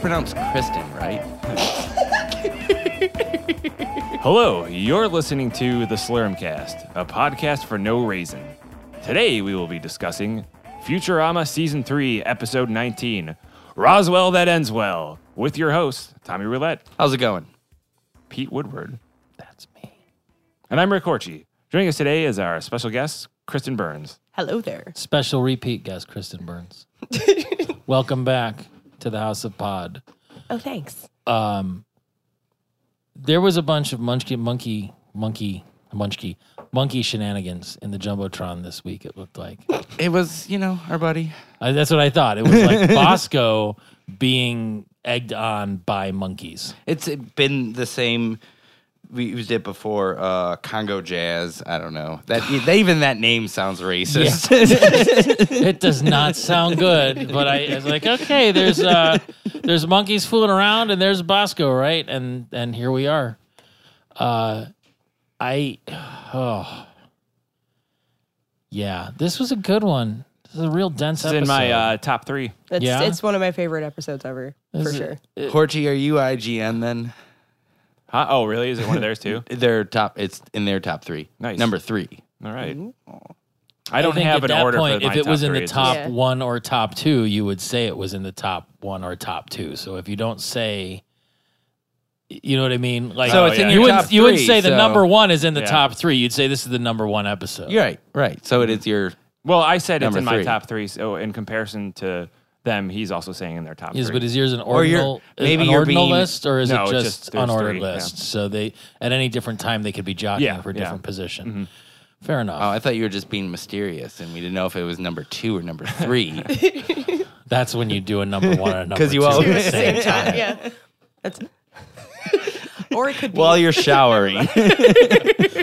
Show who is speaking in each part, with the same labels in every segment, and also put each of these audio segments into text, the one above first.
Speaker 1: pronounced Kristen, right?
Speaker 2: Hello, you're listening to The Slurmcast, a podcast for no reason. Today we will be discussing Futurama Season 3, Episode 19, Roswell That Ends Well, with your host, Tommy Roulette,
Speaker 1: How's it going?
Speaker 2: Pete Woodward,
Speaker 1: That's me.
Speaker 2: and I'm Rick Horchy. Joining us today is our special guest, Kristen Burns.
Speaker 3: Hello there.
Speaker 4: Special repeat guest, Kristen Burns. Welcome back to the House of Pod.
Speaker 3: Oh, thanks.
Speaker 4: Um, there was a bunch of munchkin, monkey, monkey, munchkey, monkey shenanigans in the jumbotron this week. It looked like
Speaker 1: It was, you know, our buddy.
Speaker 4: I, that's what I thought. It was like Bosco being egged on by monkeys.
Speaker 1: It's been the same. We used it before. Uh, Congo jazz. I don't know. That even that name sounds racist.
Speaker 4: It does not sound good, but I, I was like, okay, there's uh, there's monkeys fooling around, and there's Bosco, right? And and here we are. Uh, I, oh, yeah, this was a good one. This is a real dense
Speaker 2: This is
Speaker 4: episode.
Speaker 2: in my uh, top three.
Speaker 3: It's,
Speaker 4: Yeah?
Speaker 3: it's one of my favorite episodes ever, for
Speaker 4: it-
Speaker 3: sure.
Speaker 1: Horchy, are you IGN then?
Speaker 2: Huh? Oh, really? Is it one of theirs too?
Speaker 1: Their top. It's in their top three.
Speaker 2: Nice.
Speaker 1: Number three.
Speaker 2: All right. I don't
Speaker 4: think
Speaker 2: have
Speaker 4: at
Speaker 2: an
Speaker 4: that
Speaker 2: order
Speaker 4: point,
Speaker 2: for my
Speaker 4: if it
Speaker 2: top
Speaker 4: was in
Speaker 2: three.
Speaker 4: the
Speaker 2: It's
Speaker 4: top
Speaker 3: Yeah.
Speaker 4: one or top two, you would say it was in the top one or top two. So if you don't say, you know what I mean, like
Speaker 2: So it's in
Speaker 4: you
Speaker 2: your
Speaker 4: wouldn't
Speaker 1: top
Speaker 4: you wouldn't
Speaker 1: three,
Speaker 4: say the
Speaker 1: so-
Speaker 4: number one is in the
Speaker 2: Yeah.
Speaker 4: top three. You'd say this is the number one episode.
Speaker 1: You're right. Right. So it is your.
Speaker 2: Well, I said it's
Speaker 1: Number
Speaker 2: in my
Speaker 1: three.
Speaker 2: top three. So in comparison to them, he's also saying in their top
Speaker 4: Is
Speaker 2: three.
Speaker 4: but is yours an
Speaker 1: you're-
Speaker 4: ordinal
Speaker 1: maybe
Speaker 4: an
Speaker 1: you're
Speaker 4: ordinal
Speaker 1: being-
Speaker 4: list or is
Speaker 2: No, it's
Speaker 4: it just,
Speaker 2: just- there's
Speaker 4: unordered
Speaker 2: three, yeah.
Speaker 4: list? So they at any different time they could be jockeying
Speaker 2: Yeah,
Speaker 4: for a
Speaker 2: yeah. Mm-hmm.
Speaker 4: different position. Fair enough.
Speaker 1: Oh, I thought you were just being mysterious, and we didn't know if it was number two or number three.
Speaker 4: That's when you do a number one and a number
Speaker 1: 'Cause you
Speaker 4: two.
Speaker 1: always-
Speaker 4: at the same time.
Speaker 3: yeah. That's, or it could be.
Speaker 1: While you're showering.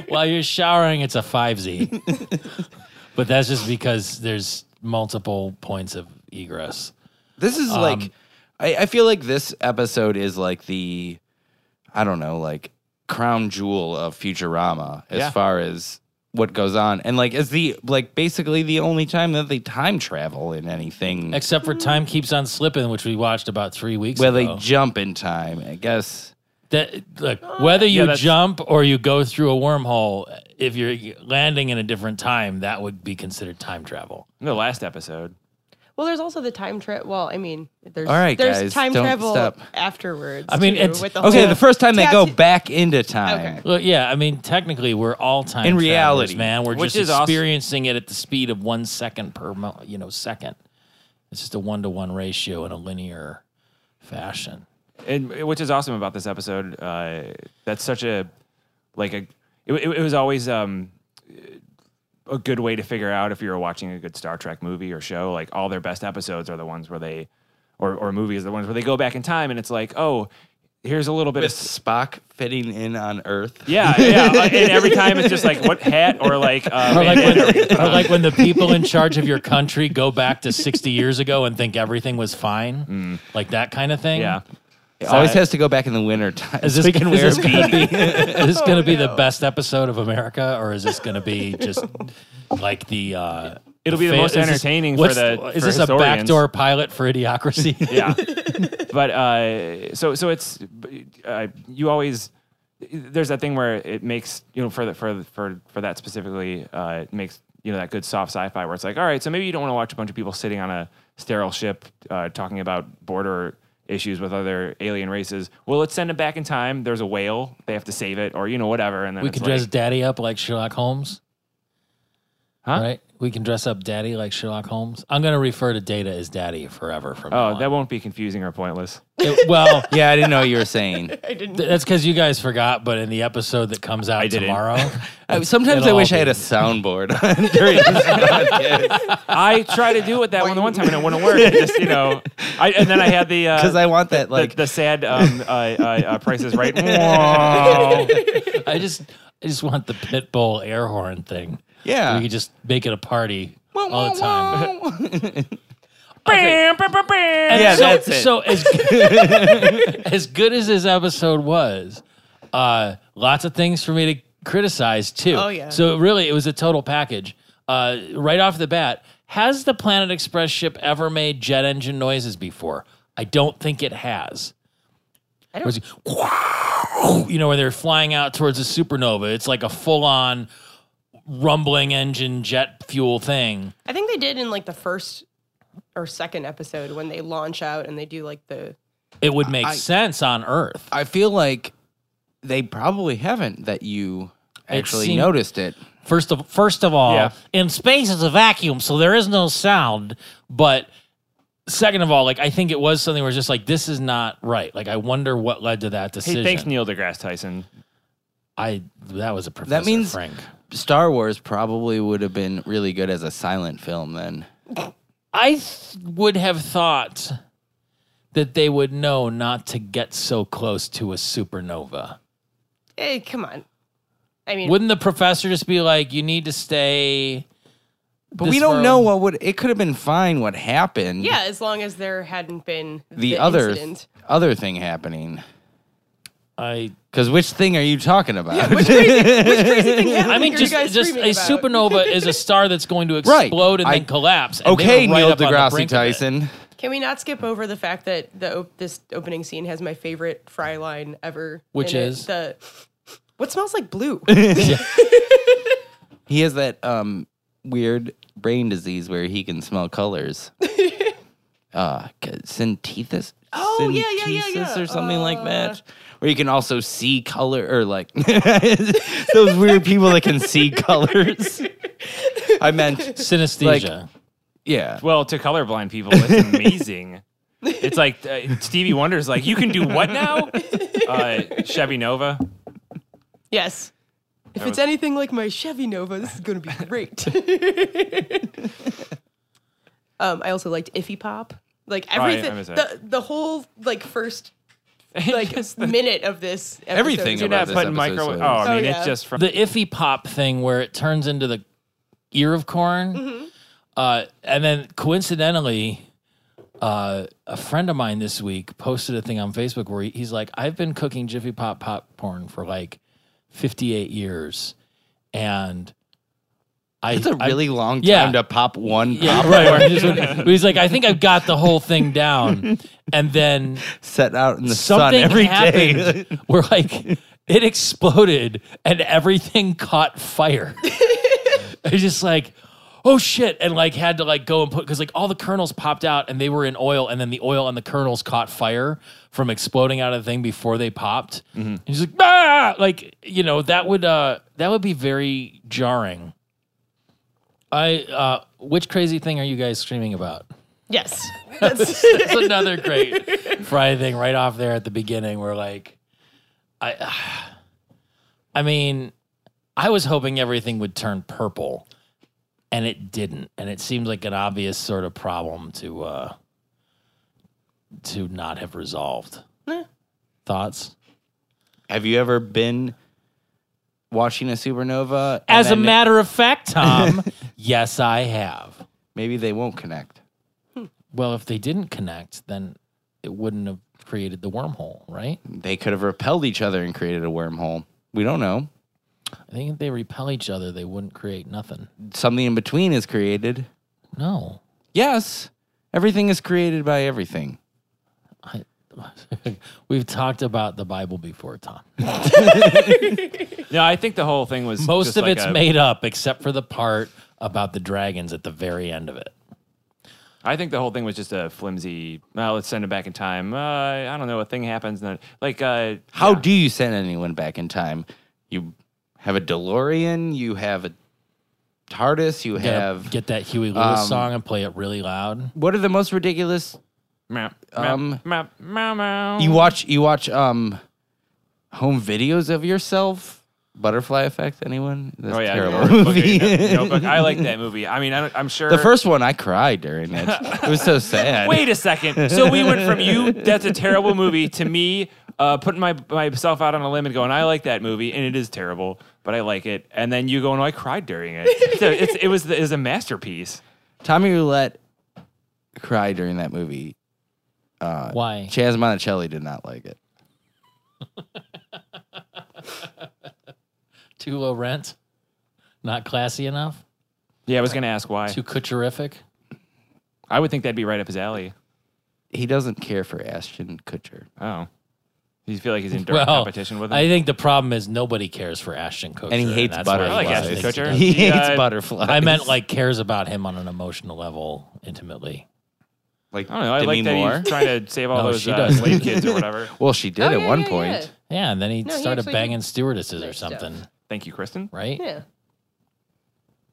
Speaker 4: While you're showering, it's a five Z. but that's just because there's multiple points of egress.
Speaker 1: This is
Speaker 4: Um,
Speaker 1: like, I, I feel like this episode is like the, I don't know, like crown jewel of Futurama as
Speaker 2: Yeah.
Speaker 1: far as what goes on, and like it's the like basically the only time that they time travel in anything
Speaker 4: Except for time keeps on slipping, which we watched about three weeks
Speaker 1: where
Speaker 4: ago.
Speaker 1: they jump in time. I guess
Speaker 4: That look whether you
Speaker 2: that's-
Speaker 4: jump or you go through a wormhole, if you're landing in a different time, that would be considered time travel.
Speaker 2: in the last episode.
Speaker 3: well, there's also the time trip. Well, I mean, there's,
Speaker 1: All right,
Speaker 3: there's
Speaker 1: guys,
Speaker 3: time
Speaker 1: don't
Speaker 3: travel
Speaker 1: stop.
Speaker 3: afterwards.
Speaker 4: I mean,
Speaker 3: too,
Speaker 4: it's-
Speaker 3: with
Speaker 1: okay.
Speaker 3: whole-
Speaker 1: The first time they
Speaker 3: Yeah,
Speaker 1: go
Speaker 3: see-
Speaker 1: back into time.
Speaker 3: Okay.
Speaker 4: Well, yeah, I mean, technically, we're all time
Speaker 1: In
Speaker 4: travelers,
Speaker 1: reality.
Speaker 4: man. We're
Speaker 2: Which
Speaker 4: just
Speaker 2: is awesome.
Speaker 4: experiencing it at the speed of one second per mo- you know second. It's just a one to one ratio in a linear fashion.
Speaker 2: and which is awesome about this episode. Uh, that's such a like a it, it was always um, a good way to figure out if you were watching a good Star Trek movie or show. Like all their best episodes are the ones where they or or movies are the ones where they go back in time and it's like oh here's a little bit
Speaker 1: With
Speaker 2: of.
Speaker 1: Spock fitting in on Earth.
Speaker 2: Yeah, yeah, like, and every time it's just like what hat or like, uh,
Speaker 4: Or like,
Speaker 2: bandana are we
Speaker 4: when,
Speaker 2: gonna put
Speaker 4: or
Speaker 2: on?
Speaker 4: like when the people in charge of your country go back to 60 years ago and think everything was fine, like that kind of thing.
Speaker 2: Mm. yeah.
Speaker 1: It always has to go back in the winter time.
Speaker 4: Is this,
Speaker 1: so we can
Speaker 4: is
Speaker 1: wear
Speaker 4: this
Speaker 1: a
Speaker 4: gonna be,
Speaker 1: beanie.
Speaker 4: is this gonna
Speaker 2: Oh,
Speaker 4: be the best episode of America, or is this gonna be just like the? Uh,
Speaker 2: It'll be the most
Speaker 4: is this-
Speaker 2: entertaining for
Speaker 4: what's
Speaker 2: the-
Speaker 4: Is
Speaker 2: for
Speaker 4: this a
Speaker 2: historians.
Speaker 4: backdoor pilot for Idiocracy?
Speaker 2: yeah but uh so so it's uh, you always there's that thing where it makes you know for the, for for for that specifically uh it makes you know that good soft sci-fi where it's like all right so maybe you don't want to watch a bunch of people sitting on a sterile ship uh talking about border issues with other alien races well let's send it back in time there's a whale they have to save it or you know whatever and then
Speaker 4: we
Speaker 2: it's
Speaker 4: can
Speaker 2: like,
Speaker 4: dress Daddy up like Sherlock Holmes.
Speaker 2: Huh?
Speaker 4: Right? We can dress up Daddy like Sherlock Holmes. I'm gonna refer to Data as Daddy forever from now
Speaker 2: oh
Speaker 4: on.
Speaker 2: that won't be confusing or pointless
Speaker 4: It- well.
Speaker 1: yeah, I didn't know what you were saying.
Speaker 3: I didn't.
Speaker 4: th- That's because you guys forgot, but in the episode that comes out
Speaker 2: didn't.
Speaker 4: tomorrow,
Speaker 1: I- Sometimes
Speaker 4: it'll
Speaker 1: I
Speaker 4: all
Speaker 1: wish I
Speaker 4: be-
Speaker 1: had a soundboard on during this podcast.
Speaker 2: i tried to do it that one the one time and it wouldn't work It just you know I, and then i had the uh,
Speaker 1: because I want that like
Speaker 2: the, the sad um, uh, uh, uh, Price is Right. Wow.
Speaker 4: I just I just want the pit bull air horn thing.
Speaker 1: yeah.
Speaker 4: We could just make it a party
Speaker 1: Wah, wah,
Speaker 4: all the time.
Speaker 1: wah.
Speaker 2: Bam, bam, bam, bam.
Speaker 4: And
Speaker 1: Yeah,
Speaker 4: so,
Speaker 1: that's it.
Speaker 4: So as as good as this episode was, uh, lots of things for me to criticize too.
Speaker 3: Oh, yeah.
Speaker 4: So really, it was a total package. Uh, right off the bat, has the Planet Express ship ever made jet engine noises before? I don't think it has.
Speaker 3: I
Speaker 4: Where's he- you know, where they're flying out towards a supernova. It's like a full on rumbling engine jet fuel thing.
Speaker 3: I think they did in like the first or second episode when they launch out and they do like the
Speaker 4: It would make
Speaker 1: I-
Speaker 4: sense on Earth.
Speaker 1: I feel like they probably haven't that you
Speaker 4: It
Speaker 1: actually
Speaker 4: seem-
Speaker 1: noticed it.
Speaker 4: First of first of all,
Speaker 2: Yeah.
Speaker 4: in space it's a vacuum, so there is no sound. But second of all, like I think it was something where it's just like this is not right. Like I wonder what led to that
Speaker 2: Hey,
Speaker 4: decision.
Speaker 2: thanks, Neil deGrasse Tyson.
Speaker 4: I that was a professor.
Speaker 1: means-
Speaker 4: Frank.
Speaker 1: Star Wars probably would have been really good as a silent film then.
Speaker 4: I th- would have thought that they would know not to get so close to a supernova.
Speaker 3: hey, eh, come on. I mean,
Speaker 4: Wouldn't the professor just be like, "You need to stay"?
Speaker 1: But we don't know what would it could have been fine what happened.
Speaker 3: yeah, as long as there hadn't been
Speaker 1: The, other
Speaker 3: incident.
Speaker 1: other thing happening.
Speaker 4: I
Speaker 1: Cuz which thing are you talking about?
Speaker 4: I mean,
Speaker 3: What are
Speaker 4: just,
Speaker 3: you guys
Speaker 4: just a
Speaker 3: screaming about?
Speaker 4: supernova is a star that's going to
Speaker 1: Right.
Speaker 4: explode and
Speaker 1: I-
Speaker 4: then collapse. and they
Speaker 1: okay,
Speaker 4: were right
Speaker 1: Neil
Speaker 4: up on the
Speaker 1: deGrasse
Speaker 4: brink of it.
Speaker 1: Tyson.
Speaker 3: Can we not skip over the fact that the op- this opening scene has my favorite fry line ever,
Speaker 4: Which
Speaker 3: in it?
Speaker 4: is?
Speaker 3: the what smells like blue.
Speaker 1: He has that um weird brain disease where he can smell colors. uh c- synthesis.
Speaker 3: Oh, yeah, yeah, yeah,
Speaker 1: synthesis
Speaker 3: yeah. Uh.
Speaker 1: Or something like that. Where you can also see color or like those weird people that can see colors. I meant
Speaker 4: Synesthesia.
Speaker 1: yeah.
Speaker 2: Well, to colorblind people, it's amazing. it's like uh, Stevie Wonder's like, you can do what now? Uh, Chevy Nova.
Speaker 3: yes. If it's anything like my Chevy Nova, this is going to be great. um, I also liked Iffy Pop. Like
Speaker 2: I- I
Speaker 3: everything,
Speaker 2: miss that.
Speaker 3: the the whole like first like minute of this. Episode.
Speaker 1: Everything
Speaker 2: You're
Speaker 1: about
Speaker 2: not
Speaker 1: this
Speaker 2: putting
Speaker 1: episode
Speaker 2: micro.
Speaker 1: so
Speaker 2: Oh,
Speaker 1: much.
Speaker 2: I
Speaker 3: Oh,
Speaker 2: mean,
Speaker 3: yeah.
Speaker 2: it's just from.
Speaker 4: the iffy pop thing where it turns into the ear of corn.
Speaker 1: Mm-hmm.
Speaker 4: Uh, and then coincidentally, uh, a friend of mine this week posted a thing on Facebook where he, he's like, I've been cooking Jiffy Pop popcorn for like 58 years. And I,
Speaker 1: It's a
Speaker 4: I-
Speaker 1: really long time
Speaker 4: yeah.
Speaker 1: to pop one
Speaker 4: yeah,
Speaker 1: pop
Speaker 4: right. where he just went- he's like, I think I've got the whole thing down. And then
Speaker 1: set out in the sun
Speaker 4: something
Speaker 1: every day.
Speaker 4: happened where like it exploded and everything caught fire. It's just like, oh shit, and like had to like go and put because like all the kernels popped out and they were in oil, and then the oil and the kernels caught fire from exploding out of the thing before they popped.
Speaker 1: Mm-hmm.
Speaker 4: And he's like, ah, like you know that would uh that would be very jarring. I uh which crazy thing are you guys screaming about?
Speaker 3: Yes. That's,
Speaker 4: That's another great Friday thing right off there at the beginning where like I I mean I was hoping everything would turn purple and it didn't and it seems like an obvious sort of problem to uh to not have resolved. Thoughts?
Speaker 1: Have you ever been watching a supernova? and
Speaker 4: As a
Speaker 1: then
Speaker 4: matter of fact, Tom, yes I have.
Speaker 1: maybe they won't connect.
Speaker 4: Well, if they didn't connect, then it wouldn't have created the wormhole, right?
Speaker 1: They could have repelled each other and created a wormhole. We don't know.
Speaker 4: I think if they repel each other, they wouldn't create nothing.
Speaker 1: Something in between is created.
Speaker 4: No.
Speaker 1: Yes, everything is created by everything.
Speaker 4: I, we've talked about the Bible before, Tom.
Speaker 2: No, I think the whole thing was
Speaker 4: Most
Speaker 2: just
Speaker 4: of
Speaker 2: like
Speaker 4: it's
Speaker 2: a-
Speaker 4: made up, except for the part about the dragons at the very end of it.
Speaker 2: I think the whole thing was just a flimsy. Well, let's send it back in time. Uh, I don't know. A thing happens, and then like uh,
Speaker 1: How do you send anyone back in time? You have a DeLorean. You have a TARDIS. You
Speaker 4: Get, a-
Speaker 1: have
Speaker 4: get that Huey Lewis
Speaker 1: um,
Speaker 4: song and play it really loud.
Speaker 1: what are the most ridiculous
Speaker 2: meow,
Speaker 1: Um,
Speaker 2: meow, meow, meow, meow. Oh,
Speaker 1: You watch you watch um home videos of yourself. Butterfly Effect. Anyone? That's
Speaker 2: Oh yeah,
Speaker 1: terrible
Speaker 2: Notebook,
Speaker 1: movie.
Speaker 2: okay, Notebook. I like that movie. I mean, I don't, I'm sure
Speaker 1: the first one I cried during it. It was so sad.
Speaker 2: Wait a second. So we went from you, that's a terrible movie, to me, uh, putting my myself out on a limb and going, I like that movie, and it is terrible, but I like it. And then you go, and I cried during it. So it's, it was it was a masterpiece.
Speaker 1: Tommy Roulette cried during that movie.
Speaker 2: uh,
Speaker 4: Why?
Speaker 1: Chaz Monticelli did not like it.
Speaker 4: Too low rent? Not classy enough?
Speaker 2: Yeah, I was gonna ask why.
Speaker 4: Too kutcherific?
Speaker 2: I would think that'd be right up his alley.
Speaker 1: he doesn't care for Ashton Kutcher.
Speaker 2: Oh, do you feel like he's in direct
Speaker 4: Well,
Speaker 2: competition with him?
Speaker 4: I think problem is nobody cares for Ashton Kutcher,
Speaker 1: And he hates
Speaker 4: Oh, that's why
Speaker 2: I like
Speaker 4: he
Speaker 1: butterflies.
Speaker 2: Ashton
Speaker 4: thinks he
Speaker 2: Kutcher.
Speaker 4: does.
Speaker 1: He
Speaker 2: He, uh,
Speaker 1: hates butterflies.
Speaker 4: I meant like cares about him on an emotional level, intimately.
Speaker 1: like
Speaker 2: I don't know. I like that
Speaker 1: Moore.
Speaker 2: he's trying to save all
Speaker 4: No,
Speaker 2: those
Speaker 4: she
Speaker 2: uh,
Speaker 4: doesn't.
Speaker 2: slave kids or whatever.
Speaker 1: Well, she did
Speaker 3: Oh,
Speaker 1: at
Speaker 3: yeah,
Speaker 1: one
Speaker 3: yeah,
Speaker 1: point.
Speaker 4: Yeah, and then he
Speaker 3: No, he
Speaker 4: started
Speaker 3: actually
Speaker 4: banging stewardesses or
Speaker 3: nice stuff.
Speaker 4: something,
Speaker 2: Thank you, Kristen.
Speaker 4: right?
Speaker 3: Yeah. yeah.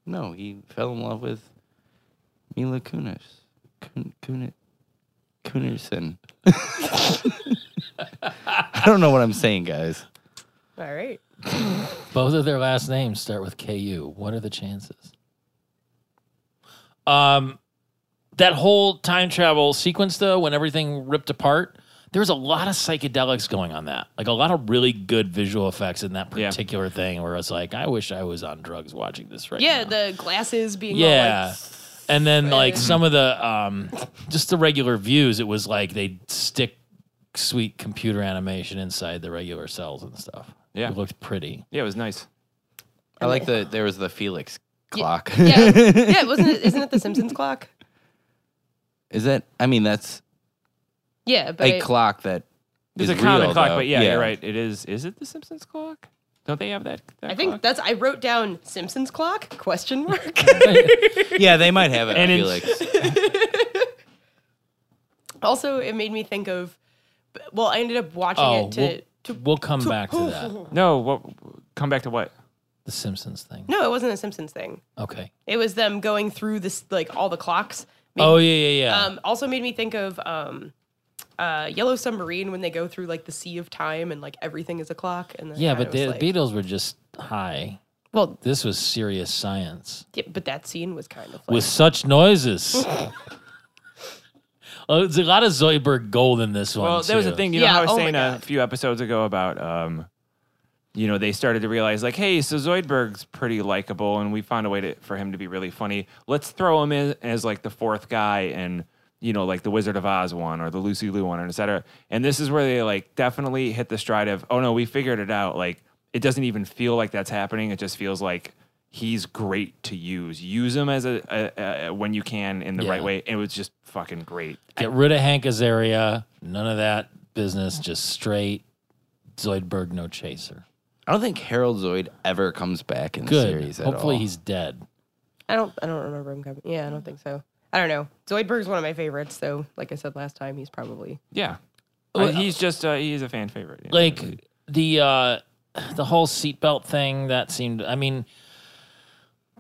Speaker 1: No, he fell in love with Mila Kunis. Kun, Kun, Kunirson. I don't know what I'm saying, guys.
Speaker 3: All right.
Speaker 4: Both of their last names start with KU. What are the chances? Um, that whole time travel sequence, though, when everything ripped apart, there was a lot of psychedelics going on that. Like a lot of really good visual effects in that
Speaker 2: Yeah.
Speaker 4: particular thing where it's like, I wish I was on drugs watching this right
Speaker 3: Yeah,
Speaker 4: now.
Speaker 3: the glasses being all
Speaker 4: yeah.
Speaker 3: like,
Speaker 4: and then like some of the um, just the regular views, it was like they stick sweet computer animation inside the regular cells and stuff.
Speaker 2: Yeah.
Speaker 4: It looked pretty.
Speaker 2: Yeah, it was nice.
Speaker 1: I like the there was the Felix clock.
Speaker 3: yeah, yeah. Wasn't it? Isn't it the Simpsons clock?
Speaker 1: Is that? I mean, that's
Speaker 3: Yeah, but
Speaker 1: a
Speaker 3: it-
Speaker 1: clock that
Speaker 2: It's
Speaker 1: is
Speaker 2: a common
Speaker 1: real,
Speaker 2: clock,
Speaker 1: though.
Speaker 2: but yeah, you're right. It is. Is it the Simpsons clock? Don't they have that? that
Speaker 3: I think
Speaker 2: clock?
Speaker 3: that's. I wrote down Simpsons clock question mark.
Speaker 1: Yeah, they might have it. And
Speaker 2: And in-
Speaker 1: Felix.
Speaker 3: also, it made me think of. Well, I ended up watching
Speaker 4: Oh,
Speaker 3: it to.
Speaker 4: we'll,
Speaker 3: to
Speaker 4: we'll come back to that.
Speaker 2: no. What? Come back to what?
Speaker 4: The Simpsons thing.
Speaker 3: no, it wasn't a Simpsons thing.
Speaker 4: Okay.
Speaker 3: It was them going through this like all the clocks. Made-
Speaker 4: Oh yeah, yeah, yeah.
Speaker 3: Um, also made me think of um, uh, Yellow Submarine when they go through like the sea of time and like everything is a clock. And then
Speaker 4: yeah,
Speaker 3: I
Speaker 4: but
Speaker 3: was
Speaker 4: the
Speaker 3: like,
Speaker 4: Beatles were just high.
Speaker 3: well,
Speaker 4: This was serious science
Speaker 3: yeah, but that scene was kind of like,
Speaker 4: with such noises. oh, there's a lot of Zoidberg gold in this one.
Speaker 2: Well, there was a
Speaker 4: too.
Speaker 2: thing. You know,
Speaker 3: Yeah,
Speaker 2: how I was
Speaker 3: oh my
Speaker 2: saying a
Speaker 3: God.
Speaker 2: few episodes ago about, um, you know, they started to realize like, hey, so Zoidberg's pretty likable, and we found a way to, for him to be really funny. Let's throw him in as like the fourth guy, and you know, like the Wizard of Oz one or the Lucy Liu one, and et cetera. And this is where they like definitely hit the stride of, oh no, we figured it out. Like, it doesn't even feel like that's happening. It just feels like. He's great to use. Use him as a, a, a when you can in the right
Speaker 4: Yeah.
Speaker 2: way. It was just fucking great.
Speaker 4: Get rid of Hank Azaria. None of that business. Just straight Zoidberg, no chaser.
Speaker 1: I don't think Harold Zoid ever comes back in the
Speaker 4: Good.
Speaker 1: series. At
Speaker 4: Hopefully
Speaker 1: all.
Speaker 4: he's dead.
Speaker 3: I don't, I don't remember him coming. Yeah, I
Speaker 4: Mm.
Speaker 3: don't think so. I don't know. Zoidberg's one of my favorites, so like I said last time, he's probably
Speaker 2: Yeah.
Speaker 4: Well,
Speaker 2: Uh, he's just uh, he's a fan favorite. yeah.
Speaker 4: like the uh the whole seatbelt thing that seemed i mean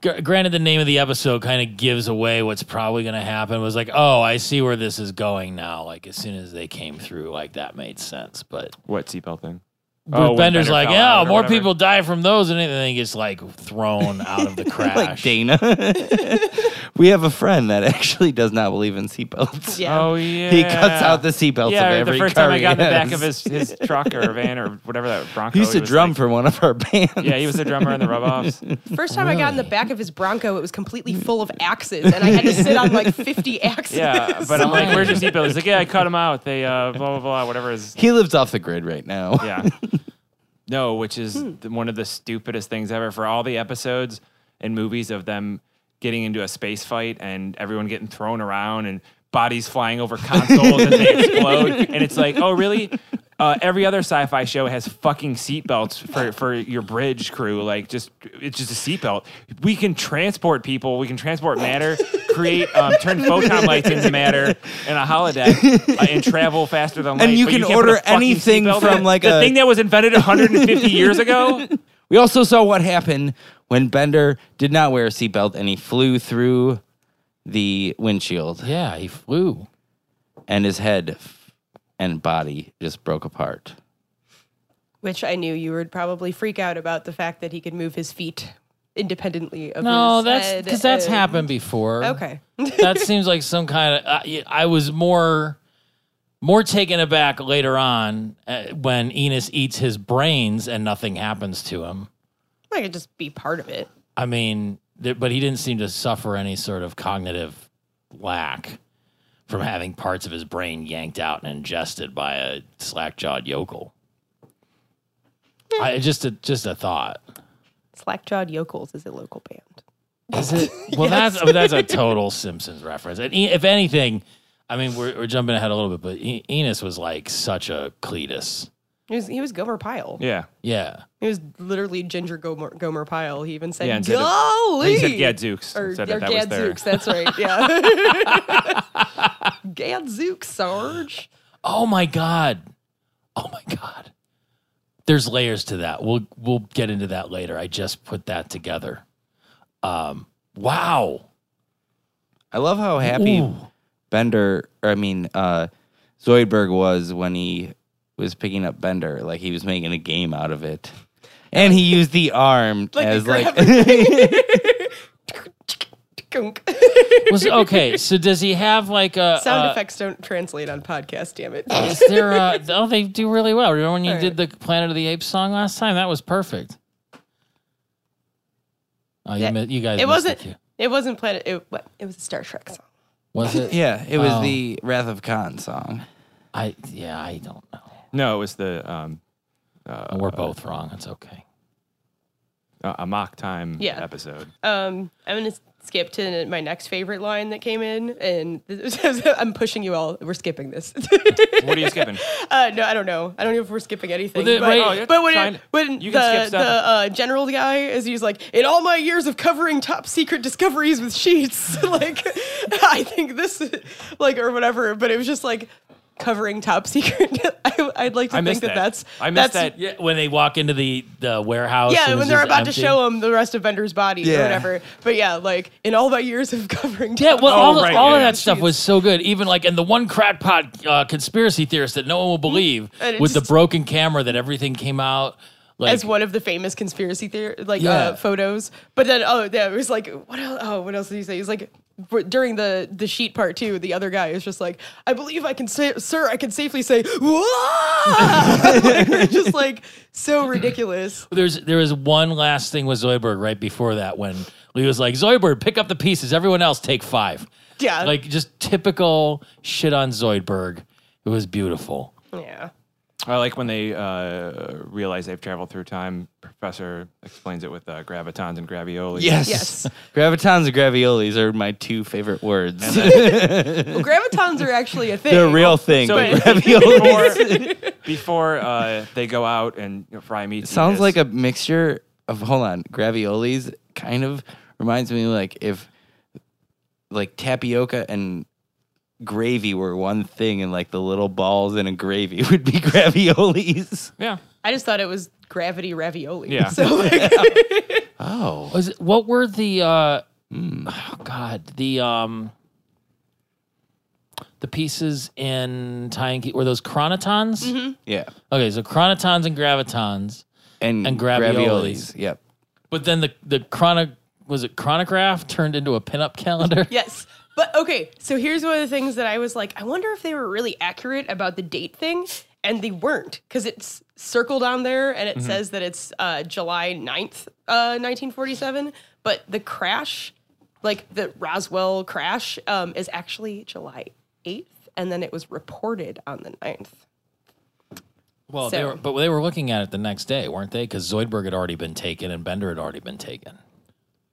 Speaker 4: gr- granted the name of the episode kind of gives away what's probably going to happen It was like oh i see where this is going now like as soon as they came through like that made sense but
Speaker 2: what seatbelt thing?
Speaker 4: Ruth
Speaker 2: Oh, when
Speaker 4: bender's
Speaker 2: Bender
Speaker 4: like
Speaker 2: fell out
Speaker 4: yeah
Speaker 2: or
Speaker 4: more
Speaker 2: whatever."
Speaker 4: people die from those and anything he gets like thrown out of the crash
Speaker 1: like Dana. we have a friend that actually does not believe in seatbelts.
Speaker 3: yeah.
Speaker 2: Oh yeah.
Speaker 1: He cuts out the seatbelts
Speaker 2: Yeah,
Speaker 1: of
Speaker 2: the
Speaker 1: every
Speaker 2: first
Speaker 1: car
Speaker 2: time I
Speaker 1: he
Speaker 2: got in the back
Speaker 1: has.
Speaker 2: of his, his truck or van or whatever that Bronco.
Speaker 1: He used to
Speaker 2: was
Speaker 1: drum
Speaker 2: like-
Speaker 1: for one of our bands.
Speaker 2: yeah, he was a drummer in the rub offs.
Speaker 3: First time I got in the back of his Bronco, it was completely full of axes, and I had to sit on like 50 axes.
Speaker 2: Yeah, but I'm like,
Speaker 4: Why?
Speaker 2: where's your seatbelt? He's like, yeah, I cut him out. They uh, blah blah blah, whatever is.
Speaker 1: He lives off the grid right now.
Speaker 2: Yeah. No, which is
Speaker 1: Hmm.
Speaker 2: th- one of the stupidest things ever for all the episodes and movies of them getting into a space fight and everyone getting thrown around and bodies flying over consoles and they explode. And it's like, oh, really? Uh, every other sci-fi show has fucking seatbelts for, for your bridge crew. Like, just it's just a seatbelt. We can transport people. We can transport matter. Create, um, turn photon lights into matter in a holodeck uh, and travel faster than light.
Speaker 1: you
Speaker 2: but
Speaker 1: can
Speaker 2: can't put
Speaker 1: order
Speaker 2: a fucking
Speaker 1: anything
Speaker 2: seatbelt
Speaker 1: from,
Speaker 2: in?
Speaker 1: like,
Speaker 2: the
Speaker 1: a-
Speaker 2: thing that was invented 150 years ago.
Speaker 1: We also saw what happened when Bender did not wear a seatbelt and he flew through the windshield
Speaker 4: yeah he flew
Speaker 1: and his head f- and body just broke apart.
Speaker 3: Which I knew you would probably freak out about the fact that he could move his feet independently of
Speaker 4: no
Speaker 3: his
Speaker 4: that's
Speaker 3: head
Speaker 4: because that's
Speaker 3: and-
Speaker 4: happened before
Speaker 3: Okay.
Speaker 4: that seems like some kind of. I, I was more more taken aback later on uh, when Enos eats his brains and nothing happens to him.
Speaker 3: I could just be part of it.
Speaker 4: I mean, th- but he didn't seem to suffer any sort of cognitive lack from having parts of his brain yanked out and ingested by a slack jawed yokel. I, just a just a thought.
Speaker 3: Slackjawed Yokels is a local band.
Speaker 4: Is it? Well, that's that's a total Simpsons reference. And e- if anything, I mean, we're, we're jumping ahead a little bit, but e- Enos was like such a Cletus.
Speaker 3: He was, he was Gomer Pyle.
Speaker 2: Yeah.
Speaker 4: Yeah.
Speaker 3: He was literally Ginger Gomer, Gomer Pyle. He even said,
Speaker 2: Yeah, and said it-
Speaker 3: "Golly."
Speaker 2: He said Gadzooks.
Speaker 3: or,
Speaker 2: said that
Speaker 3: or
Speaker 2: that was their.
Speaker 3: Gadzooks, that's right. Yeah. Gadzooks, Sarge.
Speaker 4: Oh my god. Oh my god. There's layers to that. We'll we'll get into that later. I just put that together. Um. Wow.
Speaker 1: I love how happy
Speaker 4: Ooh.
Speaker 1: Bender, or I mean, uh, Zoidberg was when he was picking up Bender. Like he was making a game out of it. And he used the arm
Speaker 3: Like,
Speaker 1: as
Speaker 3: the
Speaker 1: like
Speaker 3: Gunk.
Speaker 4: Was okay. So does he have like a
Speaker 3: Sound
Speaker 4: a-
Speaker 3: effects don't translate on podcast, damn Uh, it.
Speaker 4: Is there a, oh, they do really well. Remember when you
Speaker 3: All
Speaker 4: did the Planet of the Apes song last time? That was perfect. Oh, you,
Speaker 3: Yeah,
Speaker 4: mi- you guys
Speaker 3: it
Speaker 4: missed
Speaker 3: wasn't
Speaker 4: too.
Speaker 3: it wasn't Planet it, what, it was a Star Trek song.
Speaker 4: Was it?
Speaker 1: yeah, it was
Speaker 4: Oh.
Speaker 1: the Wrath of Khan song.
Speaker 4: I yeah, I don't know.
Speaker 2: No, it was the um, uh,
Speaker 4: We're both wrong. It's okay.
Speaker 2: a a mock time
Speaker 3: Yeah.
Speaker 2: episode.
Speaker 3: Um, I'm gonna s- skip to my next favorite line that came in, and this is, I'm pushing you all. We're skipping this.
Speaker 2: What are you skipping?
Speaker 3: uh, no, I don't know. I don't know if we're skipping anything.
Speaker 4: Well, the-
Speaker 3: but,
Speaker 4: wait, Oh,
Speaker 2: you're
Speaker 3: but when,
Speaker 2: fine.
Speaker 3: it, when
Speaker 2: You can
Speaker 3: the,
Speaker 2: skip
Speaker 3: the
Speaker 2: stuff.
Speaker 3: uh, general guy is, he's like, in all my years of covering top secret discoveries with sheets, like I think this, like or whatever. But it was just like covering top secret. I, I'd like to
Speaker 2: I
Speaker 3: think
Speaker 2: missed
Speaker 3: that.
Speaker 2: that.
Speaker 3: that's
Speaker 2: I missed
Speaker 3: that's,
Speaker 2: that.
Speaker 4: Yeah, when they walk into the, the warehouse.
Speaker 3: yeah,
Speaker 4: and
Speaker 3: when
Speaker 4: it's
Speaker 3: they're
Speaker 4: just
Speaker 3: about
Speaker 4: empty.
Speaker 3: to show him the rest of Bender's body or
Speaker 1: Yeah.
Speaker 3: whatever. But yeah, like in all my years of covering.
Speaker 4: Yeah, well,
Speaker 2: Oh,
Speaker 4: all,
Speaker 2: right,
Speaker 4: all
Speaker 2: yeah,
Speaker 4: of
Speaker 2: yeah.
Speaker 4: that stuff was so good. Even like, and the one crackpot uh, conspiracy theorist that no one will believe
Speaker 3: Mm-hmm. And it
Speaker 4: with the
Speaker 3: just-
Speaker 4: broken camera that everything came out. Like,
Speaker 3: as one of the famous conspiracy theory like
Speaker 4: Yeah.
Speaker 3: uh, photos. But then oh yeah, it was like what else? Oh, what else did he say? He's like for- during the the sheet part too. The other guy is just like, I believe I can say, sir, I can safely say, "Whoa!" Like, we're just like so ridiculous.
Speaker 4: There's there was one last thing with Zoidberg right before that when Lee was like, Zoidberg, pick up the pieces. Everyone else take five.
Speaker 3: Yeah.
Speaker 4: Like just typical shit on Zoidberg. It was beautiful.
Speaker 3: Yeah.
Speaker 2: I like when they uh, realize they've traveled through time. Professor explains it with uh, gravitons and gravioli.
Speaker 1: Yes.
Speaker 3: Yes.
Speaker 1: Gravitons and graviolis are my two favorite words.
Speaker 3: Well, gravitons are actually a thing.
Speaker 1: They're a real thing.
Speaker 2: So
Speaker 1: but
Speaker 2: it-
Speaker 1: raviolis
Speaker 2: before, before uh, they go out and you know, fry meat.
Speaker 1: sounds like a mixture of hold on, raviolis kind of reminds me like if like tapioca and gravy were one thing and like the little balls in a gravy would be raviolis.
Speaker 2: yeah.
Speaker 3: I just thought it was gravity ravioli.
Speaker 2: Yeah.
Speaker 3: So like,
Speaker 1: Oh.
Speaker 4: Was it, what were the uh oh god, the um the pieces in Tying Key were those chronotons?
Speaker 1: Yeah.
Speaker 4: Okay, so chronotons and gravitons.
Speaker 1: And,
Speaker 4: And graviolis.
Speaker 1: graviolis. Yep.
Speaker 4: But then the the chrono was it chronograph turned into a pinup calendar?
Speaker 3: yes. But okay, so here's one of the things that I was like, I wonder if they were really accurate about the date thing, and they weren't, because it's circled on there and it
Speaker 2: Mm-hmm.
Speaker 3: says that it's uh, July 9th, uh, 1947, but the crash, like the Roswell crash, um, is actually July 8th, and then it was reported on the 9th.
Speaker 4: Well, they
Speaker 3: So-
Speaker 4: were, but they were looking at it the next day, weren't they? Because Zoidberg had already been taken and Bender had already been taken.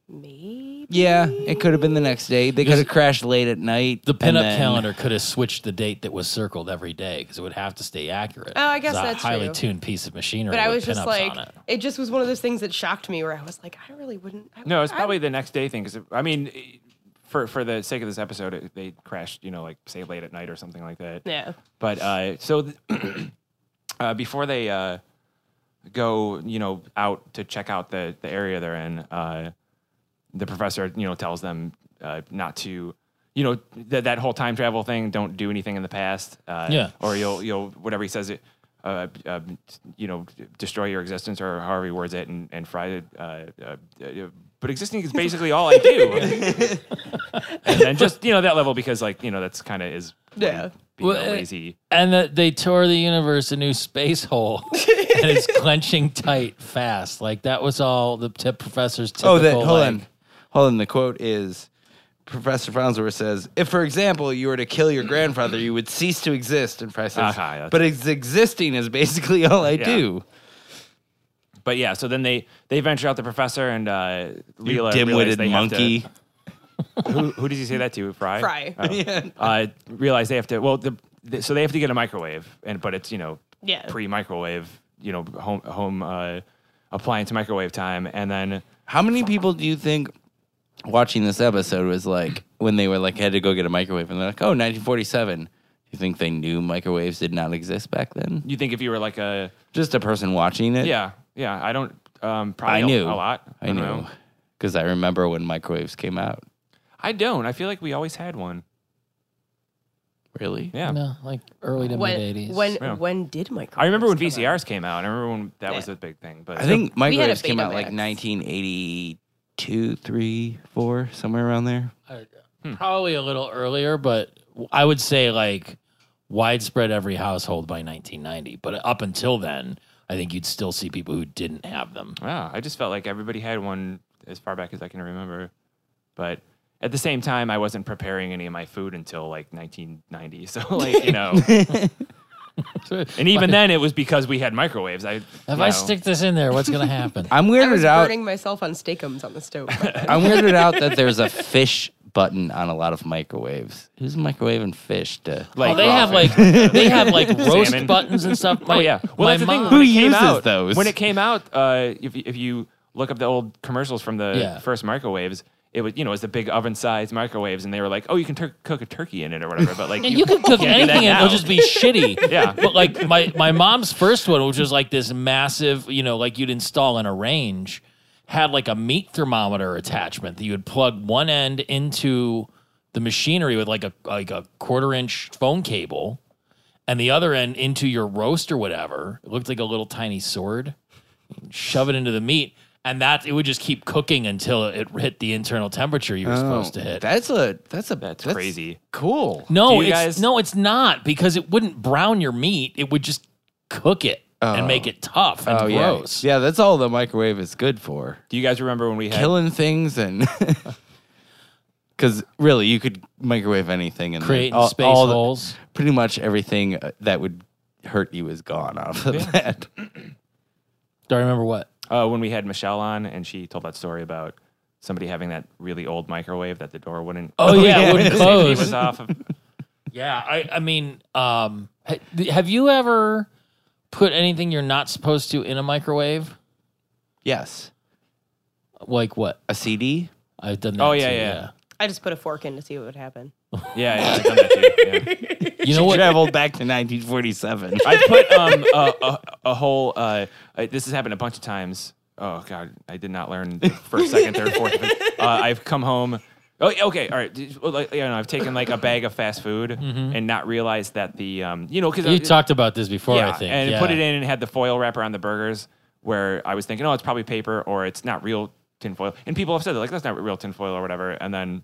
Speaker 3: Maybe?
Speaker 1: Yeah. It could have been the next day. They could have crashed late at night.
Speaker 4: The
Speaker 1: and
Speaker 4: pinup
Speaker 1: then-
Speaker 4: calendar could have switched the date that was circled every day because it would have to stay accurate.
Speaker 3: Oh, I guess
Speaker 4: It's a
Speaker 3: that's
Speaker 4: highly
Speaker 3: true.
Speaker 4: tuned piece of machinery.
Speaker 3: But I was
Speaker 4: with
Speaker 3: just
Speaker 4: pinups
Speaker 3: like,
Speaker 4: on it.
Speaker 3: it. just was one of those things that shocked me where I was like, I really wouldn't. I,
Speaker 2: No, it's
Speaker 3: I-
Speaker 2: probably the next day thing. Because I mean, eh, for for the sake of this episode, it, they crashed. You know, like say late at night or something like that.
Speaker 3: yeah.
Speaker 2: But uh, so th- uh, before they uh, go, you know, out to check out the, the area they're in, uh, the professor, you know, tells them uh, not to, you know, th- that whole time travel thing. Don't do anything in the past. Uh,
Speaker 4: Yeah.
Speaker 2: Or you'll you'll whatever he says it. Uh, uh, you know, destroy your existence, or however he words it, and and fry it. Uh, uh, uh, but existing is basically all I do, and then just you know that level because like you know that's kind of is
Speaker 3: Yeah.
Speaker 2: being
Speaker 4: Well,
Speaker 2: a
Speaker 4: uh,
Speaker 2: lazy
Speaker 4: and that they tore the universe a new space hole, and it's clenching tight fast. Like that was all the tip professor's typical.
Speaker 1: Oh, that hold
Speaker 4: like,
Speaker 1: on, hold on. The quote is Professor Farnsworth says, "If, for example, you were to kill your grandfather, you would cease to exist." And Price says,
Speaker 2: Okay, Uh-huh, that's-
Speaker 1: "But it's existing is basically all I do."
Speaker 2: But yeah, so then they they venture out the professor and uh, Leela. realize
Speaker 1: Dim-witted
Speaker 2: they have to-
Speaker 1: monkey.
Speaker 2: who, who does he say that to? Fry.
Speaker 3: Fry.
Speaker 2: Oh. Uh, realize they have to. Well, the, the, so they have to get a microwave, and but it's you know
Speaker 3: Yeah.
Speaker 2: pre-microwave, you know home home uh, appliance microwave time, and then
Speaker 1: How many people do you think watching this episode was like when they were like had to go get a microwave and they're like, oh, 1947. You think they knew microwaves did not exist back then?
Speaker 2: you think if you were like a
Speaker 1: Just a person watching it.
Speaker 2: yeah yeah I don't um probably
Speaker 1: I
Speaker 2: a-
Speaker 1: knew
Speaker 2: a lot
Speaker 1: I
Speaker 2: don't
Speaker 1: knew
Speaker 2: know.
Speaker 1: because I remember when microwaves came out.
Speaker 2: I don't I feel like we always had one
Speaker 1: Really?
Speaker 2: yeah
Speaker 4: No, like early to mid
Speaker 3: When
Speaker 4: eighties.
Speaker 3: when
Speaker 2: Yeah.
Speaker 3: when did micro?
Speaker 2: I remember when VCRs came out I remember when that was a big thing but
Speaker 1: I think
Speaker 3: had a
Speaker 1: microwaves came out
Speaker 3: Betamax.
Speaker 1: like 1982, 3, 4, somewhere around there.
Speaker 4: Uh,
Speaker 2: Hmm.
Speaker 4: probably a little earlier, but I would say like widespread every household by 1990. But up until then, I think you'd still see people who didn't have them.
Speaker 2: Yeah, I just felt like everybody had one as far back as I can remember. But at the same time, I wasn't preparing any of my food until like 1990. So, like, you know, and even then it was because we had microwaves. I,
Speaker 4: If I stick this in there, what's gonna happen?
Speaker 1: I'm
Speaker 3: I was
Speaker 1: weirded out.
Speaker 3: burning myself on steakums on the stove.
Speaker 1: I'm weirded out that there's a fish button on a lot of microwaves. Who's microwaving fish to
Speaker 4: Oh,
Speaker 2: like,
Speaker 4: they
Speaker 2: raw
Speaker 4: have
Speaker 2: fish.
Speaker 4: like they have like roast
Speaker 2: Salmon.
Speaker 4: buttons and stuff.
Speaker 2: oh, yeah. Well, that's the thing.
Speaker 4: mom-
Speaker 2: when
Speaker 1: Who
Speaker 2: it came
Speaker 1: uses
Speaker 2: out-
Speaker 1: those?
Speaker 2: When it came out, uh, if, you- if you look up the old commercials from the
Speaker 4: Yeah.
Speaker 2: first microwaves, it was, you know, it was the big oven sized microwaves, and they were like, oh, you can tur- cook a turkey in it or whatever. But like,
Speaker 4: And you can cook
Speaker 2: do that
Speaker 4: anything and
Speaker 2: now.
Speaker 4: it'll just be shitty.
Speaker 2: Yeah.
Speaker 4: But like my, my mom's first one, which was like this massive, you know, like you'd install in a range, had like a meat thermometer attachment that you would plug one end into the machinery with like a like a quarter inch phone cable and the other end into your roast or whatever. It looked like a little tiny sword. Shove it into the meat. And that it would just keep cooking until it hit the internal temperature you were supposed to hit.
Speaker 1: Oh, That's a that's a
Speaker 2: That's crazy.
Speaker 1: Cool.
Speaker 2: Do
Speaker 4: No,
Speaker 2: you
Speaker 4: it's
Speaker 2: guys-
Speaker 4: no, it's not because it wouldn't brown your meat. It would just cook it and make it tough and
Speaker 1: Oh yeah,
Speaker 4: gross.
Speaker 1: yeah. That's all the microwave is good for.
Speaker 2: do you guys remember when we had
Speaker 1: Killing things and because really you could microwave anything and then
Speaker 4: Creating
Speaker 1: all-
Speaker 4: space
Speaker 1: all the-
Speaker 4: holes.
Speaker 1: pretty much everything uh, that would hurt you is gone off of that.
Speaker 4: Do I remember what?
Speaker 2: uh, when we had Michelle on, and she told that story about somebody having that really old microwave that the door wouldn't.
Speaker 4: Oh, yeah, it wouldn't
Speaker 2: the safety
Speaker 4: close.
Speaker 2: was off. Of,
Speaker 4: Yeah, I, I mean, um, ha- have you ever put anything you're not supposed to in a microwave?
Speaker 1: Yes,
Speaker 4: Like what?
Speaker 1: a CD.
Speaker 4: I've done that.
Speaker 2: Oh, yeah,
Speaker 4: too,
Speaker 2: yeah.
Speaker 3: I just put a fork in to see what would happen.
Speaker 2: yeah, yeah, I've done that too. Yeah.
Speaker 4: yeah. You know what?
Speaker 1: Traveled back to 1947.
Speaker 2: I put um, a, a, a whole. Uh, I, this has happened a bunch of times. Oh God, I did not learn the first, second, third, fourth. Uh, I've come home. Oh, yeah, okay, all right. Did- well, Like, you know, I've taken like a bag of fast food and not realized that the um, you know, because
Speaker 4: Mm-hmm. You talked about this before, I think.
Speaker 2: And
Speaker 4: yeah.
Speaker 2: put it in and had the foil wrap around the burgers where I was thinking, oh, it's probably paper or it's not real tinfoil. And people have said that, like, that's not real tinfoil or whatever. And then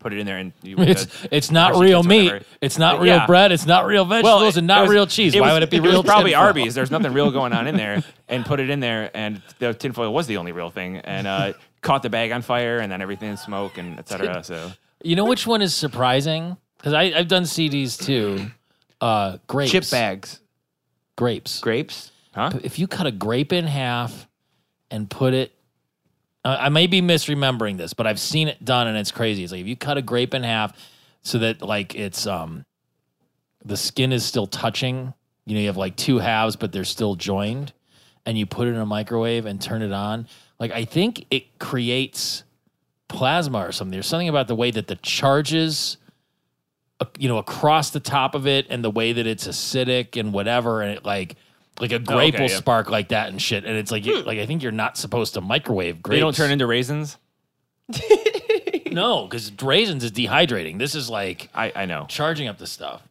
Speaker 2: put it in there and you
Speaker 4: It's it's not
Speaker 2: Hershey
Speaker 4: real
Speaker 2: kiss or
Speaker 4: meat.
Speaker 2: whatever.
Speaker 4: It's not
Speaker 2: But
Speaker 4: real
Speaker 2: yeah.
Speaker 4: bread. It's not real vegetables, and not
Speaker 2: it was-
Speaker 4: real cheese. Why
Speaker 2: was-
Speaker 4: would it be
Speaker 2: was
Speaker 4: real?
Speaker 2: probably
Speaker 4: tinfoil?
Speaker 2: Arby's. There's nothing real going on in there. And put it in there and the tinfoil was the only real thing. And uh, caught the bag on fire and then everything in smoke and et cetera. So
Speaker 4: You know which one is surprising? Because I've done CDs too. Uh, grapes.
Speaker 1: Chip bags,
Speaker 4: Grapes.
Speaker 1: grapes.
Speaker 4: If you cut a grape in half and put it, I I may be misremembering this, but I've seen it done and it's crazy. It's like if you cut a grape in half so that like it's um the skin is still touching. You know, you have like two halves, but they're still joined, and you put it in a microwave and turn it on. Like I think it creates plasma or something. There's something about the way that the charges, uh, you know, across the top of it, and the way that it's acidic and whatever, and it like. Like a grape
Speaker 2: okay,
Speaker 4: will
Speaker 2: yeah.
Speaker 4: spark like that and shit, and it's like
Speaker 2: Hmm.
Speaker 4: you, like I think you're not supposed to microwave grapes.
Speaker 2: they don't turn into raisins.
Speaker 4: no because raisins is dehydrating. This is like
Speaker 2: I, I know.
Speaker 4: charging up the stuff.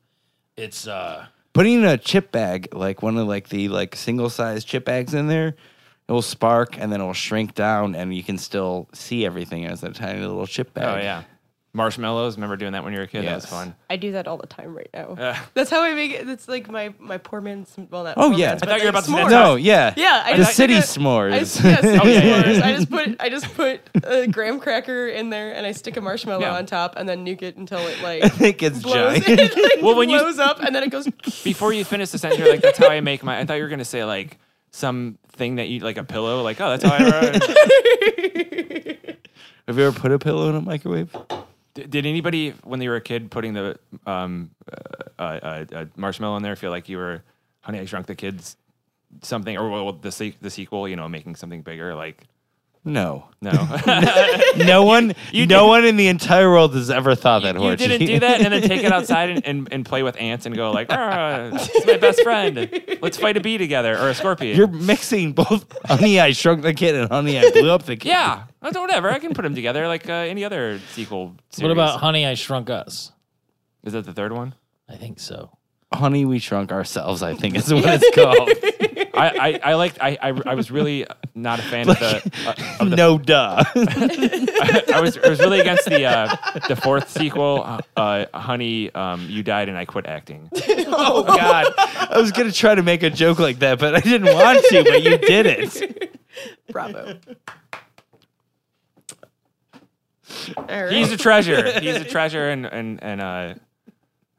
Speaker 4: It's uh
Speaker 1: putting a chip bag, like one of like the like single size chip bags in there, it'll spark and then it'll shrink down and you can still see everything as a tiny little chip
Speaker 2: Oh,
Speaker 1: bag.
Speaker 2: yeah. Marshmallows. Remember doing that when you were a kid? That was
Speaker 1: Yes.
Speaker 2: fun.
Speaker 3: I do that all the time right now. That's how I make it. That's like my my poor man's. Well, not.
Speaker 1: Oh,
Speaker 3: poor
Speaker 1: yeah.
Speaker 3: man's,
Speaker 1: I
Speaker 3: but
Speaker 2: thought you were
Speaker 3: like
Speaker 2: about to say- Oh,
Speaker 3: s'mores.
Speaker 1: No, yeah.
Speaker 3: Yeah, I
Speaker 1: the
Speaker 3: just
Speaker 1: city
Speaker 3: took a- I,
Speaker 1: s'mores.
Speaker 3: just- yeah, city
Speaker 2: yeah, yeah,
Speaker 3: s'mores. I just put I just put a graham cracker in there and I stick a marshmallow
Speaker 2: Yeah.
Speaker 3: on top and then nuke it until it like
Speaker 1: it gets
Speaker 3: oh, blows.
Speaker 1: giant.
Speaker 3: it like
Speaker 2: Well, when you-
Speaker 3: blows up and then it goes.
Speaker 2: Before you finish the sentence, you're like, that's how I make my. I thought you were going to say, like, some thing that you like a pillow, like oh that's how I.
Speaker 1: Have you ever put a pillow in a microwave?
Speaker 2: D- Did anybody when they were a kid putting the um, uh, uh, uh, marshmallow in there feel like you were Honey I Shrunk the Kids something or well, the se- the sequel you know making something bigger like
Speaker 1: No.
Speaker 2: no.
Speaker 1: No one no one in the entire world has ever thought that
Speaker 2: you
Speaker 1: Horchie.
Speaker 2: didn't do that and then take it outside and, and, and play with ants and go like "Ah, it's my best friend let's fight a bee together or a scorpion
Speaker 1: You're mixing both Honey I Shrunk the Kid and Honey I Blew Up the Kid.
Speaker 2: yeah I don't- whatever i can put them together like uh, any other sequel series.
Speaker 4: What about Honey, I Shrunk Us?
Speaker 2: is that the third one
Speaker 4: I think so.
Speaker 1: Honey We Shrunk Ourselves, I think is what it's called.
Speaker 2: i i, I liked I, I i was really not a fan of the uh, of the
Speaker 1: no duh.
Speaker 2: I was I was really against the uh, the fourth sequel uh, uh, honey um, you died and i quit acting
Speaker 1: Oh God! I was gonna try to make a joke like that, but I didn't want to. But you did it.
Speaker 3: Bravo. All right.
Speaker 2: he's a treasure he's a treasure and and and uh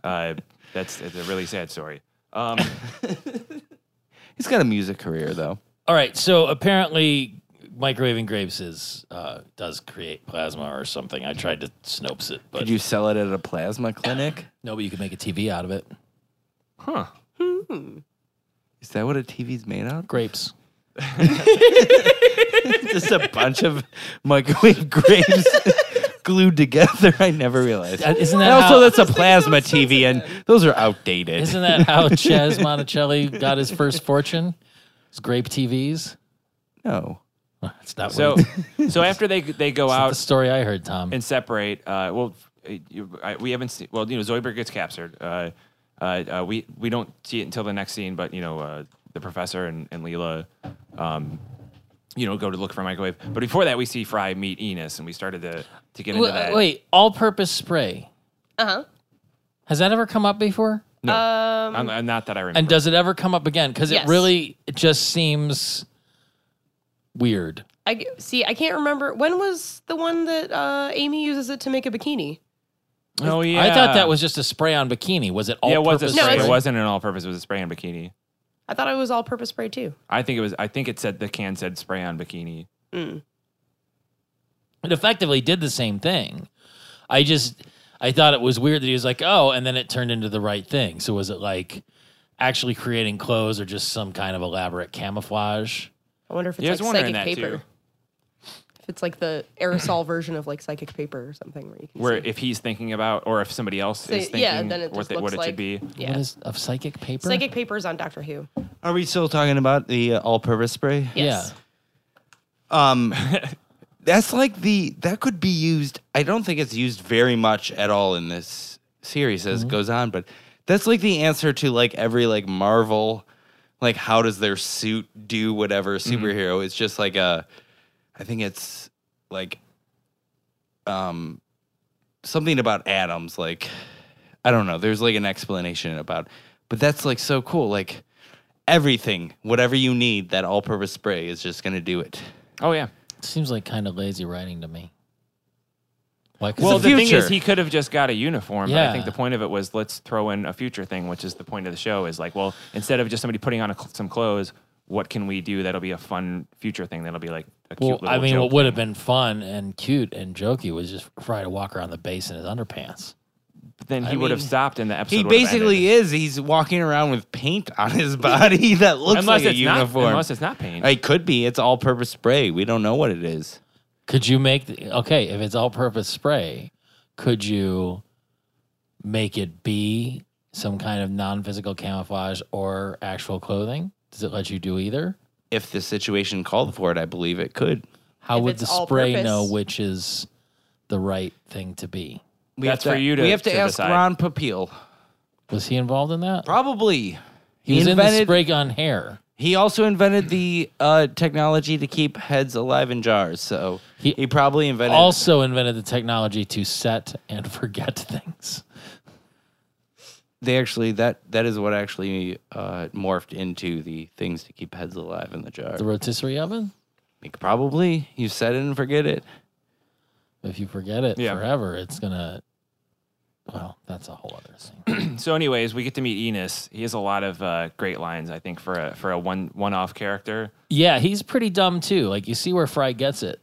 Speaker 2: uh that's it's a really sad story um
Speaker 1: He's got a music career though.
Speaker 4: All right. So apparently, microwaving grapes is uh, does create plasma or something. I tried to Snopes it, but
Speaker 1: Did you sell it at a plasma clinic?
Speaker 4: no, but you could make a TV out of it.
Speaker 2: huh
Speaker 3: Hmm.
Speaker 1: Is that what a TV's made out?
Speaker 4: Grapes.
Speaker 1: Just a bunch of microwave grapes glued together. I never realized.
Speaker 4: Uh, Isn't that
Speaker 1: And also,
Speaker 4: how,
Speaker 1: that's a plasma TV, and those are outdated.
Speaker 4: isn't that how Chaz Monticelli got his first fortune? It's grape TVs.
Speaker 1: No.
Speaker 4: It's not
Speaker 2: so
Speaker 4: what,
Speaker 2: so after they they go
Speaker 4: not the
Speaker 2: out
Speaker 4: story I heard, Tom.
Speaker 2: and separate uh well uh, you, I, we haven't seen well you know zoidberg gets captured uh, uh uh we we don't see it until the next scene but you know uh the professor and, and leela um you know go to look for a microwave but before that we see fry meet enos and we started to to get into
Speaker 3: uh,
Speaker 4: Wait,
Speaker 2: that
Speaker 4: wait, all-purpose spray.
Speaker 3: Uh-huh.
Speaker 4: Has that ever come up before?
Speaker 3: um,
Speaker 2: I'm, I'm not that i remember
Speaker 4: And does it ever come up again? Because
Speaker 3: Yes.
Speaker 4: it really it just seems weird.
Speaker 3: I g- see. I can't remember when was the one that uh, Amy uses it to make a bikini.
Speaker 2: oh yeah
Speaker 4: I thought that was just a spray on bikini. Was it all?
Speaker 2: yeah, it was a
Speaker 4: purpose
Speaker 2: spray.
Speaker 3: No,
Speaker 2: it
Speaker 3: it's-
Speaker 2: wasn't an all-purpose. It was a spray on bikini.
Speaker 3: I thought it was all-purpose spray too.
Speaker 2: I think it was. I think it said the can said spray on bikini.
Speaker 4: It effectively did the same thing. I just I thought it was weird that he was like, oh, and then it turned into the right thing. So was it like actually creating clothes or just some kind of elaborate camouflage?
Speaker 3: I wonder if it's
Speaker 2: Yeah, I was
Speaker 3: like
Speaker 2: wondering
Speaker 3: psychic
Speaker 2: that
Speaker 3: paper.
Speaker 2: too.
Speaker 3: If it's like the aerosol version of like psychic paper or something, where you can
Speaker 2: Where
Speaker 3: see.
Speaker 2: if he's thinking about, or if somebody else
Speaker 3: So,
Speaker 2: is thinking,
Speaker 3: yeah, then it
Speaker 2: what,
Speaker 3: just
Speaker 2: the- what
Speaker 3: looks
Speaker 2: it
Speaker 3: like
Speaker 2: should be.
Speaker 4: What
Speaker 3: yeah,
Speaker 4: is of psychic paper?
Speaker 3: psychic papers on Doctor Who.
Speaker 1: Are we still talking about the uh, all-purpose spray?
Speaker 3: Yes.
Speaker 1: Um, that's like the that could be used. I don't think it's used very much at all in this series as it goes on, but that's like the answer to like every like Marvel, like how does their suit do whatever superhero? It's just like a, I think it's like, um, something about atoms. Like, I don't know. There's like an explanation about, but that's like so cool. Like. Everything, whatever you need, that all-purpose spray is just gonna do it.
Speaker 2: Oh yeah.
Speaker 4: Seems like kind of lazy writing to me. Why? 'Cause
Speaker 2: Well,
Speaker 4: it-
Speaker 2: the thing is,
Speaker 1: future.
Speaker 2: he could have just got a uniform. But I think
Speaker 4: Yeah.
Speaker 2: the point of it was let's throw in a future thing, which is the point of the show. Is like, well, instead of just somebody putting on a, cl- some clothes, what can we do that'll be a fun future thing? That'll be like a cute
Speaker 4: well,
Speaker 2: little.
Speaker 4: I mean,
Speaker 2: joke.
Speaker 4: what would have been fun and cute and jokey was just Fry to walk around the base in his underpants.
Speaker 2: then he would have
Speaker 1: mean,
Speaker 2: stopped in the episode.
Speaker 1: He
Speaker 2: would have ended.
Speaker 1: basically is. He's walking around with paint on his body that looks
Speaker 2: unless
Speaker 1: like
Speaker 2: it's
Speaker 1: a uniform. Uh,
Speaker 2: not unless it's not paint.
Speaker 1: it could be. It's all-purpose spray. We don't know what it is.
Speaker 4: Could you make the, okay if it's all-purpose spray? Could you make it be some kind of non-physical camouflage or actual clothing? Does it let you do either?
Speaker 1: If the situation called for it, I believe it could.
Speaker 4: How
Speaker 3: If
Speaker 4: would
Speaker 3: it's
Speaker 4: the spray
Speaker 3: all-purpose-
Speaker 4: know which is the right thing to be?
Speaker 1: We
Speaker 2: That's
Speaker 1: have
Speaker 2: for you to-
Speaker 1: We have to,
Speaker 2: to
Speaker 1: ask
Speaker 2: decide.
Speaker 1: Ron Papil.
Speaker 4: Was he involved in that?
Speaker 1: Probably.
Speaker 4: He,
Speaker 1: He
Speaker 4: was in the
Speaker 1: invented-
Speaker 4: spray gun hair.
Speaker 1: He also invented the uh, technology to keep heads alive in jars. So
Speaker 4: He-
Speaker 1: he, probably invented.
Speaker 4: Also invented the technology to set and forget things.
Speaker 1: they actually that that is what actually uh, morphed into the things to keep heads alive in the jar.
Speaker 4: The rotisserie oven.
Speaker 1: Like, probably you said it and forget it.
Speaker 4: If you forget it
Speaker 2: Yeah.
Speaker 4: forever, it's gonna well, that's a whole other thing.
Speaker 2: So, anyways, we get to meet Enos. He has a lot of uh, great lines, I think, for a for a one one off character.
Speaker 4: yeah, he's pretty dumb too. Like you see where Fry gets it.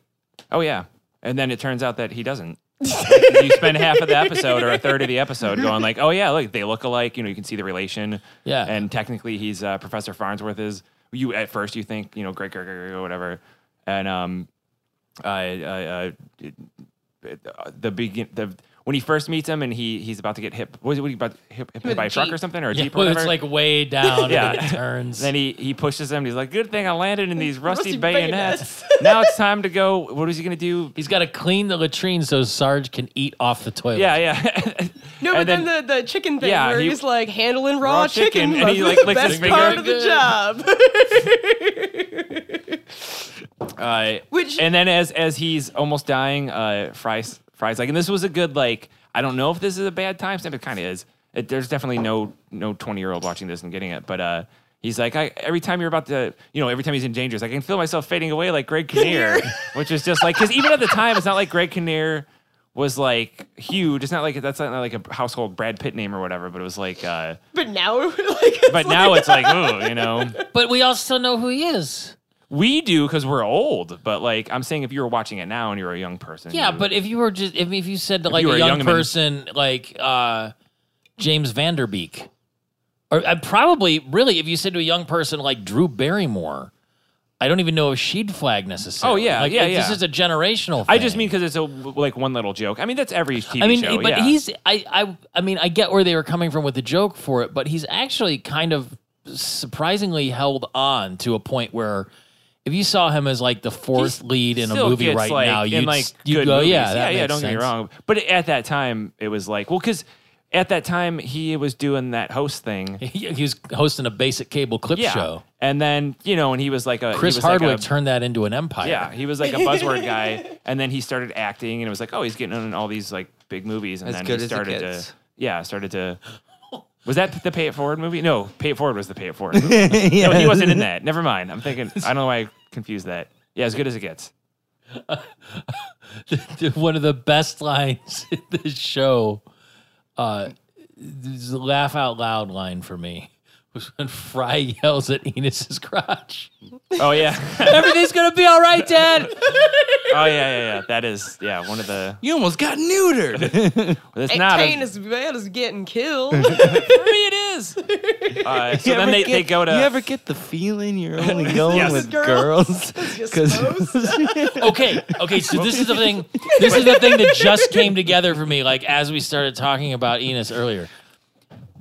Speaker 2: Oh yeah, and then it turns out that he doesn't. you spend half of the episode or a third of the episode going like, oh yeah, look, they look alike. You know, you can see the relation.
Speaker 4: Yeah.
Speaker 2: And technically, he's uh, Professor Farnsworth is you at first you think you know great great great or whatever, and um, I uh, uh, uh, the begin the. When he first meets him and he he's about to get hit, what is it? What he about hit, hit
Speaker 3: With
Speaker 2: by
Speaker 3: a
Speaker 2: a truck or
Speaker 3: jeep.
Speaker 2: something or a
Speaker 4: Yeah,
Speaker 2: jeep? Or
Speaker 4: well,
Speaker 2: whatever?
Speaker 4: it's like way down.
Speaker 2: Yeah.
Speaker 4: yeah, and it turns.
Speaker 2: Then he, he pushes him. And he's like, "Good thing I landed in these rusty,
Speaker 3: Rusty
Speaker 2: bayonets.
Speaker 3: bayonets."
Speaker 2: now it's time to go. What is he gonna do?
Speaker 4: he's got to clean the latrine so Sarge can eat off the toilet.
Speaker 2: Yeah, yeah.
Speaker 3: No, but
Speaker 2: And
Speaker 3: then, the, the chicken thing
Speaker 2: Yeah,
Speaker 3: where
Speaker 2: he-
Speaker 3: he's like handling raw,
Speaker 2: raw chicken,
Speaker 3: chicken,
Speaker 2: and he,
Speaker 3: was
Speaker 2: like,
Speaker 3: the
Speaker 2: licks his
Speaker 3: best part
Speaker 4: finger.
Speaker 3: of the job.
Speaker 2: uh,
Speaker 3: Which-
Speaker 2: and then as as he's almost dying, uh, Fry's Fry's like, and this was a good like. I don't know if this is a bad time stamp. It kind of is. It, there's definitely no no 20 year old watching this and getting it, but uh. He's like, I, every time you're about to, you know, every time he's in danger, he's like, I can feel myself fading away like Greg Kinnear, which is just like, because even at the time, it's not like Greg Kinnear was like huge. It's not like that's not like a household Brad Pitt name or whatever, but it was like, uh,
Speaker 3: but now, like, it's
Speaker 2: but now it's like, oh, you know,
Speaker 4: But we all still know who he is.
Speaker 2: we do because we're old. But like, I'm saying, if you were watching it now and you're a young person,
Speaker 4: Yeah,
Speaker 2: you-
Speaker 4: but if you were just if, if you said to like
Speaker 2: you
Speaker 4: a
Speaker 2: were a
Speaker 4: young
Speaker 2: young'un.
Speaker 4: person like uh James Vanderbeek, or uh, probably really if you said to a young person like Drew Barrymore, I don't even know if she'd flag necessarily.
Speaker 2: Oh, yeah,
Speaker 4: like,
Speaker 2: yeah,
Speaker 4: it- This
Speaker 2: yeah.
Speaker 4: is a generational.
Speaker 2: I just
Speaker 4: thing.
Speaker 2: mean because it's a like one little joke. I mean, that's every TV
Speaker 4: I mean,
Speaker 2: show.
Speaker 4: but
Speaker 2: yeah.
Speaker 4: he's I, I I mean I get where they were coming from with the joke for it, but he's actually kind of surprisingly held on to a point where. If you saw him as like the fourth
Speaker 2: He's
Speaker 4: lead in a
Speaker 2: still
Speaker 4: movie
Speaker 2: gets,
Speaker 4: right
Speaker 2: like,
Speaker 4: now,
Speaker 2: in,
Speaker 4: you'd,
Speaker 2: like
Speaker 4: you
Speaker 2: good
Speaker 4: go,
Speaker 2: movies.
Speaker 4: yeah, that
Speaker 2: yeah, yeah.
Speaker 4: makes
Speaker 2: Don't get me
Speaker 4: sense.
Speaker 2: wrong, but at that time it was like, well, because at that time he was doing that host thing.
Speaker 4: He, he was hosting a basic cable clip
Speaker 2: Yeah,
Speaker 4: show.
Speaker 2: and then you know, and he was like a he
Speaker 4: Chris
Speaker 2: was
Speaker 4: Hardwick
Speaker 2: Like a,
Speaker 4: turned that into an empire.
Speaker 2: yeah, he was like a buzzword guy, and then he started acting, and it was like, oh, he's getting in all these like big movies, and
Speaker 1: As
Speaker 2: then
Speaker 1: good
Speaker 2: he
Speaker 1: as it
Speaker 2: started
Speaker 1: gets.
Speaker 2: to yeah, started to. Was that the Pay It Forward movie? No, Pay It Forward was the Pay It Forward. movie. No, he wasn't in that. Never mind. I'm thinking. I don't know why I confused that. Yeah, as good as it gets.
Speaker 4: One of the best lines in this show, uh, this is a laugh out loud line for me, was when Fry yells at Enos's crotch.
Speaker 2: Oh yeah.
Speaker 4: Everything's gonna be all right, Dad.
Speaker 2: oh yeah, yeah, yeah. That is yeah one of the.
Speaker 1: You almost got neutered.
Speaker 2: It's
Speaker 3: It
Speaker 2: not.
Speaker 3: ain't
Speaker 2: A,
Speaker 3: as bad as getting killed.
Speaker 2: it is. Uh, so then they, they go to.
Speaker 1: You ever get the feeling you're only going
Speaker 2: Yes.
Speaker 1: with girls?
Speaker 3: Girls.
Speaker 1: Because
Speaker 4: Okay, okay. So this is the thing. This is the thing that just came together for me. Like as we started talking about Enos earlier,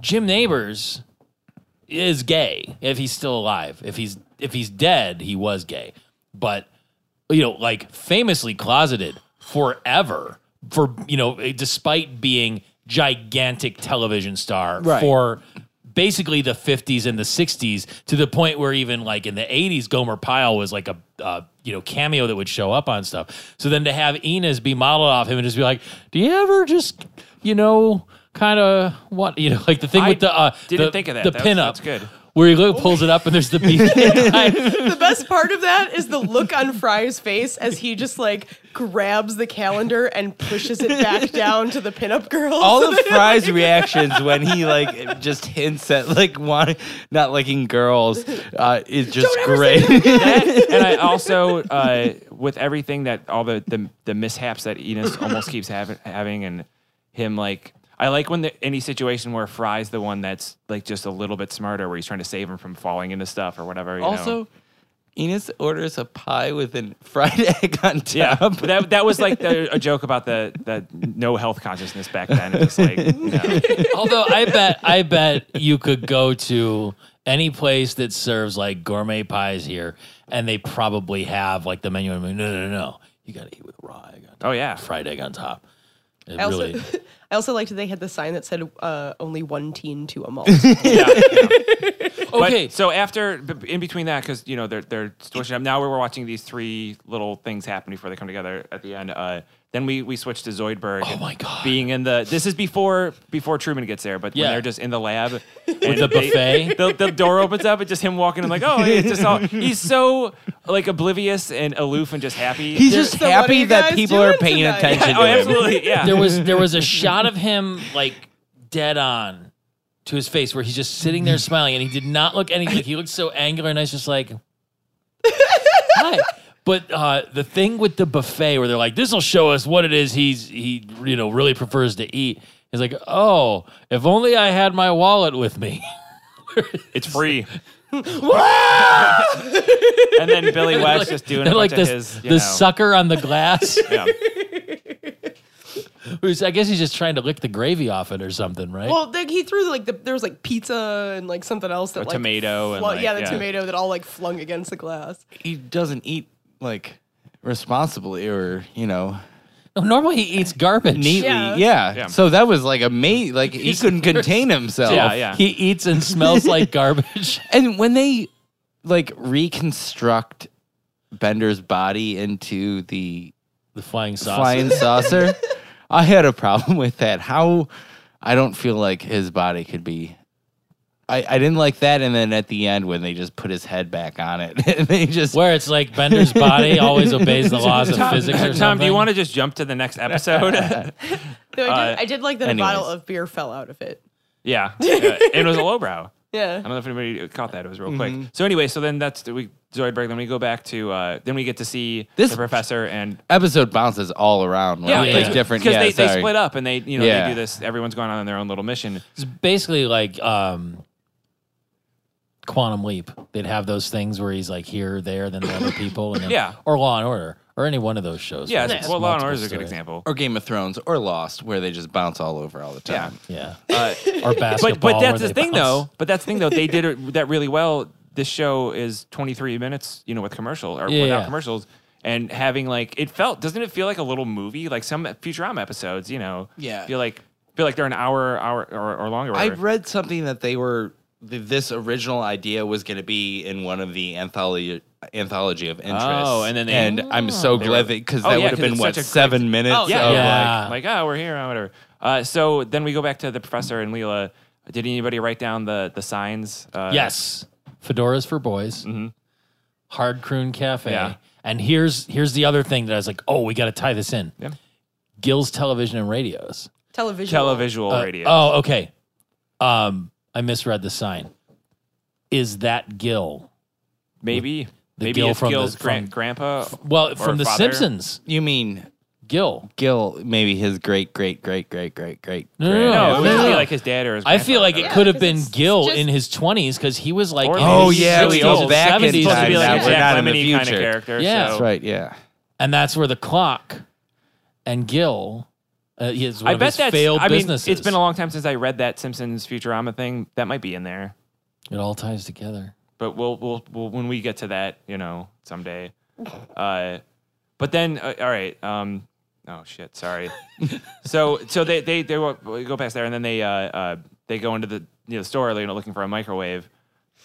Speaker 4: Jim Neighbors is gay if he's still alive. If he's if he's dead, he was gay. But you know, like famously closeted forever for you know, despite being gigantic television star
Speaker 1: Right.
Speaker 4: for basically the 50s and the 60s to the point where even like in the 80s Gomer Pyle was like a uh, you know cameo that would show up on stuff. So then to have Enos be modeled off him and just be like, "Do you ever just you know kind of what you know like the thing
Speaker 2: I
Speaker 4: with the uh
Speaker 2: didn't
Speaker 4: the,
Speaker 2: think of that.
Speaker 4: the
Speaker 2: That was-
Speaker 4: pinup
Speaker 2: that's good.
Speaker 4: where he lo- pulls it up and there's the beak.
Speaker 3: the best part of that is the look on Fry's face as he just like grabs the calendar and pushes it back down to the pinup girl.
Speaker 1: all of Fry's reactions when he like just hints at like wanting not liking girls uh, is just
Speaker 3: Don't ever say
Speaker 1: great.
Speaker 2: that, and I also uh, with everything that all the the, the mishaps that Enos almost keeps having, having, and him like I like when the, any situation where Fry's the one that's like just a little bit smarter, where he's trying to save him from falling into stuff or whatever. You know?
Speaker 1: also, Enos orders a pie with a fried egg on top.
Speaker 2: Yeah, but that that was like the, a joke about the the no health consciousness back then. It was like, you know.
Speaker 4: Although I bet I bet you could go to any place that serves like gourmet pies here, and they probably have like the menu. and I'm like, No, no, no, no. You got to eat with a raw egg, on top,
Speaker 2: oh yeah,
Speaker 4: fried egg on top. It
Speaker 3: I also,
Speaker 4: really,
Speaker 3: I also liked that they had the sign that said uh, only one teen to a malt.
Speaker 2: But-
Speaker 4: okay.
Speaker 2: so after b- in between that, because you know they're they're switching up. Now we're watching these three little things happen before they come together at the end. Uh, then we we switch to Zoidberg.
Speaker 4: Oh my God.
Speaker 2: Being in the this is before before Truman gets there, but
Speaker 4: Yeah.
Speaker 2: when they're just in the lab and
Speaker 4: the buffet?
Speaker 2: the, the door opens up and just him walking in like oh hey, it's just all he's so like oblivious and aloof and just happy.
Speaker 1: He's just
Speaker 3: So what are
Speaker 1: happy
Speaker 3: you
Speaker 1: that
Speaker 3: guys
Speaker 1: people are
Speaker 3: doing
Speaker 1: paying
Speaker 3: tonight?
Speaker 1: attention
Speaker 2: oh
Speaker 1: to him.
Speaker 2: absolutely yeah.
Speaker 4: there was there was a shot shot of him like dead on to his face where he's just sitting there smiling and he did not look anything. He looked so angular and I was just like, hi. But uh, the thing with the buffet where they're like, this will show us what it is he's he you know really prefers to eat. He's like, oh, if only I had my wallet with me.
Speaker 2: It's free. and then Billy Wax just doing a
Speaker 4: And like
Speaker 2: bunch
Speaker 4: this,
Speaker 2: of his, you
Speaker 4: the
Speaker 2: know,
Speaker 4: sucker on the glass.
Speaker 2: yeah.
Speaker 4: who's- I guess he's just trying to lick the gravy off it or something, right?
Speaker 3: Well, they, he threw like the, there was like pizza and like something else that
Speaker 2: A
Speaker 3: like
Speaker 2: tomato and,
Speaker 3: flu-
Speaker 2: like,
Speaker 3: yeah, the
Speaker 2: yeah.
Speaker 3: tomato that all like flung against the glass.
Speaker 1: he doesn't eat like responsibly or you know
Speaker 4: No, normally he eats garbage.
Speaker 1: neatly.
Speaker 3: Yeah.
Speaker 1: Yeah.
Speaker 2: Yeah.
Speaker 1: So that was like amazing. Like he couldn't contain himself.
Speaker 2: Yeah, yeah.
Speaker 4: Oh. He eats and smells like garbage.
Speaker 1: And when they like reconstruct Bender's body into the
Speaker 4: The flying saucer.
Speaker 1: flying saucer, I had a problem with that. How I don't feel like his body could be. I, I didn't like that, and then at the end when they just put his head back on it, and they just
Speaker 4: Where it's like Bender's body always obeys the laws of physics or
Speaker 2: Tom,
Speaker 4: something.
Speaker 2: do you want to just jump to the next episode?
Speaker 3: No, I, did,
Speaker 2: Uh,
Speaker 3: I did like that
Speaker 1: anyways.
Speaker 3: a bottle of beer fell out of it.
Speaker 2: yeah. yeah. It was a lowbrow. I
Speaker 3: Yeah.
Speaker 2: don't know if anybody caught that. It was real
Speaker 4: Mm-hmm.
Speaker 2: quick. So anyway, so then that's we Zoidberg. Then we go back to uh, then we get to see
Speaker 1: This-
Speaker 2: the professor and
Speaker 1: episode bounces all around. right?
Speaker 4: yeah.
Speaker 1: like different.
Speaker 2: because
Speaker 1: Yeah,
Speaker 2: they, they
Speaker 1: sorry.
Speaker 2: split up and they you know
Speaker 1: Yeah.
Speaker 2: they do this. Everyone's going on their own little mission.
Speaker 4: It's basically like um, Quantum Leap. They'd have those things where he's like here, there, then the other people. And then,
Speaker 2: Yeah.
Speaker 4: Or Law and Order. Or any one of those shows.
Speaker 2: Yeah,
Speaker 4: where
Speaker 2: it's-
Speaker 4: it's
Speaker 2: well, Law and
Speaker 4: multiple
Speaker 2: Order is a good
Speaker 4: stories.
Speaker 2: example.
Speaker 1: Or Game of Thrones, or Lost, where they just bounce all over all the
Speaker 2: Yeah.
Speaker 1: time.
Speaker 4: Yeah.
Speaker 2: Uh,
Speaker 4: Or basketball.
Speaker 2: but but that's
Speaker 4: where
Speaker 2: the
Speaker 4: they
Speaker 2: thing
Speaker 4: bounce.
Speaker 2: though. But that's the thing though. They did it, that really well. This show is 23 minutes, you know, with commercial or
Speaker 4: Yeah,
Speaker 2: without
Speaker 4: yeah.
Speaker 2: commercials, and having like it felt. Doesn't it feel like a little movie? Like some Futurama episodes, you know.
Speaker 1: Yeah.
Speaker 2: Feel like feel like they're an hour, hour or, or longer.
Speaker 1: I
Speaker 2: whatever.
Speaker 1: read something that they were th- this original idea was going to be in one of the anthology anthology of interest.
Speaker 2: Oh, and then they-
Speaker 1: and I'm so glad that because
Speaker 2: Oh,
Speaker 1: that
Speaker 2: yeah,
Speaker 1: would have
Speaker 2: 'cause
Speaker 1: been
Speaker 2: it's
Speaker 1: what
Speaker 2: such a quick-
Speaker 1: seven minutes.
Speaker 3: Oh,
Speaker 2: yeah,
Speaker 1: of,
Speaker 4: yeah.
Speaker 2: Like, like, oh, we're here, or whatever. Uh, so then we go back to the professor and Leela. Did anybody write down the the signs? Uh, Mm-hmm.
Speaker 4: Yes. Fedoras for boys. Hard croon cafe.
Speaker 2: Yeah.
Speaker 4: And here's here's the other thing that I was like, oh, we got to tie this in.
Speaker 2: Yeah.
Speaker 4: Gill's television and radios.
Speaker 3: Television.
Speaker 2: Televisual
Speaker 4: Uh,
Speaker 2: radio.
Speaker 4: oh, okay. Um, I misread the sign. Is that Gill?
Speaker 2: maybe.
Speaker 4: the
Speaker 2: maybe
Speaker 4: Gil
Speaker 2: it's
Speaker 4: from the-
Speaker 2: Gil's gran-
Speaker 4: from-
Speaker 2: grandpa.
Speaker 4: Well, from The
Speaker 2: father?
Speaker 4: Simpsons,
Speaker 1: You mean
Speaker 4: Gill.
Speaker 1: Gil? Maybe his great great great great great great.
Speaker 4: No, no,
Speaker 1: great-
Speaker 2: No, it
Speaker 4: No,
Speaker 2: would
Speaker 4: no,
Speaker 2: be
Speaker 4: no.
Speaker 2: like his dad or his.
Speaker 4: I feel like
Speaker 2: grandfather.
Speaker 4: it
Speaker 3: Yeah,
Speaker 4: could have
Speaker 3: 'cause
Speaker 4: been
Speaker 3: it's
Speaker 4: Gill
Speaker 3: just-
Speaker 4: in his 20s because he was like,
Speaker 2: Or
Speaker 4: in
Speaker 2: Oh,
Speaker 4: his
Speaker 2: yeah, we
Speaker 4: 60s,
Speaker 2: go
Speaker 1: back in
Speaker 4: 70s.
Speaker 1: time
Speaker 2: supposed to be
Speaker 1: now.
Speaker 2: like a
Speaker 1: We're
Speaker 2: Jack
Speaker 1: not in the
Speaker 2: Lemony kind of
Speaker 1: future.
Speaker 2: character.
Speaker 4: Yeah.
Speaker 2: so.
Speaker 1: That's right. Yeah.
Speaker 4: And that's where the clock and Gill uh, is one
Speaker 2: I
Speaker 4: of
Speaker 2: bet
Speaker 4: his
Speaker 2: that's.
Speaker 4: failed
Speaker 2: I mean,
Speaker 4: businesses.
Speaker 2: it's been a long time since I read that Simpsons Futurama thing. That might be in there,
Speaker 4: It all ties together.
Speaker 2: but we'll we'll, we'll when we get to that, you know, someday. Uh, but then, uh, all right. Um, oh shit, sorry. so so they they they wa- go past there, and then they uh, uh they go into the you know, store, you know, looking for a microwave.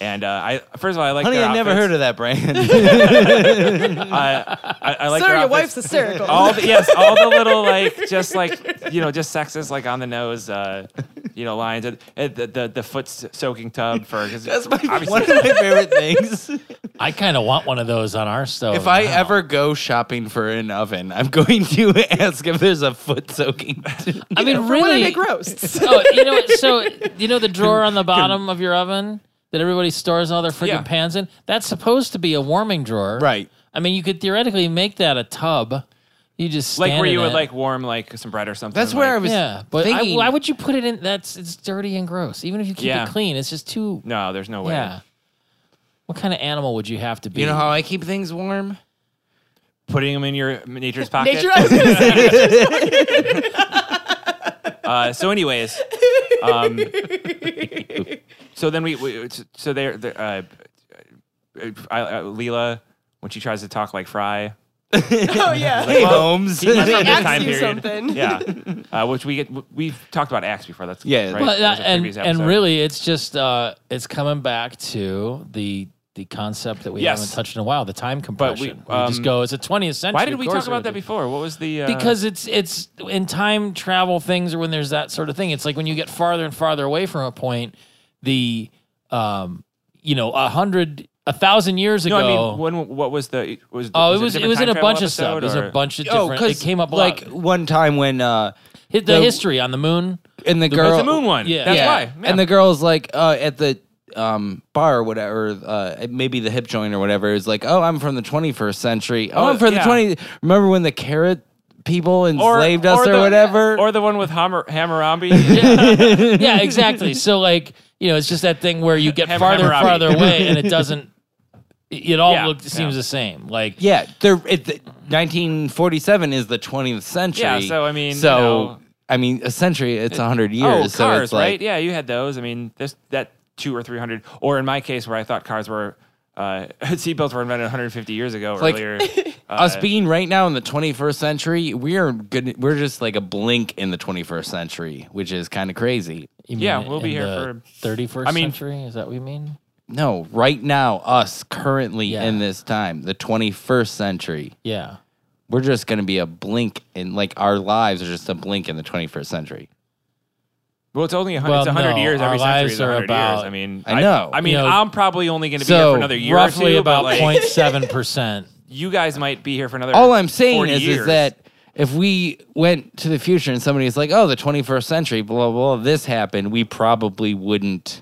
Speaker 2: And uh, I first of all, I like.
Speaker 1: Honey,
Speaker 2: their
Speaker 1: I never heard
Speaker 2: outfits.
Speaker 1: of that brand.
Speaker 2: I, I, I like.
Speaker 3: Sir,
Speaker 2: their
Speaker 3: your
Speaker 2: outfits.
Speaker 3: wife's hysterical.
Speaker 2: all the yes, all the little like just like you know just sexist like on the nose, uh, you know lines. And, and the the, the foot s- soaking tub for because
Speaker 1: That's my one of my favorite things.
Speaker 2: Oh,
Speaker 4: I kind of want one of those on our stove.
Speaker 1: If I
Speaker 4: now.
Speaker 1: ever go shopping for an oven, I'm going to ask if there's a foot soaking.
Speaker 4: I
Speaker 3: When
Speaker 4: mean,
Speaker 3: I
Speaker 4: really,
Speaker 3: make roasts.
Speaker 4: oh, you know, so you know the drawer on the bottom of your oven that everybody stores all their freaking
Speaker 2: Yeah.
Speaker 4: pans in. That's supposed to be a warming drawer,
Speaker 1: Right.
Speaker 4: I mean, you could theoretically make that a tub. You just
Speaker 2: like
Speaker 4: stand
Speaker 2: where you
Speaker 4: in
Speaker 2: would
Speaker 4: it.
Speaker 2: like warm like some bread or something.
Speaker 1: That's where I
Speaker 2: like-
Speaker 1: was
Speaker 4: yeah, but I,
Speaker 1: thinking-
Speaker 4: why would you put it in? That's it's dirty and gross. Even if you keep
Speaker 2: Yeah.
Speaker 4: it clean, it's just too
Speaker 2: No, there's no way.
Speaker 4: yeah. What kind of animal would you have to be?
Speaker 1: You know how I keep things warm?
Speaker 2: Putting them in your nature's pocket.
Speaker 3: Nature. I was gonna say,
Speaker 2: Uh, so, anyways, um, so then we, we so there, there uh, I, uh, Leela when she tries to talk like Fry.
Speaker 3: oh yeah.
Speaker 1: Hey, Holmes.
Speaker 2: That's from this
Speaker 3: asked
Speaker 2: time
Speaker 3: you
Speaker 2: period.
Speaker 3: something.
Speaker 2: Yeah, uh, which we get. We've talked about Axe before. That's
Speaker 1: Yeah.
Speaker 2: right?
Speaker 4: Well,
Speaker 2: That was
Speaker 4: that-
Speaker 2: a
Speaker 4: and
Speaker 2: previous
Speaker 4: and
Speaker 2: episode.
Speaker 4: really, it's just uh, it's coming back to the the concept that we
Speaker 2: Yes.
Speaker 4: haven't touched in a while, the time compression. we,
Speaker 2: um,
Speaker 4: just go, it's a 20th century.
Speaker 2: Why did
Speaker 4: of
Speaker 2: we
Speaker 4: course
Speaker 2: talk
Speaker 4: it
Speaker 2: about
Speaker 4: would
Speaker 2: that
Speaker 4: be.
Speaker 2: before? What was the uh,
Speaker 4: Because it's it's in time travel things, or when there's that sort of thing. It's like when you get farther and farther away from a point, the um, you know, a hundred, a thousand years
Speaker 2: no,
Speaker 4: ago.
Speaker 2: I mean, when what was the was the,
Speaker 4: oh, it was it
Speaker 2: different
Speaker 4: was
Speaker 2: time
Speaker 4: in a
Speaker 2: travel
Speaker 4: bunch of
Speaker 2: episode, Oh,
Speaker 4: stuff. Oh, It was in
Speaker 2: or-
Speaker 4: a bunch of different. it came up a
Speaker 1: like
Speaker 4: lot.
Speaker 1: one time when uh,
Speaker 4: Hit the, history on the moon.
Speaker 1: and the
Speaker 2: That's
Speaker 1: girl
Speaker 2: the moon one.
Speaker 4: yeah.
Speaker 2: That's
Speaker 1: Yeah.
Speaker 2: why. Yeah.
Speaker 1: And the girl's like uh, at the um, bar or whatever, uh, maybe the hip joint or whatever, is like, oh, I'm from the 21st century. Oh,
Speaker 2: Oh,
Speaker 1: I'm from
Speaker 2: yeah.
Speaker 1: the 20. Remember when the carrot people enslaved us or,
Speaker 2: the-
Speaker 1: whatever?
Speaker 2: Or the one with Hammer, Hammurabi.
Speaker 4: yeah, exactly. So like, you know, it's just that thing where you get
Speaker 2: Have-
Speaker 4: farther and
Speaker 2: Hammurabi.
Speaker 4: farther away, and it doesn't. It all
Speaker 2: Yeah,
Speaker 4: look- seems
Speaker 2: yeah.
Speaker 4: the same. Like,
Speaker 1: yeah, they're, it, the- 1947 is the 20th century.
Speaker 2: Yeah, so, I mean,
Speaker 1: so
Speaker 2: you know-
Speaker 1: I mean, a century, it's 100 years.
Speaker 2: oh, cars,
Speaker 1: so it's like,
Speaker 2: right? Yeah, you had those. I mean, this that two or three hundred, or in my case, where I thought cars were uh, seatbelts were invented 150 years ago.
Speaker 1: like-
Speaker 2: earlier,
Speaker 1: us being right now in the 21st century, we are good. We're just like a blink in the 21st century, which is kind of crazy.
Speaker 4: you
Speaker 2: Yeah,
Speaker 4: mean
Speaker 2: we'll be
Speaker 4: in
Speaker 2: here
Speaker 4: the
Speaker 2: for-
Speaker 4: 31st
Speaker 2: I mean-
Speaker 4: century. Is that what you mean?
Speaker 1: No, right now, us currently
Speaker 4: Yeah.
Speaker 1: in this time, the 21st century,
Speaker 4: Yeah.
Speaker 1: we're just going to be a blink in like our lives are just a blink in the 21st century.
Speaker 2: well, it's only a hun-
Speaker 4: Well,
Speaker 2: it's 100
Speaker 4: no,
Speaker 2: years.
Speaker 4: our
Speaker 2: Every century
Speaker 4: lives
Speaker 2: is
Speaker 4: are
Speaker 2: 100
Speaker 4: about-
Speaker 2: years. I mean,
Speaker 1: I know.
Speaker 2: I, mean,
Speaker 4: You know,
Speaker 2: I'm probably only going to be here
Speaker 1: so
Speaker 2: for another year
Speaker 4: Roughly
Speaker 2: or two,
Speaker 4: about
Speaker 2: but like,
Speaker 4: 0.7 percent.
Speaker 2: you guys might be here for another.
Speaker 1: All I'm saying
Speaker 2: 40
Speaker 1: is,
Speaker 2: years.
Speaker 1: is that if we went to the future and somebody's like, oh, the 21st century, blah, blah, blah, this happened, we probably wouldn't.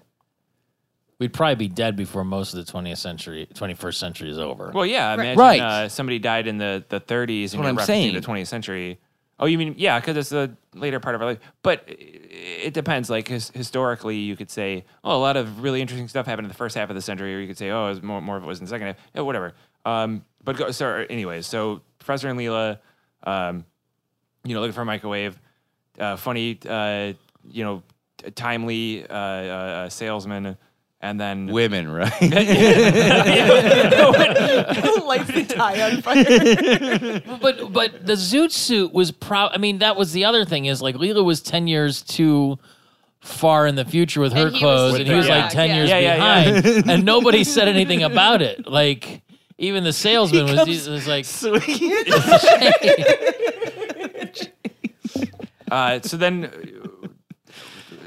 Speaker 4: We'd probably be dead before most of the 20th century, 21st century is over.
Speaker 2: Well, yeah. Imagine
Speaker 1: Right.
Speaker 2: uh, somebody died in the, the 30s and
Speaker 1: what
Speaker 2: you're
Speaker 1: I'm
Speaker 2: referencing
Speaker 1: saying.
Speaker 2: the 20th century. Oh, you mean yeah? Because it's the later part of our life. But i- it depends. Like his, historically, you could say, oh, a lot of really interesting stuff happened in the first half of the century, or you could say, oh, it was more, more of it was in the second half. Yeah, whatever. Um, but go, so, anyways, so Professor and Leela, um, you know, looking for a microwave, uh, funny, uh, you know, t- timely uh, uh, uh, salesman, and then
Speaker 1: Women, right?
Speaker 3: Lights the tie on fire.
Speaker 4: but but the zoot suit was pro I mean, that was the other thing is like Leela was 10 years too far in the future with her
Speaker 3: And he was
Speaker 4: clothes,
Speaker 3: with
Speaker 4: and he was
Speaker 2: her
Speaker 4: like
Speaker 2: back,
Speaker 4: 10
Speaker 3: yeah.
Speaker 4: years
Speaker 2: Yeah, yeah, yeah.
Speaker 4: behind, and nobody said anything about it. Like, even the salesman was, he was like,
Speaker 2: Uh, so then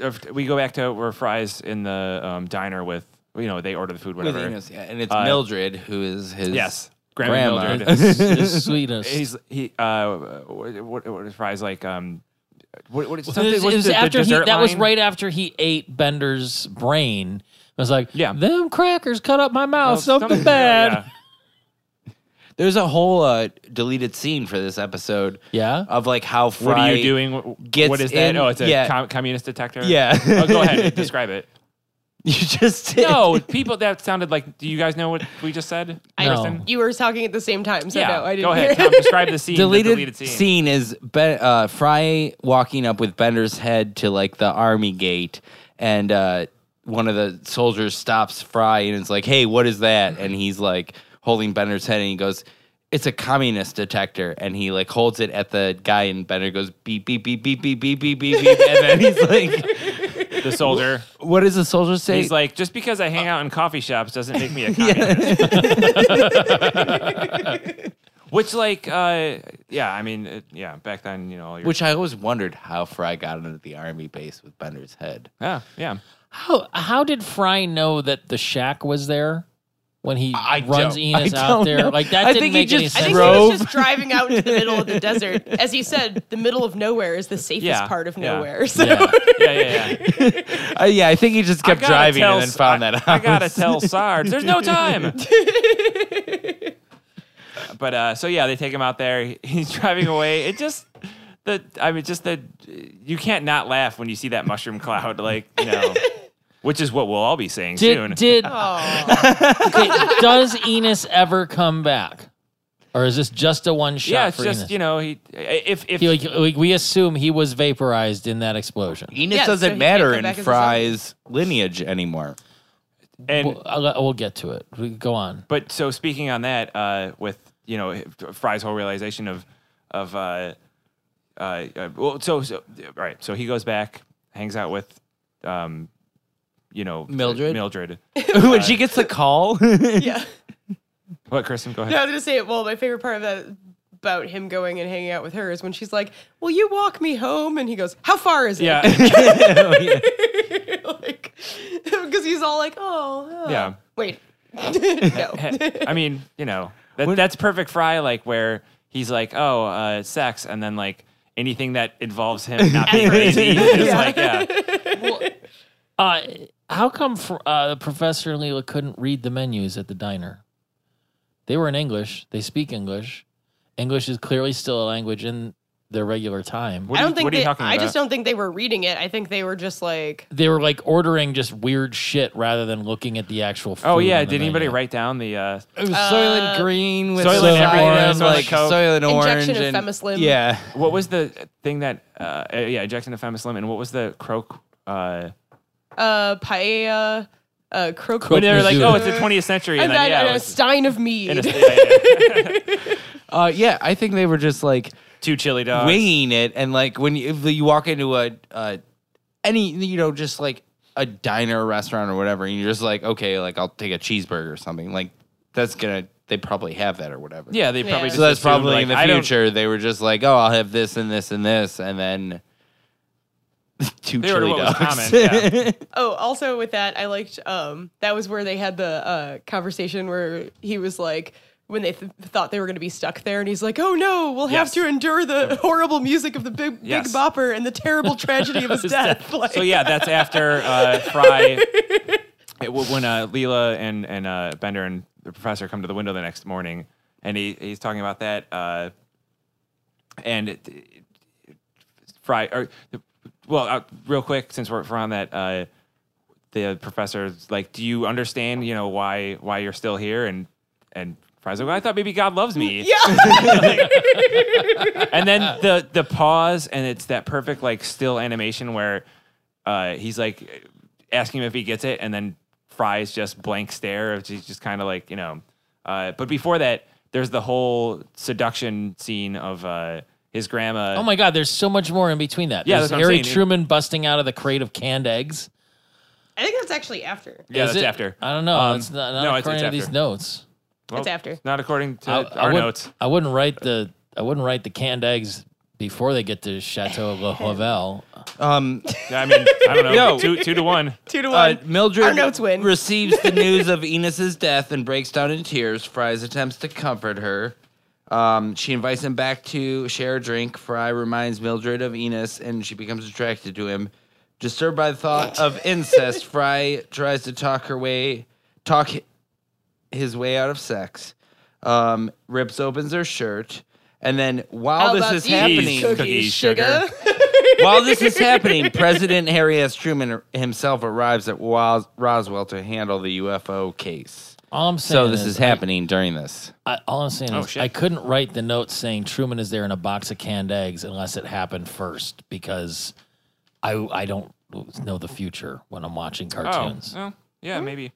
Speaker 2: uh, if we go back to where Fry's in the um, diner with, you know, they order the food, whatever.
Speaker 1: and it's Mildred who is his.
Speaker 2: Yes.
Speaker 1: Grandma.
Speaker 2: Mildred.
Speaker 4: "This is the sweetest.
Speaker 2: He's, he, uh, what, what, what is Fry's like? Um, what, what is
Speaker 4: It
Speaker 2: something,
Speaker 4: was, it
Speaker 2: what's
Speaker 4: was
Speaker 2: the- the
Speaker 4: after he,
Speaker 2: dessert
Speaker 4: that was
Speaker 2: line?
Speaker 4: right after he ate Bender's brain. I was like,
Speaker 2: Yeah.
Speaker 4: them crackers cut up my
Speaker 2: Oh,
Speaker 4: mouth, something,
Speaker 2: something-
Speaker 4: bad.
Speaker 1: There's a whole uh, deleted scene for this episode.
Speaker 4: Yeah?
Speaker 1: Of like how
Speaker 2: What
Speaker 1: Fry.
Speaker 2: are you doing? What,
Speaker 1: gets
Speaker 2: what is that?
Speaker 1: in-
Speaker 2: oh, it's a
Speaker 1: yeah.
Speaker 2: com- communist detector.
Speaker 1: Yeah.
Speaker 2: oh, go ahead. Describe it.
Speaker 1: You just did.
Speaker 2: No, people. That sounded like. Do you guys know what we just said?
Speaker 4: No.
Speaker 2: Kristen?
Speaker 3: you were talking at the same time, so
Speaker 2: Yeah.
Speaker 3: no, I didn't
Speaker 2: go ahead.
Speaker 3: hear.
Speaker 2: Tom, describe the scene.
Speaker 1: deleted,
Speaker 2: the deleted
Speaker 1: scene.
Speaker 2: scene.
Speaker 1: is ben, uh, Fry walking up with Bender's head to like the army gate, and uh, one of the soldiers stops Fry and is like, "Hey, what is that?" And he's like holding Bender's head, and he goes, "It's a communist detector." And he like holds it at the guy, and Bender goes beep beep beep beep beep beep beep beep, beep. and then he's like,
Speaker 2: The soldier.
Speaker 1: "What does the soldier say?"
Speaker 2: He's like, just because I
Speaker 1: Uh,
Speaker 2: hang out in coffee shops doesn't make me a communist. Which, like, uh, yeah, I mean, it, yeah, back then, you know, all your,
Speaker 1: Which I always wondered how Fry got into the army base with Bender's head.
Speaker 2: yeah, yeah,
Speaker 4: How Oh, how did Fry know that the shack was there when he
Speaker 1: I
Speaker 4: runs
Speaker 1: don't-
Speaker 4: Enos
Speaker 1: I
Speaker 4: out
Speaker 1: don't
Speaker 4: there?
Speaker 1: know.
Speaker 4: Like that
Speaker 1: I
Speaker 4: didn't
Speaker 1: think he
Speaker 4: make any
Speaker 1: just-
Speaker 3: I
Speaker 4: sense.
Speaker 3: think he
Speaker 1: Drove.
Speaker 3: was just driving out into the middle of the desert. As he said, the middle of nowhere is the safest
Speaker 2: Yeah,
Speaker 3: part of
Speaker 2: yeah.
Speaker 3: nowhere. So
Speaker 4: Yeah.
Speaker 2: yeah, yeah. yeah.
Speaker 1: Uh, yeah, I think he just
Speaker 2: I
Speaker 1: kept
Speaker 2: gotta
Speaker 1: driving
Speaker 2: tell
Speaker 1: and then
Speaker 2: S-
Speaker 1: found
Speaker 2: I-
Speaker 1: that out.
Speaker 2: I gotta tell Sarge, there's no time. but uh, so yeah, they take him out there. He- He's driving away. It just the I mean, just the you can't not laugh when you see that mushroom cloud, like you know, which is what we'll all be saying soon.
Speaker 4: Did did
Speaker 3: Aw.
Speaker 4: okay, does Enos ever come back, or is this just a one shot?
Speaker 2: yeah, it's
Speaker 4: for
Speaker 2: just
Speaker 4: Enos?
Speaker 2: you know, he if if
Speaker 4: He, like, like we assume he was vaporized in that explosion.
Speaker 1: Enos
Speaker 3: Yeah, so
Speaker 1: doesn't
Speaker 3: he
Speaker 1: matter
Speaker 3: can't
Speaker 1: in
Speaker 3: come back as a
Speaker 1: Fry's lineage anymore.
Speaker 2: and
Speaker 4: Well, I'll- we'll get to it. We- Go on.
Speaker 2: But so speaking on that, uh, with you know Fry's whole realization of of uh, uh, uh, well, so, so all right, so he goes back, hangs out with, um, you know,
Speaker 1: Mildred?
Speaker 2: Mildred.
Speaker 1: when she gets the call,
Speaker 3: yeah.
Speaker 2: What, Kristen? Go ahead.
Speaker 3: No, I was gonna say it. Well, my favorite part of that about him going and hanging out with her is when she's like, "Will you walk me home?" And he goes, "How far is it?"
Speaker 2: Yeah,
Speaker 3: like, because he's all like, "Oh, oh."
Speaker 2: Yeah.
Speaker 3: Wait, no.
Speaker 2: I mean, you know, that, that's perfect Fry, like where he's like, oh, uh, sex, and then like anything that involves him not being crazy. It's like, yeah.
Speaker 4: Uh, how come fr- uh, Professor and Leela couldn't read the menus at the diner? They were in English. They speak English. English is clearly still a language in their regular time.
Speaker 2: What
Speaker 3: I
Speaker 2: are
Speaker 3: don't
Speaker 2: you-
Speaker 3: think
Speaker 2: what are you
Speaker 3: they,
Speaker 2: talking
Speaker 3: I just
Speaker 2: about?
Speaker 3: don't think they were reading it. I think they were just like
Speaker 4: They were like ordering just weird shit rather than looking at the actual food.
Speaker 2: Oh yeah,
Speaker 4: on the
Speaker 2: did anybody
Speaker 4: menu.
Speaker 2: write down the? Uh,
Speaker 1: It was Soylent Green with
Speaker 2: Soylent
Speaker 1: some
Speaker 2: everything,
Speaker 1: kind of,
Speaker 2: Soylent
Speaker 1: like
Speaker 2: Coke.
Speaker 1: Soylent Orange
Speaker 3: Injection of
Speaker 1: and
Speaker 3: Femoslim.
Speaker 1: Yeah,
Speaker 2: what was the thing that? Uh, uh, yeah, Jackson the Famous Lemon. What was the croak? Uh,
Speaker 3: uh paella, uh croquet.
Speaker 4: When
Speaker 2: they were like,
Speaker 4: Mizzou.
Speaker 2: oh, it's the 20th century,
Speaker 3: and
Speaker 2: and,
Speaker 3: then
Speaker 2: then, yeah, it
Speaker 3: a
Speaker 2: was-
Speaker 3: stein of mead.
Speaker 2: and a- yeah, yeah, yeah.
Speaker 1: uh, yeah. I think they were just like
Speaker 2: two chili
Speaker 1: Uh,
Speaker 2: dogs.
Speaker 1: winging it, and like when you, if you walk into a uh, any you know just like a diner or restaurant or whatever, and you're just like, okay, like I'll take a cheeseburger or something. Like that's gonna they probably have that or whatever.
Speaker 2: Yeah, they probably.
Speaker 3: Yeah.
Speaker 2: Just
Speaker 1: So that's
Speaker 2: assumed,
Speaker 1: probably
Speaker 2: like,
Speaker 1: in the
Speaker 2: I don't-
Speaker 1: future. They were just like, oh, I'll have this and this and this, and then two
Speaker 2: They ordered
Speaker 1: chili
Speaker 2: what was
Speaker 1: dogs.
Speaker 2: common. Yeah.
Speaker 3: Oh, also with that, I liked um that was where they had the uh conversation where he was like when they th- thought they were going to be stuck there and he's like, "Oh no, we'll
Speaker 2: Yes.
Speaker 3: have to endure the horrible music of the big
Speaker 2: Yes.
Speaker 3: big bopper and the terrible tragedy of his death." Like,
Speaker 2: So yeah, that's after uh, Fry. it- when uh, Leela and and uh, Bender and the professor come to the window the next morning, and he he's talking about that, uh, and it, it- Fry. Or, well, uh, real quick, since we're, we're on that, uh, the professor's like, "Do you understand? You know why why you're still here?" And and Fry's like, well, "I thought maybe God loves me."
Speaker 3: yeah.
Speaker 2: and then the the pause and it's that perfect like still animation where uh he's like asking him if he gets it and then fries just blank stare of he's just kind of like you know uh but before that there's the whole seduction scene of uh his grandma
Speaker 4: Oh my God, there's so much more in between that.
Speaker 2: Yeah,
Speaker 4: there's
Speaker 2: that's what I'm
Speaker 4: Harry
Speaker 2: saying.
Speaker 4: Truman busting out of the crate of canned eggs.
Speaker 3: I think that's actually after.
Speaker 2: yeah
Speaker 4: Is
Speaker 2: that's
Speaker 4: it?
Speaker 2: after
Speaker 4: I don't know.
Speaker 2: Um,
Speaker 4: it's not, not
Speaker 2: no, it's-
Speaker 4: according
Speaker 2: it's
Speaker 4: to these
Speaker 2: after.
Speaker 4: notes.
Speaker 2: Well,
Speaker 3: It's after.
Speaker 2: not according to
Speaker 4: I, I
Speaker 2: our
Speaker 4: wouldn't-
Speaker 2: notes
Speaker 4: I wouldn't write the I wouldn't write the canned eggs before they get to Chateau La Havel.
Speaker 1: Um,
Speaker 2: yeah, i mean i don't know
Speaker 1: No.
Speaker 2: two, two to one
Speaker 3: 2 to 1.
Speaker 1: uh, Mildred
Speaker 3: Our notes win.
Speaker 1: receives the news of Enos's death and breaks down in tears. Fry's attempts to comfort her. Um, she invites him back to share a drink. Fry reminds Mildred of Enos, and she becomes attracted to him. Disturbed by the thought of incest, Fry tries to talk her way, talk hi- his way out of sex. Um, Rips opens her shirt, and then while
Speaker 3: How
Speaker 1: this
Speaker 3: about
Speaker 1: is
Speaker 3: these
Speaker 1: happening,
Speaker 2: cookies, sugar.
Speaker 1: while this is happening, President Harry S. Truman himself arrives at Ros- Roswell to handle the UFO case.
Speaker 4: All I'm saying
Speaker 1: So this is
Speaker 4: I-
Speaker 1: happening during this.
Speaker 4: I, all I'm saying is
Speaker 2: Oh, shit.
Speaker 4: I couldn't write the note saying Truman is there in a box of canned eggs unless it happened first because I I don't know the future when I'm watching
Speaker 2: oh
Speaker 4: cartoons.
Speaker 2: well, yeah maybe